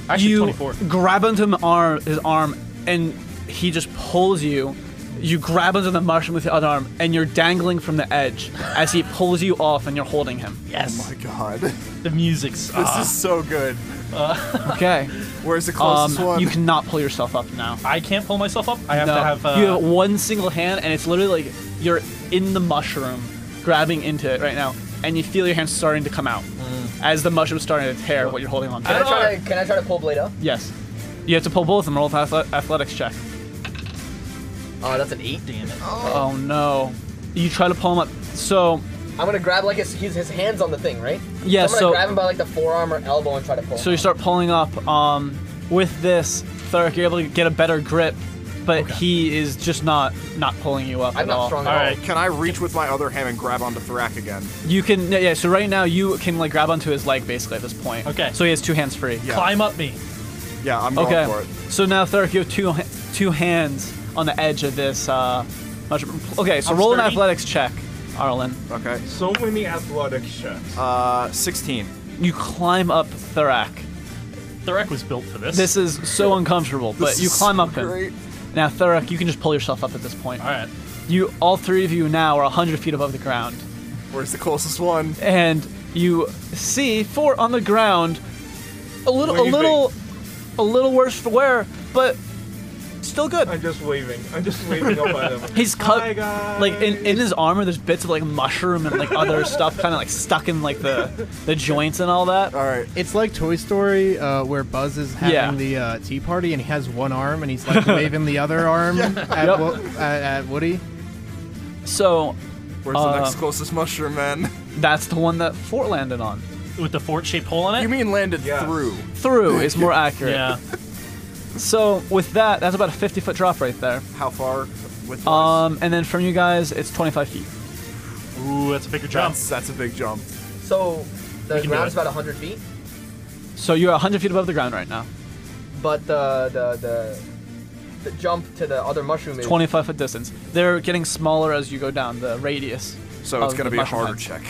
Speaker 5: nice.
Speaker 1: Actually,
Speaker 6: you
Speaker 1: 24.
Speaker 6: grab onto him arm his arm and he just pulls you. you grab onto the mushroom with the other arm, and you're dangling from the edge as he pulls you off, and you're holding him.
Speaker 1: Yes.
Speaker 6: Oh my god.
Speaker 1: The music's. uh,
Speaker 6: This is
Speaker 2: so good.
Speaker 6: okay.
Speaker 2: Where's the
Speaker 1: closest one?
Speaker 6: Um, You cannot pull yourself up now.
Speaker 1: I can't pull myself up. I have
Speaker 6: No,
Speaker 1: to have. Uh,
Speaker 6: you have one single hand, and it's literally like you're in the mushroom, grabbing into it right now, and you feel your hand starting to come out as the mushroom's starting to tear what you're holding on to.
Speaker 5: Can I try to can I try to pull blade up?
Speaker 6: Yes. You have to pull both of them. Roll an athle- athletics check.
Speaker 2: Uh,
Speaker 5: Oh, that's an eight. Damn it.
Speaker 6: Oh. no. You try to pull him up. So
Speaker 5: I'm gonna grab like his he's, his hands on the thing, right? So
Speaker 6: Yeah,
Speaker 5: I'm gonna
Speaker 6: so-
Speaker 5: grab him by like the forearm or elbow and try to pull.
Speaker 6: so you start pulling up. Um, with this, Thurk, you're able to get a better grip, but he is just not not pulling you up at all.
Speaker 2: Can I reach with my other hand and grab onto Thrak again?
Speaker 6: You can yeah. So right now you can like grab onto his leg basically at this point. Okay. So he has two hands free.
Speaker 1: Climb up me.
Speaker 2: Yeah, I'm going
Speaker 6: okay.
Speaker 2: for it.
Speaker 6: So now Thurk, you have two ha- two hands on the edge of this. Uh, mushroom. Okay. So
Speaker 2: I'm
Speaker 6: roll an
Speaker 2: sturdy.
Speaker 6: athletics check, Arlen.
Speaker 2: Okay.
Speaker 7: So many athletics checks.
Speaker 2: Uh, 16.
Speaker 6: You climb up Thurak.
Speaker 1: Thurak was built for this.
Speaker 6: This is so uncomfortable, but
Speaker 1: This
Speaker 6: you
Speaker 1: is
Speaker 6: climb
Speaker 1: so
Speaker 6: up him.
Speaker 1: great.
Speaker 6: Now Thurak, you can just pull yourself up at this point. All
Speaker 1: right.
Speaker 6: You, all three of you now are hundred feet above the ground.
Speaker 2: Where's the closest one?
Speaker 6: And you see four on the ground, a little, a
Speaker 7: Waving.
Speaker 6: little, a little worse for wear, but still good.
Speaker 7: I'm just waving. I'm just waving up at him.
Speaker 6: He's cut
Speaker 7: Hi, guys.
Speaker 6: like in, in his armor. There's bits of like mushroom and like other stuff kind of like stuck in like the the joints and all that.
Speaker 2: All right.
Speaker 3: It's like Toy Story uh, where Buzz is having
Speaker 6: Yeah.
Speaker 3: the uh, tea party and he has one arm and he's like waving the other arm at,
Speaker 6: Yep.
Speaker 3: Wo- at, at Woody.
Speaker 6: So,
Speaker 2: Where's the
Speaker 6: Uh,
Speaker 2: next closest mushroom, man?
Speaker 6: That's the one that Fort landed on.
Speaker 1: With the fort-shaped hole in it.
Speaker 2: You mean landed through?
Speaker 6: Through is more accurate.
Speaker 1: Yeah.
Speaker 6: So with that, that's about a 50 foot drop right there.
Speaker 2: How far? With
Speaker 6: um, and then from you guys, it's 25 feet.
Speaker 1: Ooh, that's a bigger jump.
Speaker 2: That's, that's a big jump.
Speaker 5: So the
Speaker 6: can do
Speaker 5: ground's
Speaker 6: it.
Speaker 5: about 100 feet,
Speaker 6: So you're 100 feet above the ground right now.
Speaker 5: but the the the, the jump to the other mushroom is
Speaker 6: 25 foot distance. They're getting smaller as you go down the radius.
Speaker 2: So it's
Speaker 6: of
Speaker 2: gonna
Speaker 6: Oh, the
Speaker 2: be a
Speaker 6: mushroom
Speaker 2: harder
Speaker 6: heads.
Speaker 2: check.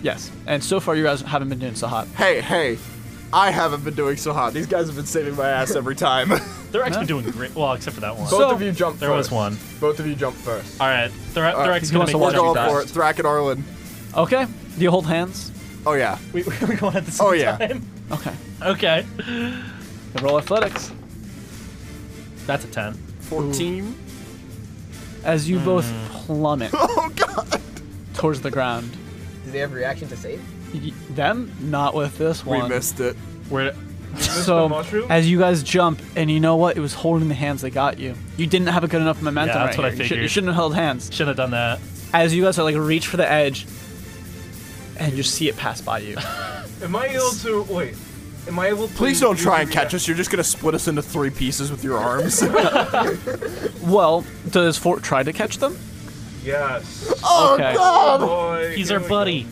Speaker 6: Yes. And so far, you guys haven't been doing so hot.
Speaker 2: Hey, hey. I haven't been doing so hot. These guys have been saving my ass every time.
Speaker 1: They're actually doing great. Well, except for that one.
Speaker 2: Both
Speaker 8: of you jump
Speaker 1: There was
Speaker 8: first.
Speaker 1: one.
Speaker 8: Both of you jump first.
Speaker 1: All right. Thur-
Speaker 8: All right,
Speaker 1: Thurak's
Speaker 8: he
Speaker 1: gonna make
Speaker 8: wants to watch
Speaker 1: that jump.
Speaker 8: you die.
Speaker 2: for it. Thrak and Arlen.
Speaker 6: Okay. Do you hold hands?
Speaker 2: Oh, yeah.
Speaker 1: We, we're going at the same
Speaker 2: Oh, yeah.
Speaker 1: time.
Speaker 6: Okay.
Speaker 1: Okay.
Speaker 6: Roll athletics.
Speaker 1: That's a 10.
Speaker 2: 14.
Speaker 6: As you both
Speaker 1: Hmm.
Speaker 6: plummet
Speaker 2: Oh god.
Speaker 6: towards the ground.
Speaker 5: Do they have reaction to save?
Speaker 6: Y- Them? Not with this
Speaker 5: We
Speaker 6: one.
Speaker 2: missed it.
Speaker 1: Where?
Speaker 6: So as you guys jump, and you know what? It was holding the hands that got you. You didn't have a good enough momentum.
Speaker 1: Yeah, that's
Speaker 6: right
Speaker 1: what I
Speaker 6: here. You should- You,
Speaker 1: figured.
Speaker 6: shouldn't have held hands.
Speaker 1: Shouldn't have done that.
Speaker 6: As you guys are like reach for the edge, and you see it pass by you.
Speaker 7: Am I able to wait? Am I able to?
Speaker 2: Please don't
Speaker 7: use
Speaker 2: try
Speaker 7: the
Speaker 2: and catch us. You're just gonna split us into three pieces with your arms.
Speaker 6: well, does Fort try to catch them?
Speaker 7: Yes.
Speaker 2: Oh,
Speaker 6: Okay.
Speaker 2: God.
Speaker 7: Boy,
Speaker 1: He's
Speaker 7: here
Speaker 1: our
Speaker 7: we
Speaker 1: buddy.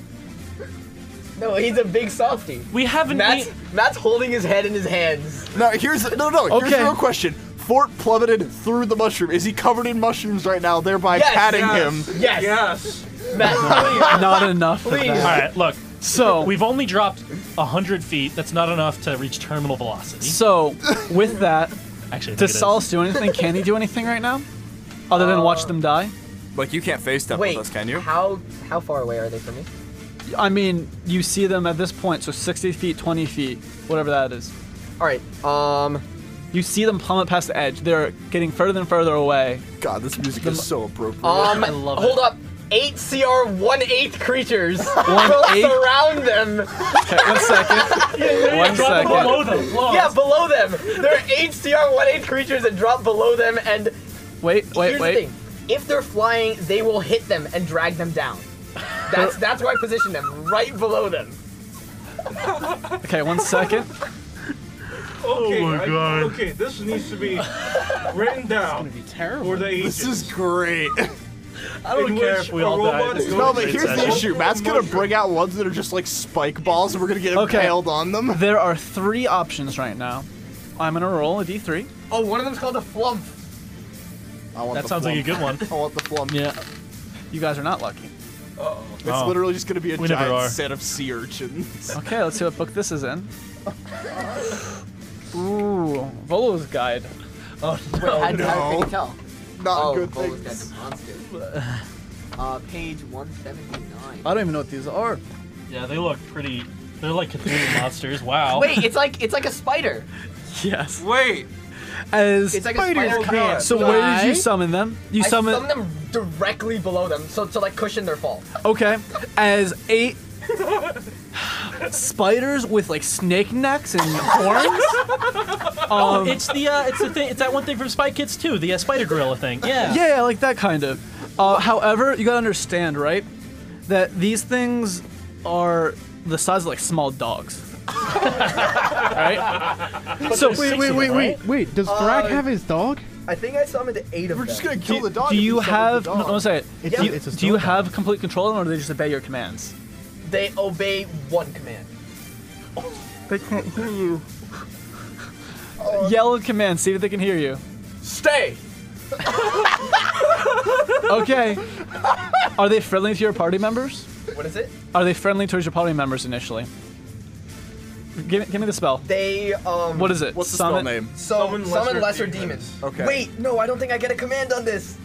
Speaker 5: No, he's a big softy.
Speaker 1: We haven't.
Speaker 5: Matt's, Matt's holding his head in his hands.
Speaker 2: now here's no no. Here's
Speaker 5: Okay.
Speaker 2: the real question. Fort plummeted through the mushroom. Is he covered in mushrooms right now, thereby patting him?
Speaker 5: Yes.
Speaker 7: Yes.
Speaker 5: Matt,
Speaker 6: Not- not enough. for
Speaker 1: All
Speaker 6: that.
Speaker 1: right, look.
Speaker 6: So
Speaker 1: we've only dropped hundred feet. That's not enough to reach terminal velocity.
Speaker 6: So with that,
Speaker 1: Actually, I think it
Speaker 6: does
Speaker 1: is.
Speaker 6: Solace do anything? Can he do anything right now, other than watch them die?
Speaker 2: Like you can't face step
Speaker 5: Wait,
Speaker 2: with us, can you?
Speaker 5: How how far away are they from me?
Speaker 6: I mean, you see them at this point, so 60 feet, 20 feet, whatever that is.
Speaker 5: All right. Um,
Speaker 6: you see them plummet past the edge. They're getting further and further away.
Speaker 2: God, this music is so appropriate.
Speaker 5: Um,
Speaker 6: I love
Speaker 5: hold
Speaker 6: it.
Speaker 5: up. Eight CR one eighth creatures
Speaker 6: One
Speaker 5: will
Speaker 6: eighth?
Speaker 5: surround them.
Speaker 6: Okay, one second.
Speaker 5: Yeah,
Speaker 6: One
Speaker 5: drop
Speaker 6: second.
Speaker 5: below them. Yeah, below them. There are eight CR one eighth creatures that drop below them, and
Speaker 6: wait, wait,
Speaker 5: here's
Speaker 6: wait.
Speaker 5: The thing. If they're flying, they will hit them and drag them down. That's that's where I position them, right below them.
Speaker 6: Okay, one second.
Speaker 7: Okay,
Speaker 6: Oh my
Speaker 7: I-
Speaker 6: God.
Speaker 7: okay, this needs to be written down. It's gonna be terrible. For the ages.
Speaker 2: This is great.
Speaker 1: I don't
Speaker 7: In
Speaker 1: care
Speaker 7: which
Speaker 1: if we
Speaker 7: a
Speaker 1: all die.
Speaker 7: robot is
Speaker 2: No,
Speaker 7: going
Speaker 2: but
Speaker 7: to
Speaker 2: here's the
Speaker 7: exist.
Speaker 2: issue. Matt's gonna bring out ones that are just like spike balls, and we're gonna get
Speaker 6: Okay.
Speaker 2: impaled on them.
Speaker 6: There are three options right now. I'm gonna roll a d3.
Speaker 5: Oh, one of them's called a flump.
Speaker 2: I want
Speaker 6: That
Speaker 2: the
Speaker 6: sounds like a
Speaker 2: flump.
Speaker 6: good one.
Speaker 2: I want the flump.
Speaker 6: Yeah. You guys are not lucky.
Speaker 2: It's literally just gonna be a
Speaker 6: We never are.
Speaker 2: giant set of sea urchins.
Speaker 6: Okay, let's see what book this is in. Ooh, Volo's Guide.
Speaker 5: Wait, how, how can you tell?
Speaker 2: not
Speaker 5: oh,
Speaker 2: good
Speaker 5: oh,
Speaker 2: things.
Speaker 5: that's monster. Uh, page 179.
Speaker 1: I don't even know what these are. Yeah, they look pretty. They're like Cthulhu monsters. Wow.
Speaker 5: Wait, it's like it's like a spider.
Speaker 6: Yes.
Speaker 5: Wait.
Speaker 6: As
Speaker 5: It's like a spider
Speaker 6: spiders-
Speaker 5: climb.
Speaker 6: So where did
Speaker 5: I-
Speaker 6: you summon them? You
Speaker 5: I
Speaker 6: summon.
Speaker 5: summoned them directly below them, so to like cushion their fall.
Speaker 6: Okay. As eight spiders with like snake necks and horns.
Speaker 1: Oh,
Speaker 6: Um,
Speaker 1: it's the uh, it's the thing. It's that one thing from Spy Kids too. The uh, spider gorilla thing. Yeah.
Speaker 6: yeah, like that kind of. Uh, however, you gotta understand, right? That these things are the size of like small dogs. right?
Speaker 3: So wait, wait, wait, wait, wait. Does Thrak have his dog?
Speaker 5: I think I summoned eight of them. We're
Speaker 2: just gonna kill the dog.
Speaker 6: Do
Speaker 2: if
Speaker 6: you
Speaker 2: we summon
Speaker 6: have?
Speaker 2: The
Speaker 6: No,
Speaker 2: dog.
Speaker 6: no, sorry.
Speaker 5: It's-
Speaker 6: do you,
Speaker 5: it's a
Speaker 6: do you have complete control, or do they just obey your commands?
Speaker 5: They obey one command.
Speaker 6: They can't hear you. Yell a command. See if they can hear you.
Speaker 5: Stay.
Speaker 6: Okay. Are they friendly to your party members?
Speaker 5: What is it?
Speaker 6: Are they friendly towards your party members initially? Give, me- give me the spell.
Speaker 5: They um.
Speaker 6: What is it? What's the spell Summon- name?
Speaker 5: So summon lesser, demons.
Speaker 6: Okay.
Speaker 5: Wait, no, I don't think I get a command on this.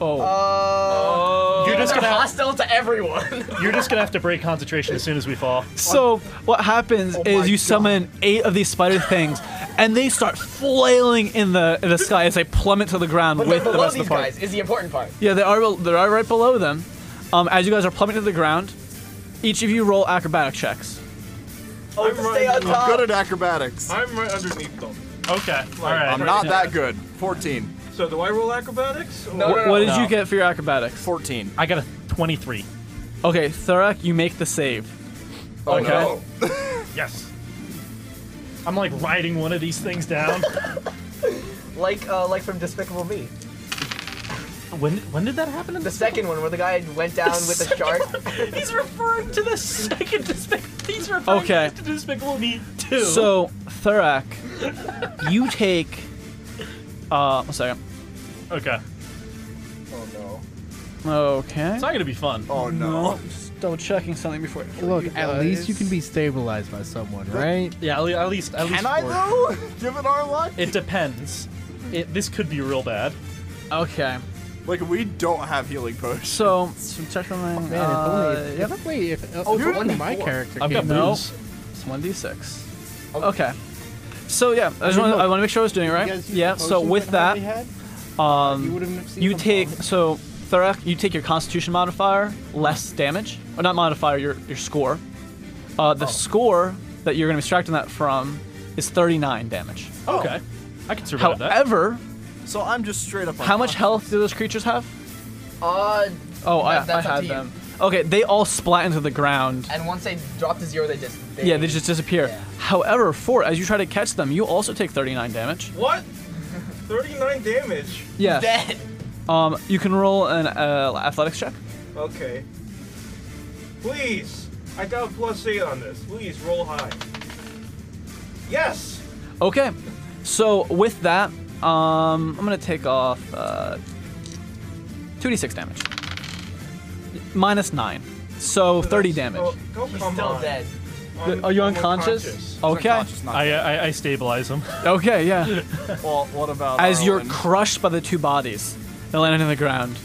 Speaker 6: Oh.
Speaker 5: Uh,
Speaker 1: You're just
Speaker 5: they're
Speaker 1: gonna-
Speaker 5: hostile to everyone.
Speaker 1: You're just gonna have to break concentration as soon as we fall.
Speaker 6: So what happens
Speaker 5: oh
Speaker 6: is you summon eight of these spider things, and they start flailing in the in the sky as they plummet to the ground
Speaker 5: but they're
Speaker 6: with the
Speaker 5: below
Speaker 6: rest
Speaker 5: these
Speaker 6: of the party.
Speaker 5: guys is the important part.
Speaker 6: Yeah, they are they are right below them. Um, as you guys are plummeting to the ground, each of you roll acrobatic checks.
Speaker 5: Oh,
Speaker 2: I'm
Speaker 5: to
Speaker 2: right
Speaker 5: stay on
Speaker 2: under- I'm
Speaker 5: top.
Speaker 2: good at acrobatics.
Speaker 7: I'm right underneath them.
Speaker 1: Okay.
Speaker 2: I'm not that good. 14.
Speaker 7: So do I roll acrobatics? or-
Speaker 6: Wh- what did you get for your acrobatics?
Speaker 2: 14.
Speaker 1: I got a 23.
Speaker 6: Okay, Thurak, you make the save.
Speaker 1: Oh, no. Yes. I'm like riding one of these things down.
Speaker 5: Like uh, like from Despicable Me.
Speaker 1: when when did that happen?
Speaker 5: The second one where the guy went down with the shark.
Speaker 1: He's referring to the second Despicable. He's referring
Speaker 6: Okay.
Speaker 1: to Despicable Me too.
Speaker 6: So, Thurak, you take. Uh, one second.
Speaker 1: Okay.
Speaker 2: Oh no.
Speaker 6: Okay.
Speaker 1: It's not gonna be fun.
Speaker 2: Oh
Speaker 6: No, I'm just double checking something before.
Speaker 3: Look, at least you can be stabilized by someone, right?
Speaker 1: Yeah, at le- at least. At least
Speaker 2: Can I
Speaker 1: four.
Speaker 2: though? Given our luck?
Speaker 1: It depends. It, this could be real bad.
Speaker 6: Okay.
Speaker 2: Like we don't have healing potions.
Speaker 6: So, some check on my. uh,
Speaker 3: Man, if only. If, if, wait, if,
Speaker 6: Oh,
Speaker 3: uh, if only my character
Speaker 6: I've got
Speaker 3: came out.
Speaker 6: moves. It's one d six. Okay. So yeah, I just
Speaker 3: mean,
Speaker 6: want
Speaker 3: look,
Speaker 6: I want to make sure I was doing it
Speaker 3: you
Speaker 6: right.
Speaker 3: guys used
Speaker 6: Yeah.
Speaker 3: the
Speaker 6: So
Speaker 3: potions
Speaker 6: with
Speaker 3: that
Speaker 6: that,
Speaker 3: Harvey you
Speaker 6: um,
Speaker 3: wouldn't have seen
Speaker 6: you
Speaker 3: them
Speaker 6: take so Thurak, you take your Constitution modifier less damage, or not modifier, your your score. Uh, the score that you're going to be subtracting that from is 39 damage.
Speaker 2: Oh.
Speaker 1: Okay. I can survive that.
Speaker 6: However,
Speaker 2: So I'm just straight up.
Speaker 6: how much health do those creatures have?
Speaker 5: Uh,
Speaker 6: Oh, I,
Speaker 5: that-
Speaker 6: I
Speaker 5: that's up to
Speaker 6: had
Speaker 5: you.
Speaker 6: them. Okay, they all splat into the ground.
Speaker 5: And once they drop to zero, they just. They,
Speaker 6: yeah, they just disappear. However, four, as you try to catch them, you also take 39 damage.
Speaker 7: What? 39 damage.
Speaker 6: Yes. Um, you can roll an uh, athletics check.
Speaker 7: Okay. Please. I got a plus eight on this. Please roll high. Yes.
Speaker 6: Okay. So with that, um, I'm gonna take off uh, 2d6 damage, minus nine, so 30 damage.
Speaker 7: Oh, go, come
Speaker 5: still
Speaker 7: on.
Speaker 5: dead.
Speaker 7: I'm-
Speaker 6: Are you
Speaker 7: oh, I'm
Speaker 6: unconscious? Okay.
Speaker 1: I, I I stabilize him.
Speaker 6: Okay. Yeah.
Speaker 2: Well, what about
Speaker 6: As you're
Speaker 2: Arlen?
Speaker 6: crushed by the two bodies, they land on the ground.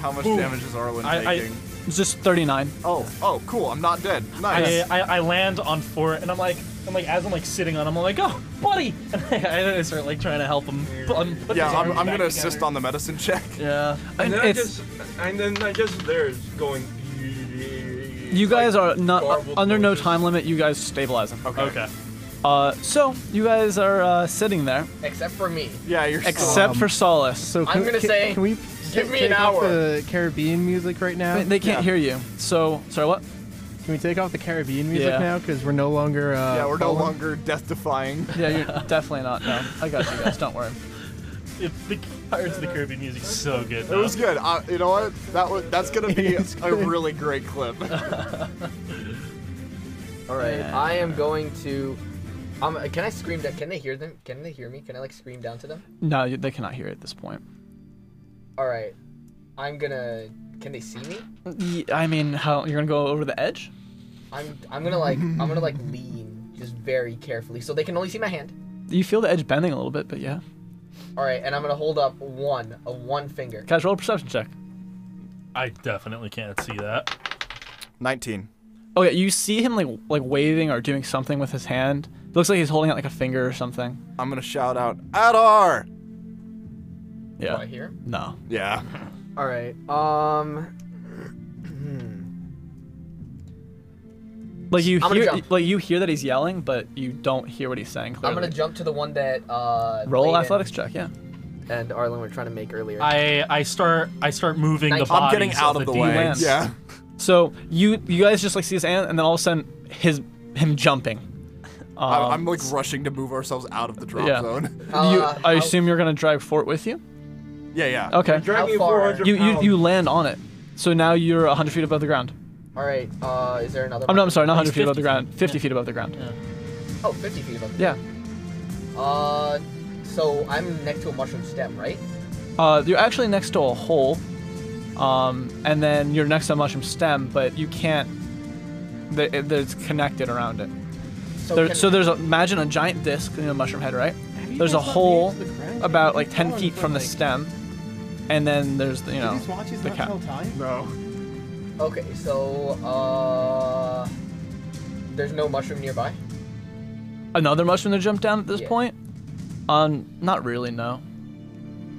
Speaker 2: How much
Speaker 1: Ooh.
Speaker 2: damage is Arlen
Speaker 1: I- I-
Speaker 2: taking?
Speaker 6: It's just 39.
Speaker 2: Oh, oh, cool. I'm not dead. Nice.
Speaker 1: I, I, I land on four and I'm like I'm like as I'm like sitting on him I'm like oh buddy and I, I start like trying to help him. pu- I'm putting
Speaker 2: yeah,
Speaker 1: his
Speaker 2: I'm,
Speaker 1: arms
Speaker 2: I'm
Speaker 1: back
Speaker 2: gonna
Speaker 1: together.
Speaker 2: assist on the medicine check.
Speaker 6: Yeah.
Speaker 7: And
Speaker 6: And
Speaker 7: then I
Speaker 6: Oh, it's-
Speaker 7: just, and then I just there's going.
Speaker 6: You guys are not uh,
Speaker 7: garbled
Speaker 6: under no time limit. You guys stabilize them.
Speaker 2: Okay.
Speaker 1: Okay.
Speaker 6: Uh, so you guys are uh, sitting there,
Speaker 5: Except for me.
Speaker 2: Yeah, you're.
Speaker 6: except
Speaker 7: Um,
Speaker 6: for Solace. So
Speaker 5: I'm gonna say.
Speaker 3: Can we
Speaker 5: give me
Speaker 3: take
Speaker 5: an
Speaker 3: off
Speaker 5: hour.
Speaker 3: the Caribbean music right now?
Speaker 6: they can't hear you. So sorry, what?
Speaker 3: Can we take off the Caribbean music
Speaker 6: Yeah.
Speaker 3: now? Because we're no longer. Uh,
Speaker 2: yeah, we're no
Speaker 3: fallen?
Speaker 2: longer death-defying.
Speaker 6: Yeah, you're definitely not. No, I got you guys. Don't worry.
Speaker 1: It, the Pirates of the Caribbean music is so good.
Speaker 2: It was good. Uh, you know what? That was that's gonna be a really great clip.
Speaker 5: All right, I am going to. Um, can I scream? That, can they hear them? Can they hear me? Can I like scream down to them?
Speaker 6: No, you- they cannot hear at this point.
Speaker 5: All right, I'm gonna. Can they see me?
Speaker 6: Y- I mean, how you're gonna go over the edge?
Speaker 5: I'm. I'm gonna like. I'm gonna like lean just very carefully so they can only see my hand.
Speaker 6: You feel the edge bending a little bit, but yeah.
Speaker 5: All right, and I'm gonna hold up one, a one finger.
Speaker 6: Guys, roll a perception check.
Speaker 1: I definitely can't see that.
Speaker 2: 19.
Speaker 6: Oh yeah, you see him like like waving or doing something with his hand. looks like he's holding out like a finger or something.
Speaker 2: I'm gonna shout out, Adar.
Speaker 6: Yeah.
Speaker 5: Do I hear?
Speaker 6: No.
Speaker 2: Yeah.
Speaker 5: All right. Um.
Speaker 6: Like you
Speaker 5: I'm gonna
Speaker 6: hear
Speaker 5: jump.
Speaker 6: like you hear that he's yelling, but you don't hear what he's saying
Speaker 5: I'm
Speaker 6: clearly.
Speaker 5: gonna jump to the one that uh.
Speaker 6: roll
Speaker 5: Layden
Speaker 6: athletics check. Yeah.
Speaker 5: And Arlen were trying to make earlier.
Speaker 1: I I start I start moving the bodies demons.
Speaker 6: So you you guys just like see his hand, and then all of a sudden his him jumping.
Speaker 2: I-
Speaker 6: Um,
Speaker 2: I'm like rushing to move ourselves out of the drop
Speaker 6: yeah.
Speaker 2: zone.
Speaker 5: Uh,
Speaker 6: you, I assume you're gonna drag Fort with you.
Speaker 2: yeah, yeah.
Speaker 6: Okay.
Speaker 5: How you far? 400
Speaker 6: You you,
Speaker 5: pounds.
Speaker 19: Um,
Speaker 6: you land on it. So now you're 100 feet above the ground.
Speaker 5: All right. Uh, is there another?
Speaker 6: I'm, no, I'm
Speaker 5: one?
Speaker 6: sorry, not 100 feet above the ground. 50 feet above the ground.
Speaker 5: Oh, 50 feet above.
Speaker 6: Yeah.
Speaker 5: Uh, so I'm next to a mushroom stem, right?
Speaker 6: Uh, you're actually next to a hole, um, and then you're next to a mushroom stem, but you can't. th- it- There's connected around it.
Speaker 5: So
Speaker 19: Oh,
Speaker 6: There-
Speaker 5: can-
Speaker 6: so there's a, imagine a giant disc, you know, mushroom head, right?
Speaker 19: you
Speaker 6: There's a
Speaker 19: guys not
Speaker 6: hole
Speaker 19: used the ground?
Speaker 6: about like 10
Speaker 19: Going
Speaker 6: feet
Speaker 19: for,
Speaker 6: from the
Speaker 19: like-
Speaker 6: stem, and then there's the, you know the cap.
Speaker 19: time?
Speaker 16: No.
Speaker 5: Okay, so uh, there's no mushroom nearby.
Speaker 6: Another mushroom that jumped down at this
Speaker 5: Yeah.
Speaker 6: point. Um, not really, no.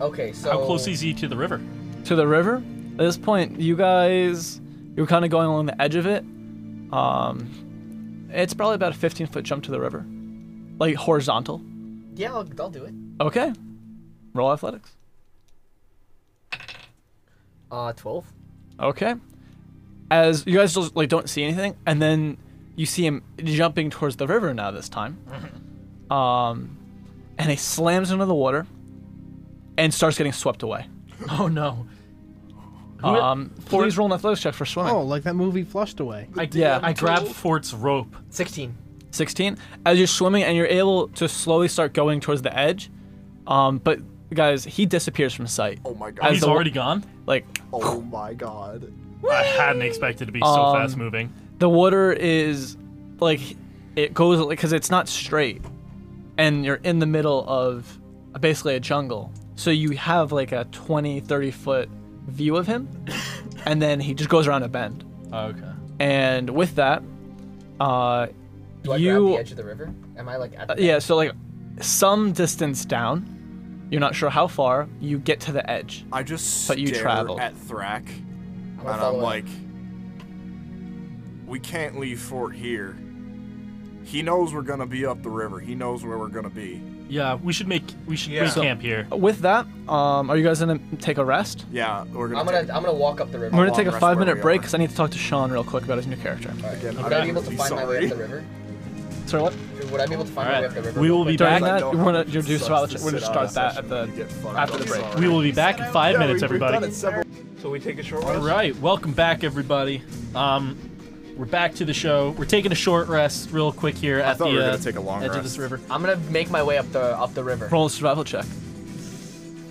Speaker 5: Okay, so
Speaker 1: How close is he to the river?
Speaker 6: to the river. At this point, you guys you're kind of going along the edge of it. Um, it's probably about a 15 foot jump to the river, like horizontal.
Speaker 5: Yeah, I'll, I'll do it.
Speaker 6: Okay, roll athletics.
Speaker 5: Uh, 12.
Speaker 6: Okay, as you guys just like don't see anything, and then you see him jumping towards the river now this time.
Speaker 1: Mm-hmm.
Speaker 6: Um, and he slams into the water and starts getting swept away.
Speaker 1: Oh no. Who-
Speaker 6: Um, please roll an athletics check for swimming.
Speaker 3: Oh, like that movie Flushed Away.
Speaker 1: I,
Speaker 6: Yeah.
Speaker 1: I grabbed Fort's rope.
Speaker 5: 16.
Speaker 6: 16 as you're swimming and you're able to slowly start going towards the edge um but guys he disappears from sight oh
Speaker 16: my
Speaker 1: He's already gone.
Speaker 6: like
Speaker 16: Oh my god.
Speaker 1: I hadn't expected to be so
Speaker 6: um,
Speaker 1: fast moving.
Speaker 6: the water is like it goes because it's not straight and you're in the middle of basically a jungle so you have like a 20 30 foot view of him and then he just goes around a bend
Speaker 1: Okay.
Speaker 6: and with that uh
Speaker 5: Oh, Do I
Speaker 6: you
Speaker 5: grab the edge of the river? Am I like at
Speaker 6: Uh,
Speaker 5: the
Speaker 6: yeah, so like some distance down, you're not sure how far, you get to the edge.
Speaker 2: I just
Speaker 6: But you
Speaker 2: stare
Speaker 6: traveled.
Speaker 2: at Thrak, and
Speaker 5: gonna
Speaker 2: I'm
Speaker 5: follow him.
Speaker 2: like, we can't leave Fort here. He knows we're gonna be up the river. He knows where we're gonna be.
Speaker 1: Yeah, we should make we should make
Speaker 6: So-
Speaker 1: camp here.
Speaker 6: With that, um, are you guys gonna take a rest?
Speaker 2: Yeah, we're
Speaker 5: I'm gonna I'm gonna walk up the river.
Speaker 6: We're gonna take a five minute break because I need to talk to Sean real quick about his new character.
Speaker 5: Alright,
Speaker 1: Again,
Speaker 5: Would
Speaker 1: I'm
Speaker 5: I be able to
Speaker 1: really
Speaker 5: find my way
Speaker 1: sorry.
Speaker 5: up the river?
Speaker 6: Sorry, what?
Speaker 5: Would I be able to find my way up the river?
Speaker 1: We
Speaker 5: real
Speaker 1: will
Speaker 5: quick?
Speaker 1: be
Speaker 6: During
Speaker 1: back.
Speaker 6: that,
Speaker 1: No,
Speaker 6: we're gonna,
Speaker 1: I'm
Speaker 6: you're
Speaker 1: just
Speaker 6: do some
Speaker 1: about
Speaker 6: other
Speaker 1: to
Speaker 6: check- we're gonna
Speaker 1: sit
Speaker 6: start
Speaker 1: out
Speaker 6: that
Speaker 1: of
Speaker 6: at the after the break.
Speaker 1: We will be back in five
Speaker 7: Yeah,
Speaker 1: minutes,
Speaker 7: we- we've done
Speaker 1: everybody.
Speaker 7: it several- So we take a short
Speaker 1: All
Speaker 7: rest.
Speaker 1: right, welcome back, everybody. Um, we're back to the show. We're taking a short rest, real quick here at
Speaker 2: thought
Speaker 1: the
Speaker 2: we were
Speaker 1: uh,
Speaker 2: gonna take a long
Speaker 1: edge of
Speaker 2: rest.
Speaker 1: this river.
Speaker 5: I'm gonna make my way up the up the river.
Speaker 6: Roll a survival check.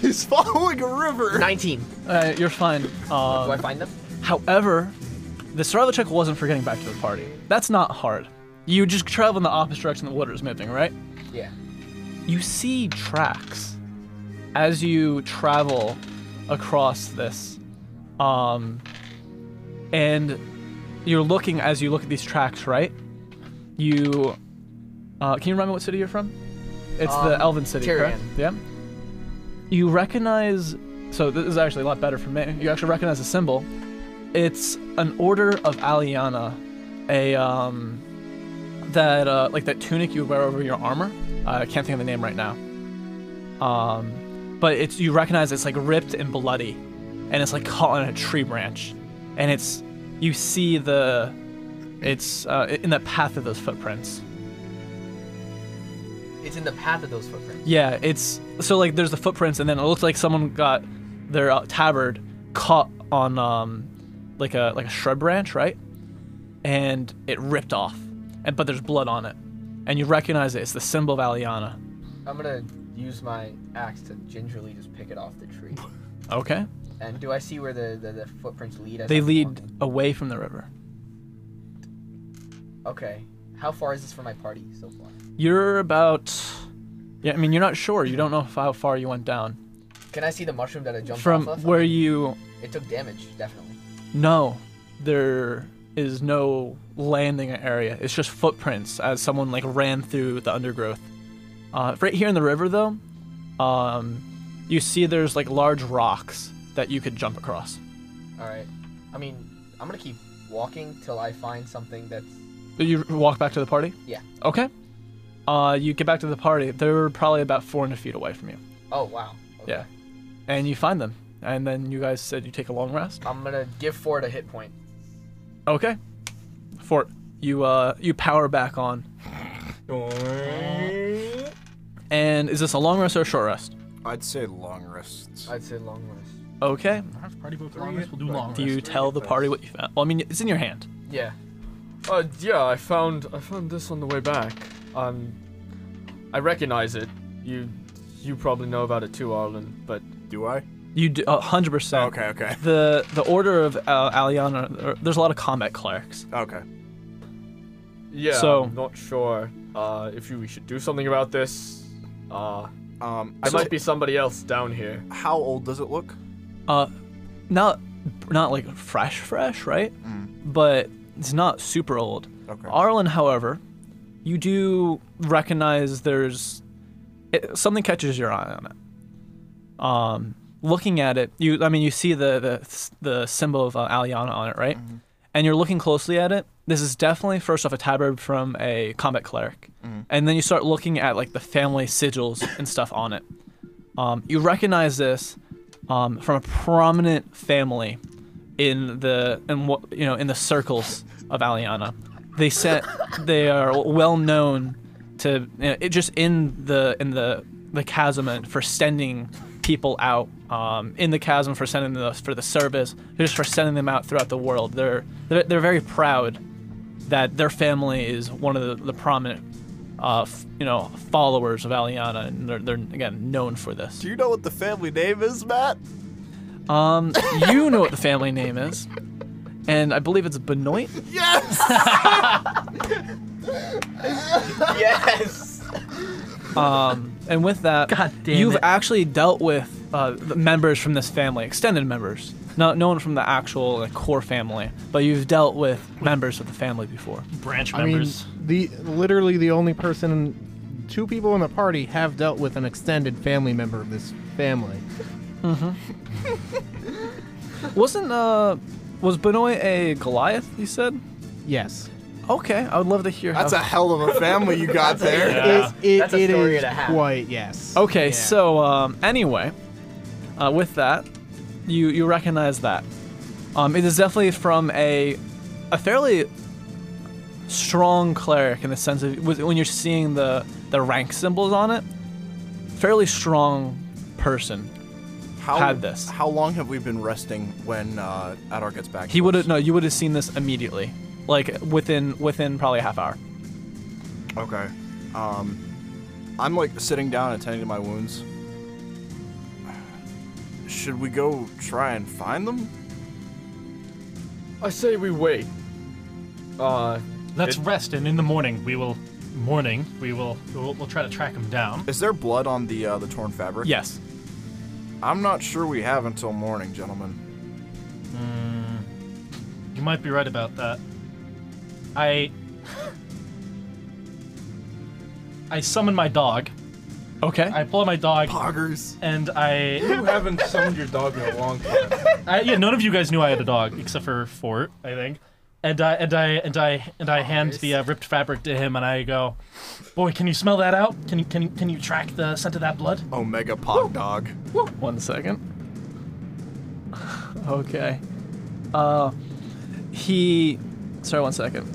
Speaker 2: He's following a river.
Speaker 5: 19.
Speaker 6: Uh, you're fine. Um,
Speaker 5: Do I find them?
Speaker 6: However, the survival check wasn't for getting back to the party. That's not hard. You just travel in the opposite direction the water is moving, right?
Speaker 5: Yeah.
Speaker 6: You see tracks as you travel across this. Um, and you're looking as you look at these tracks, right? You. Uh, can you remember what city you're from? It's the
Speaker 5: Um,
Speaker 6: Elven City, correct?
Speaker 5: Tyrion.
Speaker 6: Yeah. You recognize. So this is actually a lot better for me. You actually recognize the symbol. It's an order of Aliana, a um, that uh, like that tunic you wear over your armor. Uh, I can't think of the name right now. Um, but it's you recognize it's like ripped and bloody, and it's like caught on a tree branch, and it's you see the, it's uh, in the path of those footprints.
Speaker 5: It's in the path of those footprints.
Speaker 6: Yeah, it's so like there's the footprints, and then it looks like someone got their uh, tabard caught on um like a like a shrub branch, right? And it ripped off, and but there's blood on it, and you recognize it. It's the symbol of Aliana.
Speaker 5: I'm gonna use my axe to gingerly just pick it off the tree.
Speaker 6: Okay,
Speaker 5: And do I see where the the, the footprints lead? As
Speaker 6: they
Speaker 5: I'm
Speaker 6: lead
Speaker 5: walking?
Speaker 6: away from the river.
Speaker 5: Okay. How far is this from my party so far?
Speaker 6: You're about Yeah, I mean, you're not sure. You don't know how far you went down.
Speaker 20: Can I see the mushroom that I jumped
Speaker 6: From
Speaker 20: off of?
Speaker 6: where you-
Speaker 20: It took damage, definitely.
Speaker 6: No, there is no landing area. It's just footprints as someone like ran through the undergrowth. Uh, right here in the river, though, um, you see there's like large rocks that you could jump across.
Speaker 20: All right. I mean, I'm gonna keep walking till I find something that's
Speaker 6: Did You walk back to the party.
Speaker 20: Yeah.
Speaker 6: Okay. Uh, you get back to the party. They were probably about 400 feet away from you.
Speaker 20: Oh wow.
Speaker 6: Yeah. And you find them, and then you guys said you take a long rest.
Speaker 20: I'm gonna give Ford a hit point.
Speaker 6: Okay. Fort, you uh, you power back on. And is this a long rest or a short rest?
Speaker 2: I'd say long rests.
Speaker 20: I'd say long rest.
Speaker 6: Okay.
Speaker 1: Party book long rest. We'll do long
Speaker 6: Do you
Speaker 1: rest.
Speaker 6: tell the party what you found? Well, I mean, it's in your hand.
Speaker 5: Yeah.
Speaker 8: Uh, yeah, I found I found this on the way back. Um, I recognize it. You you probably know about it too, Arlen. But
Speaker 2: do I?
Speaker 6: You do a hundred percent. Okay,
Speaker 2: okay.
Speaker 6: The the order of uh, Aliana. er, There's a lot of combat clerics.
Speaker 2: Okay.
Speaker 8: Yeah,
Speaker 6: So-
Speaker 8: I'm not sure uh, if you, we should do something about this. Uh,
Speaker 2: um,
Speaker 8: I
Speaker 2: so-
Speaker 8: might be somebody else down here.
Speaker 2: How old does it look?
Speaker 6: Uh, not not like fresh, fresh, right?
Speaker 1: Mm.
Speaker 6: But it's not super old.
Speaker 2: Okay.
Speaker 6: Arlen, however, you do recognize there's it, something catches your eye on it. Um, looking at it, you I mean you see the the the symbol of uh, Aliana on it, right? And you're looking closely at it. This is definitely first off a tabard from a combat cleric,
Speaker 2: Mhm.
Speaker 6: and then you start looking at like the family sigils and stuff on it. Um, you recognize this um, from a prominent family in the in what you know in the circles of Aliana. They set they are well known to you know, it just in the in the the chasm and for sending people out um, in the chasm for sending them for the service just for sending them out throughout the world. They're they're, they're very proud that their family is one of the, the prominent. Uh, f- you know, followers of Aliana, and they're, they're again known for this.
Speaker 2: Do you know what the family name is, Matt?
Speaker 6: Um, you know what the family name is, and I believe it's Benoit.
Speaker 20: yes.
Speaker 6: Um, and with that,
Speaker 20: damn
Speaker 6: you've
Speaker 20: it.
Speaker 6: actually dealt with uh, the members from this family, extended members, not no one from the actual like, core family, but you've dealt with members of the family before.
Speaker 1: Branch
Speaker 3: I mean, the literally the only person, two people in the party have dealt with an extended family member of this family.
Speaker 6: Wasn't uh, was Benoit a Goliath? You said.
Speaker 3: Yes.
Speaker 6: Okay, I would love to hear.
Speaker 3: That's
Speaker 6: how-
Speaker 3: a hell of a family you got That's a- there.
Speaker 6: Yeah.
Speaker 3: It- it- That's a it story is and a half. quite- yes.
Speaker 6: Okay, so um, anyway, uh, with that, you you recognize that. Um, it is definitely from a a fairly strong cleric in the sense of with- when you're seeing the the rank symbols on it, fairly strong person had this.
Speaker 2: How long have we been resting when uh, Adar gets back?
Speaker 6: He would have no, you would have seen this immediately, like within within probably a half hour.
Speaker 2: Okay. Um, I'm like sitting down and tending to my wounds. Should we go try and find them?
Speaker 8: I say we wait. Uh,
Speaker 1: Let's rest, and in the morning we will. Morning, we will. We'll, we'll try to track him down.
Speaker 2: Is there blood on the uh, the torn fabric?
Speaker 6: Yes.
Speaker 2: I'm not sure we have until morning, gentlemen.
Speaker 1: Mm, you might be right about that. I. I summon my dog.
Speaker 6: Okay.
Speaker 1: I pull out my dog.
Speaker 2: Poggers.
Speaker 1: And I.
Speaker 7: You haven't summoned your dog in a long time.
Speaker 1: I, yeah, none of you guys knew I had a dog except for Fort, I think. And I and I and I and I hand the uh, ripped fabric to him, and I go, "Boy, can you smell that out? Can you can you- can you track the scent of that blood?"
Speaker 2: Omega Pog Dog.
Speaker 6: One second. Okay. Uh, he. Sorry, one second.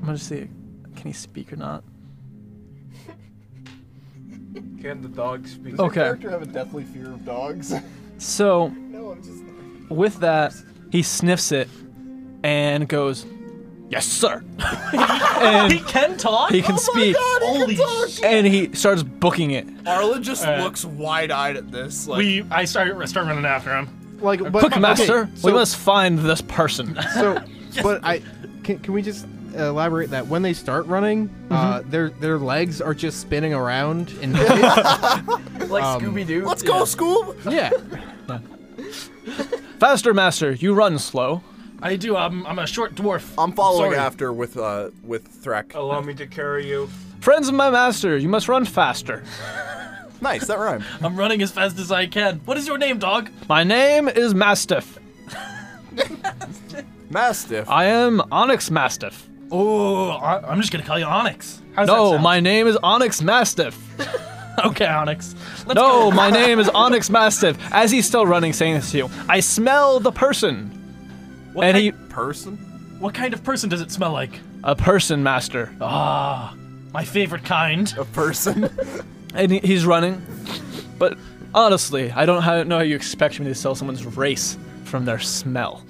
Speaker 6: I'm gonna see. Can he speak or not?
Speaker 7: Can the dog speak?
Speaker 6: Does your Okay. character
Speaker 16: have a deathly fear of dogs?
Speaker 6: So,
Speaker 16: No, I'm just-
Speaker 6: with that, he sniffs it and goes, "Yes, sir." and
Speaker 1: he can talk.
Speaker 6: Oh He can speak.
Speaker 1: Holy
Speaker 6: and he starts booking it.
Speaker 2: Arla just
Speaker 1: Alright.
Speaker 2: looks wide-eyed at this. Like,
Speaker 1: We I start I start running after him.
Speaker 3: Like, but,
Speaker 6: Quick,
Speaker 3: okay,
Speaker 6: master,
Speaker 3: so-
Speaker 6: we must find this person.
Speaker 3: So, but I can, can we just elaborate that when they start running, uh,
Speaker 6: Mm-hmm.
Speaker 3: their their legs are just spinning around in pits.
Speaker 5: Like
Speaker 3: Um,
Speaker 5: Scooby Doo.
Speaker 17: Let's go, Scoob.
Speaker 3: Yeah.
Speaker 6: Faster, master. You run slow.
Speaker 1: I do. I'm, I'm a short dwarf.
Speaker 2: I'm following
Speaker 6: Sorry. Oh.
Speaker 2: after with uh with Thrak.
Speaker 7: Allow me to carry you.
Speaker 6: Friends of my master, you must run faster.
Speaker 2: Nice, that rhymed.
Speaker 1: I'm running as fast as I can. What is your name, dog?
Speaker 6: My name is Mastiff.
Speaker 2: Mastiff.
Speaker 6: I am Onyx Mastiff.
Speaker 1: Oh, I'm just gonna call you Onyx. How's that
Speaker 6: no,
Speaker 1: sound?
Speaker 6: my name is Onyx Mastiff.
Speaker 1: okay, Onyx. Let's go.
Speaker 6: no, my name is Onyx Mastiff. As he's still running, saying this to you, I smell the person.
Speaker 1: What
Speaker 6: and
Speaker 1: kind-
Speaker 6: he,
Speaker 2: person?
Speaker 1: What kind of person does it smell like?
Speaker 6: a person, master.
Speaker 1: Ah, my favorite kind.
Speaker 2: A person.
Speaker 6: and he, he's running. But honestly, I don't ha- know how you expect me to tell someone's race from their smell.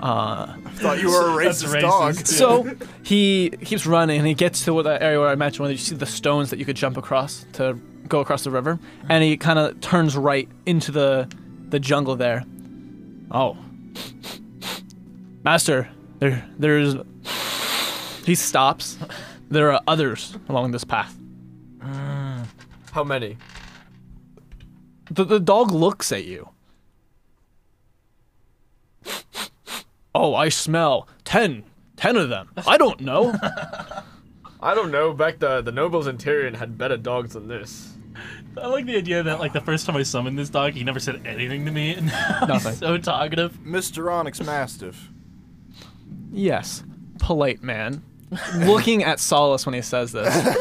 Speaker 6: Uh, I
Speaker 2: thought you were a That's racist dog. racist, yeah.
Speaker 6: So he keeps running and he gets to that area where I mentioned where you see the stones that you could jump across to go across the river, and he kind of turns right into the the jungle there. Oh, master, there there's. He stops. There are others along this path.
Speaker 5: How many?
Speaker 6: The, the dog looks at you. Oh, I smell ten. Ten of them. I don't know.
Speaker 8: I don't know. Back the the nobles in Tyrion had better dogs than this.
Speaker 1: I like the idea that like the first time I summoned this dog, he never said anything to me, and now
Speaker 6: Nothing.
Speaker 1: he's so talkative.
Speaker 2: Mr. Onyx Mastiff.
Speaker 6: yes, polite man. Looking at Solace when he says this.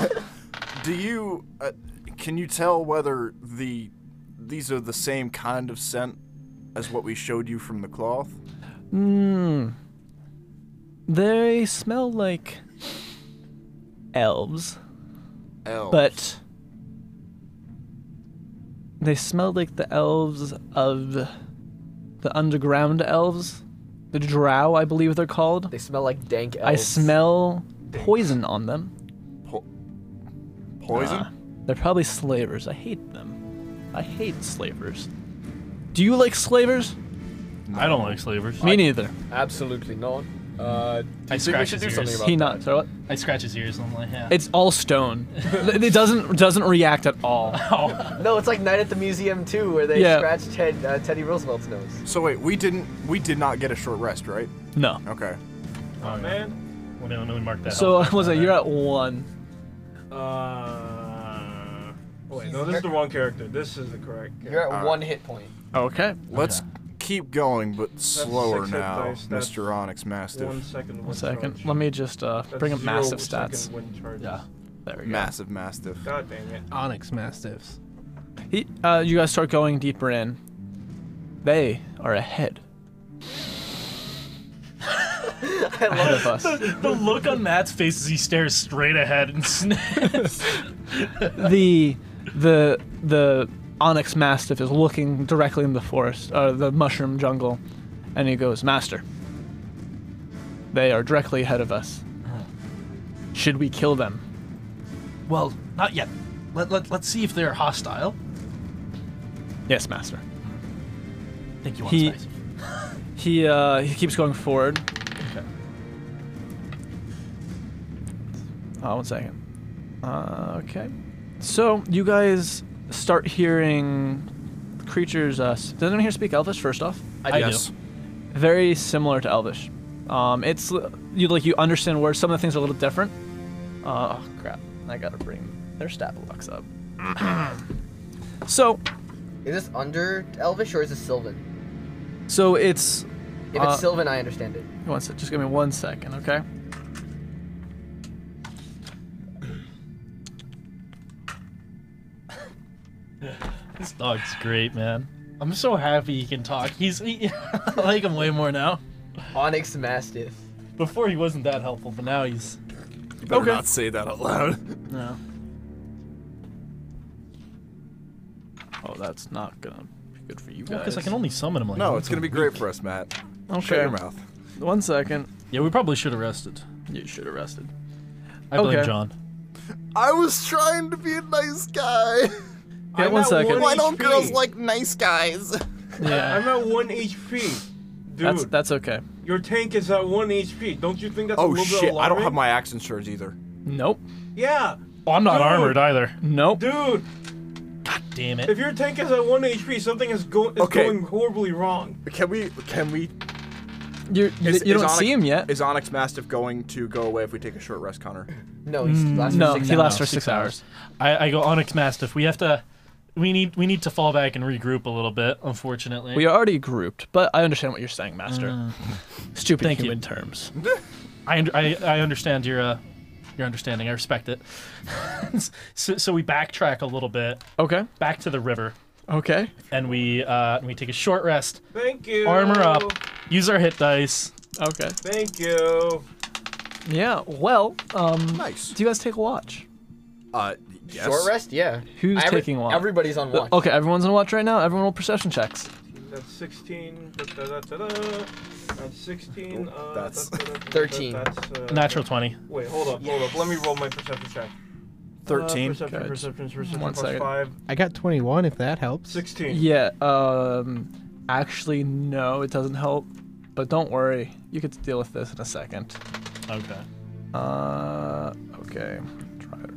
Speaker 2: Do you uh, can you tell whether the these are the same kind of scent as what we showed you from the cloth?
Speaker 6: Mmm. They smell like elves,
Speaker 2: Elves.
Speaker 6: but they smell like the elves of the underground elves, the drow, I believe they're called.
Speaker 5: They smell like dank elves.
Speaker 6: I smell poison on them.
Speaker 2: poison?
Speaker 6: Uh, they're probably slavers. I hate them. I hate slavers. Do you like slavers?
Speaker 1: I don't like slavers.
Speaker 6: Me neither.
Speaker 8: Absolutely not.
Speaker 1: I
Speaker 8: Uh, do you think we
Speaker 1: scratch
Speaker 8: should
Speaker 1: his
Speaker 8: do something
Speaker 1: ears.
Speaker 8: about
Speaker 6: He
Speaker 8: that?
Speaker 6: not. Throw it.
Speaker 1: I scratch his ears and I'm like, yeah.
Speaker 6: It's all stone. it doesn't doesn't react at all.
Speaker 5: No, it's like Night at the Museum too, where they
Speaker 6: Yeah.
Speaker 5: scratched Ted, uh, Teddy Roosevelt's nose.
Speaker 2: So wait, we didn't we did not get a short rest, right?
Speaker 6: No.
Speaker 2: Okay.
Speaker 1: oh man. Well, let me mark that.
Speaker 6: So uh,
Speaker 1: out.
Speaker 6: I was like, you're at one.
Speaker 7: Uh, wait, no, this is the wrong character. This is the correct.
Speaker 5: You're at
Speaker 2: Alright.
Speaker 5: one hit point.
Speaker 6: Okay.
Speaker 2: Let's keep going, but slower
Speaker 7: six hit
Speaker 2: now,
Speaker 7: dice, that's
Speaker 2: Mr. Onyx Mastiff.
Speaker 7: One second. One
Speaker 6: One second. Let me just uh,
Speaker 7: That's
Speaker 6: bring up
Speaker 7: zero
Speaker 6: massive
Speaker 7: second
Speaker 6: stats.
Speaker 7: wind charges.
Speaker 6: Yeah. There we go.
Speaker 2: Massive Mastiff.
Speaker 7: God dang it.
Speaker 3: Onyx Mastiffs.
Speaker 6: He, uh, you guys start going deeper in. They are ahead. ahead of us.
Speaker 1: the, the look on Matt's face as he stares straight ahead and sniffs.
Speaker 6: the the the onyx mastiff is looking directly in the forest uh, the mushroom jungle and he goes master they are directly ahead of us should we kill them
Speaker 1: well, not yet. Let, let, let's see if they're hostile.
Speaker 6: yes master
Speaker 1: Thank you, Onyx
Speaker 6: he
Speaker 1: Mastiff.
Speaker 6: he uh, he keeps going forward
Speaker 1: Okay.
Speaker 6: Uh, one second. Uh, okay. So you guys start hearing creatures. Uh, s- does anyone here speak Elvish? First off,
Speaker 1: I do. Yes.
Speaker 6: Very similar to Elvish. Um, it's l- you like you understand words. Some of the things are a little different. Uh, oh crap! I gotta bring their stat blocks up. so,
Speaker 5: Is this under Elvish or is this Sylvan?
Speaker 6: so it's.
Speaker 5: If
Speaker 6: uh,
Speaker 5: it's Sylvan, I understand it.
Speaker 6: One sec. Just give me one second, okay?
Speaker 1: This dog's great, man. I'm so happy he can talk. He's he, I like him way more now.
Speaker 5: Onyx Mastiff.
Speaker 1: Before he wasn't that helpful, but now he's
Speaker 2: You better
Speaker 1: Okay.
Speaker 2: not say that out loud.
Speaker 6: No. Oh, that's not gonna be good for you guys.
Speaker 1: because I can only summon him like
Speaker 2: No,
Speaker 1: once
Speaker 2: it's gonna
Speaker 1: a
Speaker 2: be
Speaker 1: week.
Speaker 2: great for us, Matt.
Speaker 6: Okay.
Speaker 2: Shut your mouth.
Speaker 6: One second.
Speaker 1: Yeah, we probably should have rested.
Speaker 6: You should have rested.
Speaker 1: I blame
Speaker 6: Okay.
Speaker 1: John.
Speaker 17: I was trying to be a nice guy.
Speaker 6: Yeah, one second.
Speaker 17: Why don't
Speaker 7: HP.
Speaker 17: girls like nice guys?
Speaker 6: Yeah,
Speaker 7: I'm at one HP. Dude,
Speaker 6: Uh, that's that's okay.
Speaker 7: Your tank is at one HP. Don't you think that's a
Speaker 2: oh
Speaker 7: little bit
Speaker 2: shit! I
Speaker 7: alarming?
Speaker 2: don't have my axe insurance either.
Speaker 6: Nope.
Speaker 7: Yeah.
Speaker 1: Oh, I'm not
Speaker 7: Dude.
Speaker 1: armored either.
Speaker 6: Nope.
Speaker 7: Dude,
Speaker 1: Damn it.
Speaker 7: if your tank is at one HP, something is, go- is
Speaker 2: Okay.
Speaker 7: going horribly wrong.
Speaker 2: Can we? Can we?
Speaker 6: You're, you
Speaker 2: Is- is
Speaker 6: you don't
Speaker 2: Onyx-
Speaker 6: see him yet.
Speaker 2: Is Onyx Mastiff going to go away if we take a short rest, Connor?
Speaker 5: No,
Speaker 1: he's
Speaker 5: he's
Speaker 1: Mm,
Speaker 5: last
Speaker 1: no,
Speaker 5: for six
Speaker 1: he
Speaker 5: hours.
Speaker 1: lasts for six hours. I, I go Onyx Mastiff. We have to. We need we need to fall back and regroup a little bit. Unfortunately,
Speaker 6: We are already grouped, but I understand what you're saying, Master. Stupid
Speaker 1: Uh. Thank you.
Speaker 6: human terms.
Speaker 1: I, und- I, I understand your uh, your understanding. I respect it. so, so we backtrack a little bit.
Speaker 6: Okay.
Speaker 1: Back to the river,
Speaker 6: Okay.
Speaker 1: and we uh, and we take a short rest.
Speaker 7: Thank you.
Speaker 1: Armor up. Use our hit dice.
Speaker 6: Okay.
Speaker 7: Thank you.
Speaker 6: Yeah. Well, um,
Speaker 2: nice.
Speaker 6: Do you guys take a watch?
Speaker 2: Uh, yes.
Speaker 5: Short rest, yeah.
Speaker 6: Who's
Speaker 5: Every-
Speaker 6: taking a watch?
Speaker 5: Everybody's on
Speaker 6: Uh,
Speaker 5: watch.
Speaker 6: Okay, everyone's on watch right now. Everyone will perception checks.
Speaker 7: That's 16. Da, da, da, da, da. That's 16. Uh,
Speaker 2: That's-
Speaker 7: da, da, da, da, da,
Speaker 5: 13.
Speaker 7: That's, uh,
Speaker 1: Natural 20.
Speaker 7: Wait, hold up, hold up. Let me roll my perception check.
Speaker 2: Thirteen.
Speaker 7: Uh, perception,
Speaker 6: Good.
Speaker 7: perception, perception,
Speaker 6: One
Speaker 7: plus
Speaker 6: second.
Speaker 7: five.
Speaker 3: I got 21 if that helps.
Speaker 7: 16.
Speaker 6: Yeah. Um, actually, no, it doesn't help. But don't worry, you could deal with this in a second.
Speaker 1: Okay.
Speaker 6: Uh, okay. Try it.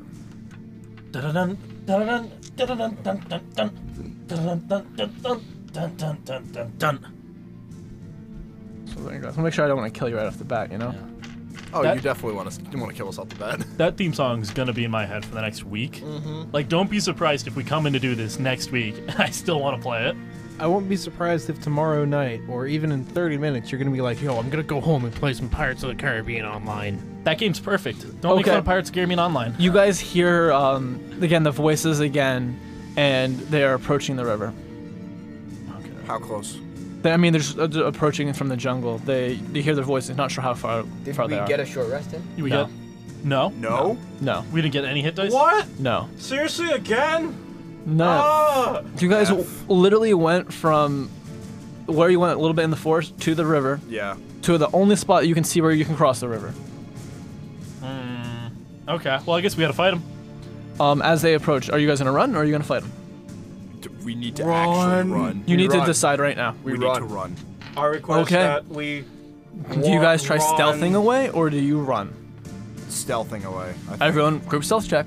Speaker 1: Dun-dun-dun, dun-dun-dun, dun-dun-dun, dun-dun-dun, dun-dun-dun, dun-dun-dun, dun-dun-dun.
Speaker 6: So there you go. So make sure I don't want to kill you right off the bat. You know.
Speaker 2: Oh,
Speaker 1: That-
Speaker 2: you definitely want to want to kill us off the bat.
Speaker 1: That theme song's gonna be in my head for the next week. Like, don't be surprised if we come in to do this next week. I still want to play it.
Speaker 3: I won't be surprised if tomorrow night or even in 30 minutes you're going to be like, yo, I'm going to go home and play some Pirates of the Caribbean online.
Speaker 1: That game's perfect. Don't make
Speaker 6: Okay.
Speaker 1: fun of Pirates of the Caribbean Online.
Speaker 6: You guys hear um, again the voices again, and they are approaching the river.
Speaker 2: How close?
Speaker 6: They, I mean, they're just uh, d- approaching from the jungle. They you hear their voices. Not sure how far
Speaker 5: Did
Speaker 6: far
Speaker 5: we
Speaker 6: they
Speaker 5: get
Speaker 6: are.
Speaker 5: a short rest in?
Speaker 1: We
Speaker 6: No.
Speaker 1: got no,
Speaker 2: No.
Speaker 6: no,
Speaker 1: we didn't get any hit dice.
Speaker 7: What?
Speaker 6: no,
Speaker 7: Seriously again?
Speaker 6: no.
Speaker 7: Ah!
Speaker 6: You guys w- literally went from where you went a little bit in the forest to the river
Speaker 2: Yeah.
Speaker 6: to the only spot you can see where you can cross the river.
Speaker 1: Mm, okay. Well, I guess we gotta fight him.
Speaker 6: Um, as they approach, are you guys gonna run or are you gonna fight them?
Speaker 2: D- We need to actually run.
Speaker 6: You need to
Speaker 2: run.
Speaker 6: decide right now.
Speaker 2: We, need
Speaker 7: run.
Speaker 2: to run.
Speaker 7: I request
Speaker 6: Okay.
Speaker 7: that we.
Speaker 6: Do you
Speaker 7: wa-
Speaker 6: guys try
Speaker 7: run.
Speaker 6: stealthing away or do you run?
Speaker 2: Stealthing away. I think.
Speaker 6: Everyone, group stealth check.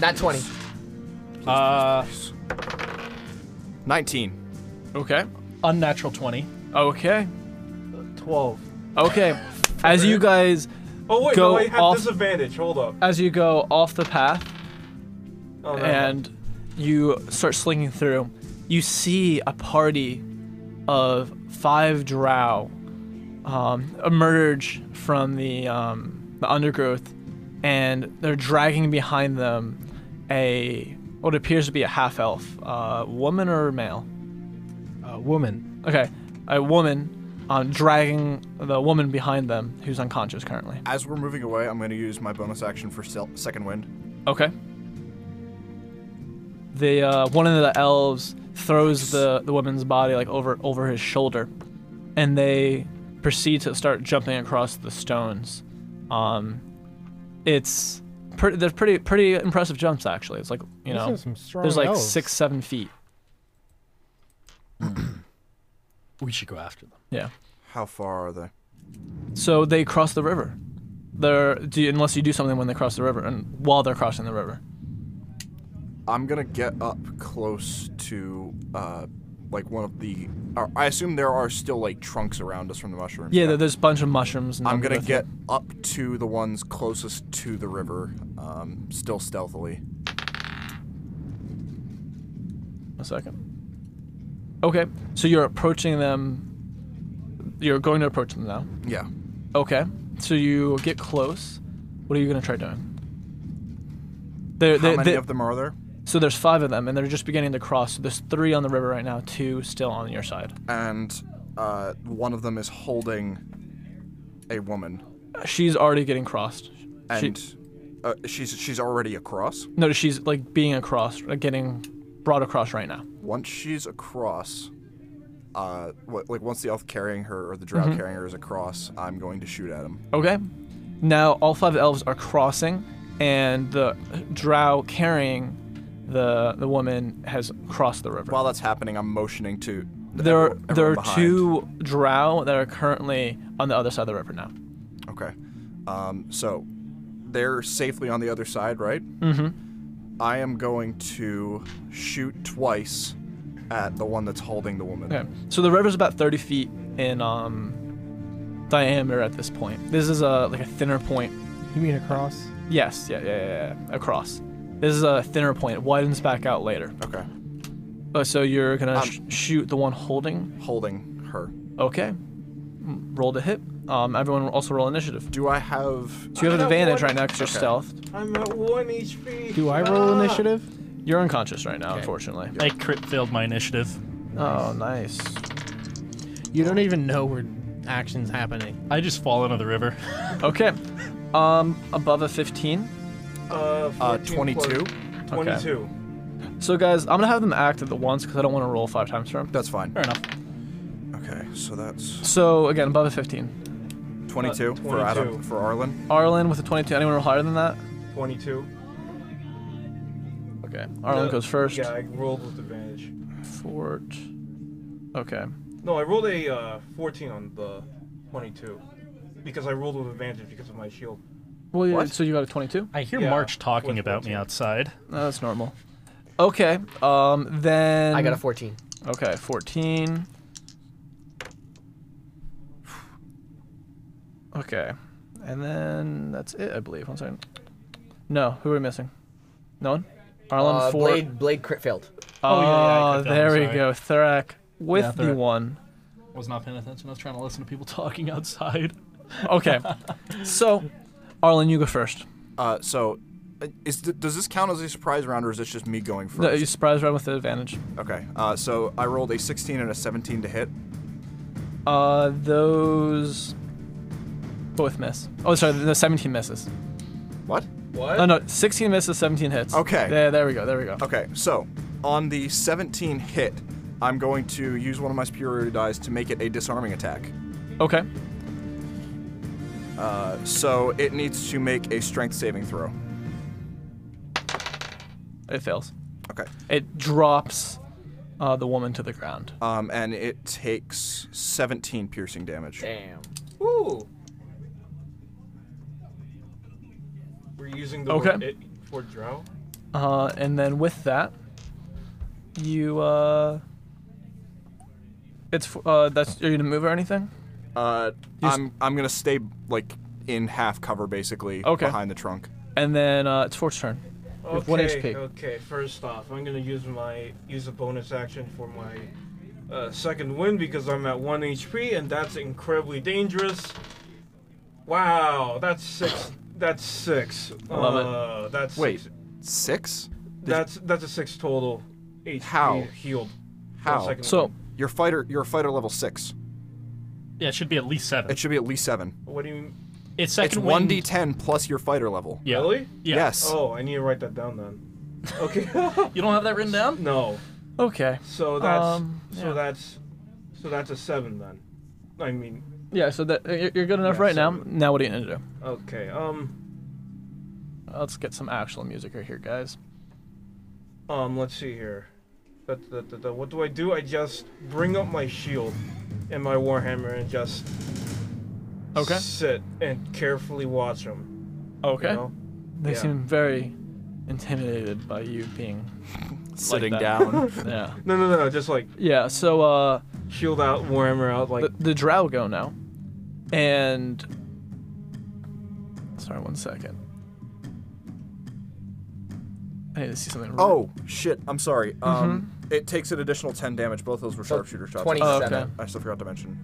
Speaker 5: Not 20.
Speaker 1: Uh,
Speaker 2: Nineteen.
Speaker 6: Okay.
Speaker 1: unnatural twenty.
Speaker 6: Okay.
Speaker 7: 12.
Speaker 6: Okay. As you guys
Speaker 7: Oh, wait,
Speaker 6: go
Speaker 7: no, I have
Speaker 6: off
Speaker 7: disadvantage. Hold up.
Speaker 6: as you go off the path
Speaker 7: Oh, never mind.
Speaker 6: and you start slinging through, you see a party of five drow um, emerge from the um, the undergrowth, and they're dragging behind them a what appears to be a half elf, uh, woman or male.
Speaker 3: Uh, woman.
Speaker 6: Okay, a woman, um, dragging the woman behind them who's unconscious currently.
Speaker 2: As we're moving away, I'm going to use my bonus action for sel- second wind.
Speaker 6: Okay. The uh, one of the elves throws the, the woman's body like over over his shoulder, and they proceed to start jumping across the stones. Um, it's pretty. They're pretty pretty impressive jumps actually. It's like you
Speaker 3: These
Speaker 6: know,
Speaker 3: are some strong
Speaker 6: there's like
Speaker 3: elves.
Speaker 6: six seven feet.
Speaker 1: We should go after them.
Speaker 6: Yeah.
Speaker 2: How far are they?
Speaker 6: So they cross the river. They're do you, unless you do something when they cross the river and while they're crossing the river.
Speaker 2: I'm gonna get up close to, uh, like one of the. or I assume there are still like trunks around us from the mushrooms.
Speaker 6: Yeah, there- there's a bunch of mushrooms. And
Speaker 2: I'm
Speaker 6: them
Speaker 2: gonna
Speaker 6: with
Speaker 2: get up to the ones closest to the river, um, still stealthily.
Speaker 6: A second. Okay, so you're approaching them. You're going to approach them now.
Speaker 2: Yeah.
Speaker 6: Okay, so you get close. What are you going to try doing? They're,
Speaker 2: How
Speaker 6: they
Speaker 2: many
Speaker 6: they-
Speaker 2: of them are there?
Speaker 6: So there's five of them, and they're just beginning to cross. So there's three on the river right now, two still on your side.
Speaker 2: And uh, one of them is holding a woman,
Speaker 6: She's already getting crossed. She,
Speaker 2: and uh, she's she's already across.
Speaker 6: no, she's like being across, like getting brought across right now.
Speaker 2: Once she's across, uh, what, like once the elf carrying her or the
Speaker 6: Mm-hmm.
Speaker 2: drow carrying her is across, I'm going to shoot at him.
Speaker 6: Okay. Now all five elves are crossing, and the drow carrying the the woman has crossed the river.
Speaker 2: While that's happening, I'm motioning to
Speaker 6: There are
Speaker 2: everyone-
Speaker 6: there are
Speaker 2: everyone
Speaker 6: two drow that are currently on the other side of the river now.
Speaker 2: Okay. Um, so they're safely on the other side, right?
Speaker 6: Mhm.
Speaker 2: I am going to shoot twice at the one that's holding the woman.
Speaker 6: Okay. So the river's about 30 feet in um, diameter at this point. This is a like a thinner point.
Speaker 3: You mean across?
Speaker 6: Yes. Yeah, yeah. Yeah. Yeah. Across. This is a thinner point. It widens back out later.
Speaker 2: Okay.
Speaker 6: Uh, so you're gonna sh- shoot the one holding.
Speaker 2: Holding her.
Speaker 6: Okay. M- Roll to hit. Um, everyone also roll initiative.
Speaker 2: Do I have?
Speaker 6: So you
Speaker 7: I'm
Speaker 6: have an
Speaker 7: at
Speaker 6: advantage
Speaker 7: one-
Speaker 6: right now because you're
Speaker 7: Okay.
Speaker 6: stealth.
Speaker 7: I'm at one HP. Ah!
Speaker 6: You're unconscious right now, unfortunately.
Speaker 1: I crit failed my initiative.
Speaker 6: Oh, nice.
Speaker 3: You don't even know where action's happening.
Speaker 1: I just fall into the river.
Speaker 6: okay. Um, above a 15.
Speaker 7: Uh, 14
Speaker 2: 22?
Speaker 7: plus- 22.
Speaker 6: So guys, I'm gonna have them act at the once because I don't want to roll five times for them.
Speaker 2: That's fine.
Speaker 6: Fair enough.
Speaker 2: Okay, so that's
Speaker 6: So again, above a 15.
Speaker 2: 22, for Adam,
Speaker 7: 22.
Speaker 2: for Arlen.
Speaker 6: Arlen with a 22. Anyone roll higher than that?
Speaker 7: 22.
Speaker 6: Okay. Arlen
Speaker 7: No,
Speaker 6: goes first.
Speaker 7: Yeah, I rolled with advantage.
Speaker 6: Fort. Okay.
Speaker 7: No, I rolled a uh, 14 on the 22 because I rolled with advantage because of my shield.
Speaker 6: Well, yeah,
Speaker 7: What?
Speaker 6: so you got a 22.
Speaker 1: I hear
Speaker 7: Yeah,
Speaker 1: March talking about me outside.
Speaker 6: No, that's normal. Okay. Um. Then.
Speaker 1: I got a
Speaker 6: 14. Okay, 14. Okay, and then that's it, I believe. One second. No, who are we missing? No one. Arlen
Speaker 5: Uh,
Speaker 6: four.
Speaker 5: Blade, Blade crit failed.
Speaker 6: Oh,
Speaker 1: yeah, yeah, I clicked that one,
Speaker 6: there we
Speaker 1: sorry.
Speaker 6: go. Thurak with
Speaker 1: Yeah,
Speaker 6: the
Speaker 1: Thurak.
Speaker 6: one.
Speaker 1: Was not paying attention. I was trying to listen to people talking outside.
Speaker 6: Okay. so, Arlen, you go first.
Speaker 2: Uh, so uh, is th- does this count as a surprise round or is this just me going first?
Speaker 6: No, you surprise round with the advantage.
Speaker 2: Okay. Uh, so I rolled a 16 and a 17 to hit.
Speaker 6: Uh, those both miss. Oh, sorry, the 17 misses.
Speaker 2: What?
Speaker 6: What? No, no, 16 misses, 17 hits.
Speaker 2: Okay.
Speaker 6: There, there we go. There we go.
Speaker 2: Okay, so on the 17 hit, I'm going to use one of my superior dice to make it a disarming attack.
Speaker 6: Okay.
Speaker 2: Uh, so it needs to make a strength saving throw.
Speaker 6: It fails.
Speaker 2: Okay.
Speaker 6: It drops uh, the woman to the ground.
Speaker 2: Um, and it takes 17 piercing damage.
Speaker 5: Damn.
Speaker 7: Ooh. We're using the
Speaker 6: Okay.
Speaker 7: word it for drow.
Speaker 6: Uh, and then with that, you uh, it's f- uh, that's are you gonna move or anything?
Speaker 2: Uh,
Speaker 6: You s-
Speaker 2: I'm I'm gonna stay like in half cover basically
Speaker 6: Okay.
Speaker 2: behind the trunk.
Speaker 6: And then uh, it's Fort's turn. You have one
Speaker 7: Okay,
Speaker 6: HP.
Speaker 7: Okay, first off, I'm gonna use my use a bonus action for my uh, second win because I'm at one HP and that's incredibly dangerous. Wow, that's six. That's six.
Speaker 2: I love it.
Speaker 7: uh, That's
Speaker 2: Wait,
Speaker 7: six-
Speaker 2: six? Did-
Speaker 7: That's that's a six total. HP
Speaker 2: How?
Speaker 7: healed? for the
Speaker 2: How?
Speaker 7: second
Speaker 6: So
Speaker 2: you're fighter. You're a fighter level six.
Speaker 1: Yeah, it should be at least seven.
Speaker 2: It should be at least seven.
Speaker 7: What do you?
Speaker 1: It's second
Speaker 2: it's
Speaker 1: wind.
Speaker 2: one d10 plus your fighter level.
Speaker 1: Yeah.
Speaker 7: Really?
Speaker 1: Yeah.
Speaker 2: Yes.
Speaker 7: Oh, I need to write that down then. Okay.
Speaker 1: You don't have that written down?
Speaker 7: no.
Speaker 6: Okay.
Speaker 7: So that's
Speaker 6: Um,
Speaker 7: so that's so that's a seven then. I mean,
Speaker 6: Yeah. So that you're you're good enough
Speaker 7: Yeah,
Speaker 6: right now.
Speaker 7: so-
Speaker 6: Now what are you gonna do?
Speaker 7: okay. Um,
Speaker 6: Let's get some actual music right here, guys.
Speaker 7: um, let's see here. Da, da, da, da. What do I do? I just bring up my shield and my warhammer and just
Speaker 6: Okay.
Speaker 7: sit and carefully watch them.
Speaker 6: Okay. They
Speaker 7: Yeah.
Speaker 6: seem very intimidated by you being like
Speaker 2: Sitting
Speaker 6: that.
Speaker 2: down.
Speaker 6: yeah.
Speaker 7: No, no, no. Just like
Speaker 6: Yeah. So uh,
Speaker 7: shield out, warhammer out. Like
Speaker 6: the, the drow go now, and sorry, one second. I need to see something.
Speaker 2: Oh shit! I'm sorry.
Speaker 17: Mm-hmm.
Speaker 2: Um, it takes an additional 10 damage. Both those were
Speaker 5: So,
Speaker 2: sharpshooter shots.
Speaker 5: 27. Oh, okay.
Speaker 2: I still forgot to mention.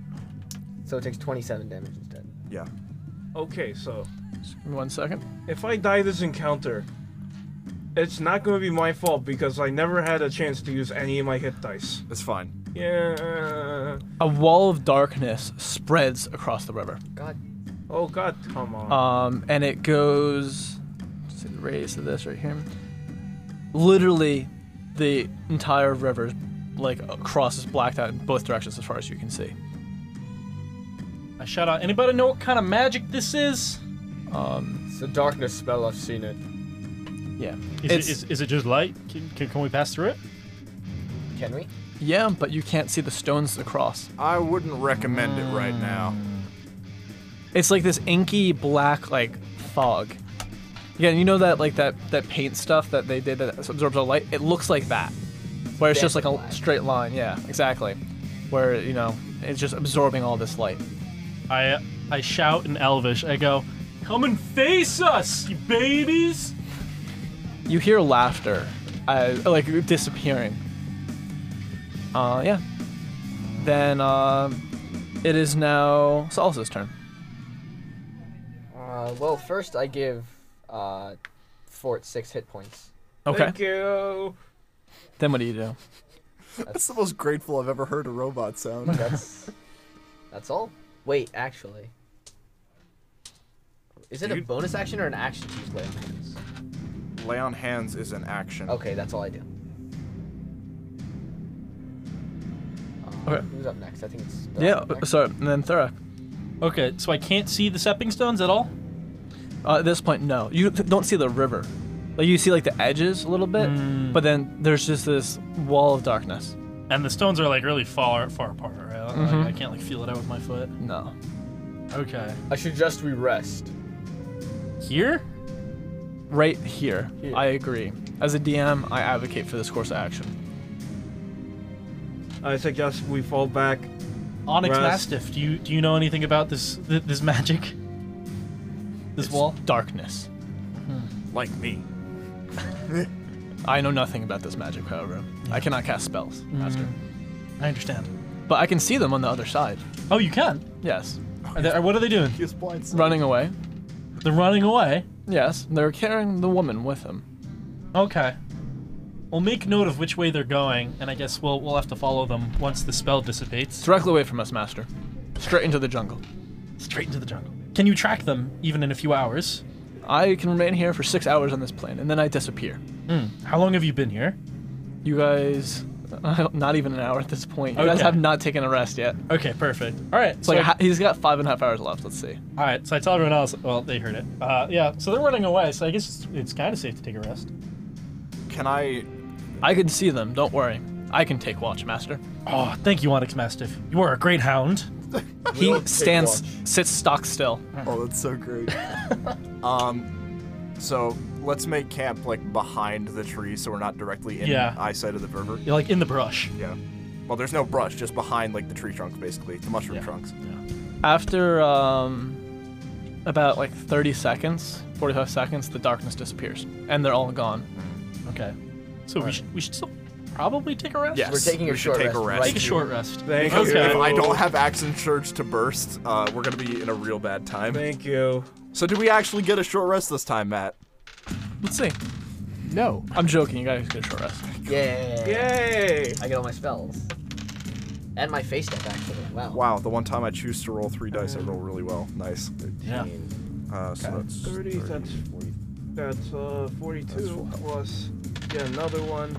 Speaker 5: So it takes 27 damage instead.
Speaker 2: Yeah.
Speaker 7: okay, so
Speaker 6: Give me one second.
Speaker 7: if I die this encounter, it's not going to be my fault because I never had a chance to use any of my hit dice.
Speaker 2: It's fine.
Speaker 7: Yeah.
Speaker 6: A wall of darkness spreads across the river.
Speaker 5: God.
Speaker 7: Oh God, come
Speaker 1: Uh,
Speaker 7: on.
Speaker 6: Um, and it goes. let's see the radius of this right here. Literally, the entire river, like across, is blacked out in both directions as far as you can see.
Speaker 1: I shout out. Anybody know what kind of magic this is?
Speaker 6: Um,
Speaker 5: It's a darkness spell. I've seen it.
Speaker 6: yeah.
Speaker 1: Is, it, is, is it just light? Can, can, can we pass through it?
Speaker 5: Can we?
Speaker 6: Yeah, but you can't see the stones across.
Speaker 2: I wouldn't recommend it right now.
Speaker 6: It's like this inky black like fog. Yeah, you know that like that that paint stuff that they did that absorbs all light. It looks like that, where it's just like a straight line. Yeah, exactly. Where you know it's just absorbing all this light.
Speaker 1: I I shout in Elvish. I go, "Come and face us, you babies!"
Speaker 6: You hear laughter, uh, like disappearing. Uh, yeah. Then uh, it is now Solace's turn.
Speaker 5: Uh, well, first I give uh, Fort six hit points.
Speaker 6: Okay.
Speaker 7: Thank you.
Speaker 6: Then what do you do?
Speaker 17: That's the most grateful I've ever heard a robot sound.
Speaker 5: That's that's all. Wait, actually, is it a
Speaker 2: Dude.
Speaker 5: bonus action or an action to use lay on hands?
Speaker 2: Lay on hands is an action.
Speaker 5: Okay, that's all I do. Uh,
Speaker 1: Okay.
Speaker 5: Who's up next? I think it's.
Speaker 6: Yeah. Oh, Sorry. And then Thurak.
Speaker 1: Okay, so I can't see the stepping stones at all.
Speaker 6: Uh, at this point, no. You th- don't see the river. Like you see like the edges a little bit, but then there's just this wall of darkness.
Speaker 1: And the stones are like really far far apart. Right? Like,
Speaker 2: Mm-hmm.
Speaker 6: Mhm.
Speaker 1: I can't like feel it out with my foot.
Speaker 6: No.
Speaker 1: Okay.
Speaker 8: I should just we rest.
Speaker 1: Here?
Speaker 6: Right here. I agree. As a DM, I advocate for this course of action.
Speaker 7: I suggest we fall back.
Speaker 1: Onyx
Speaker 7: Rest.
Speaker 1: Mastiff. Do you do you know anything about this th- this magic? This wall?
Speaker 6: Darkness.
Speaker 2: Like me.
Speaker 6: Hmm. I know nothing about this magic, however. I cannot cast spells, Master.
Speaker 1: I understand.
Speaker 6: But I can see them on the other side.
Speaker 1: Oh, you can.
Speaker 6: Yes.
Speaker 1: Are they- are- what are they doing?
Speaker 17: He's blindsided.
Speaker 6: Running away.
Speaker 1: They're running away.
Speaker 6: Yes. They're carrying the woman with them.
Speaker 1: Okay. We'll make note of which way they're going, and I guess we'll we'll have to follow them once the spell dissipates.
Speaker 6: Directly away from us, Master. Straight into the jungle.
Speaker 1: Straight into the jungle. Can you track them even in a few hours?
Speaker 6: I can remain here for six hours on this plane, and then I disappear.
Speaker 1: Hmm. How long have you been here?
Speaker 6: You guys, uh, not even an hour at this point. You guys
Speaker 1: Okay.
Speaker 6: have not taken a rest yet.
Speaker 1: Okay, perfect. All right.
Speaker 6: It's
Speaker 1: so
Speaker 6: like
Speaker 1: I-
Speaker 6: ha- he's got five and a half hours left. Let's see.
Speaker 1: All right, so I tell everyone else. Well, they heard it. Uh, yeah, so they're running away. So I guess it's, it's kind of safe to take a rest.
Speaker 2: Can I?
Speaker 6: I can see them. Don't worry. I can take watch, Master.
Speaker 1: Oh, thank you, Onyx Mastiff. You are a great hound.
Speaker 6: He stands, sits stock still.
Speaker 2: Oh, that's so great. um, so let's make camp like behind the tree, so we're not directly in
Speaker 1: Yeah.
Speaker 2: eyesight of the river.
Speaker 1: You're like in the brush.
Speaker 2: Yeah. Well, there's no brush, just behind like the tree trunks, basically the mushroom trunks.
Speaker 6: After um, about like 30 seconds, 45 seconds, the darkness disappears, and they're all gone.
Speaker 1: Okay. So we should we should still probably take a rest.
Speaker 2: Yes,
Speaker 5: We're taking a
Speaker 2: we should
Speaker 5: short
Speaker 2: take
Speaker 5: rest
Speaker 2: a rest.
Speaker 5: right
Speaker 1: Take a
Speaker 5: here.
Speaker 1: short rest.
Speaker 7: Thank
Speaker 2: Because
Speaker 7: you.
Speaker 2: If I don't have Action Surge to burst, uh, we're gonna be in a real bad time.
Speaker 7: Thank you.
Speaker 2: So did we actually get a short rest this time, Matt?
Speaker 6: Let's see.
Speaker 3: No.
Speaker 6: I'm joking. You guys get a short rest.
Speaker 5: Yeah.
Speaker 7: Yay!
Speaker 5: I get all my spells. And my face step actually. Wow.
Speaker 2: Wow, the one time I choose to roll three dice, I roll really well. Nice.
Speaker 1: Yeah.
Speaker 2: Uh, so that's
Speaker 7: 30,
Speaker 2: 30.
Speaker 7: that's 40, that's uh, 42 plus yeah, another one.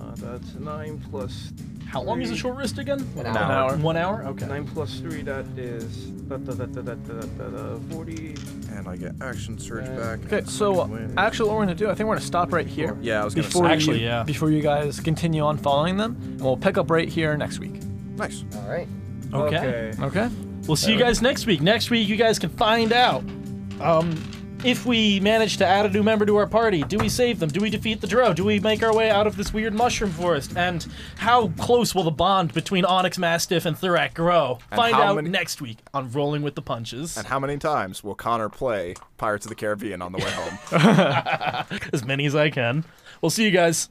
Speaker 7: Uh, that's 9 plus.
Speaker 1: How long is a
Speaker 7: three.
Speaker 1: short rest again?
Speaker 5: An
Speaker 6: An
Speaker 5: hour.
Speaker 6: hour.
Speaker 1: One hour. Okay.
Speaker 7: 9 plus 3, that is da, da, da, da, da, da, da, da, 40.
Speaker 2: And I get Action Surge back.
Speaker 6: Okay, so actually, what we're gonna do, I think we're gonna stop right here.
Speaker 2: Yeah, I was gonna
Speaker 6: before
Speaker 2: say.
Speaker 1: Actually,
Speaker 6: you,
Speaker 1: yeah.
Speaker 6: Before you guys continue on following them, and we'll pick up right here next week.
Speaker 2: Nice.
Speaker 5: All right.
Speaker 1: Okay.
Speaker 6: Okay.
Speaker 1: We'll see you guys next week. Next week, you guys can find out um, if we manage to add a new member to our party. Do we save them? Do we defeat the Drow? Do we make our way out of this weird mushroom forest? And how close will the bond between Onyx Mastiff and Thurak grow?
Speaker 2: And
Speaker 1: find
Speaker 2: how
Speaker 1: out
Speaker 2: many-
Speaker 1: next week on Rolling with the Punches.
Speaker 2: And how many times will Connor play Pirates of the Caribbean on the way home?
Speaker 1: as many as I can. We'll see you guys.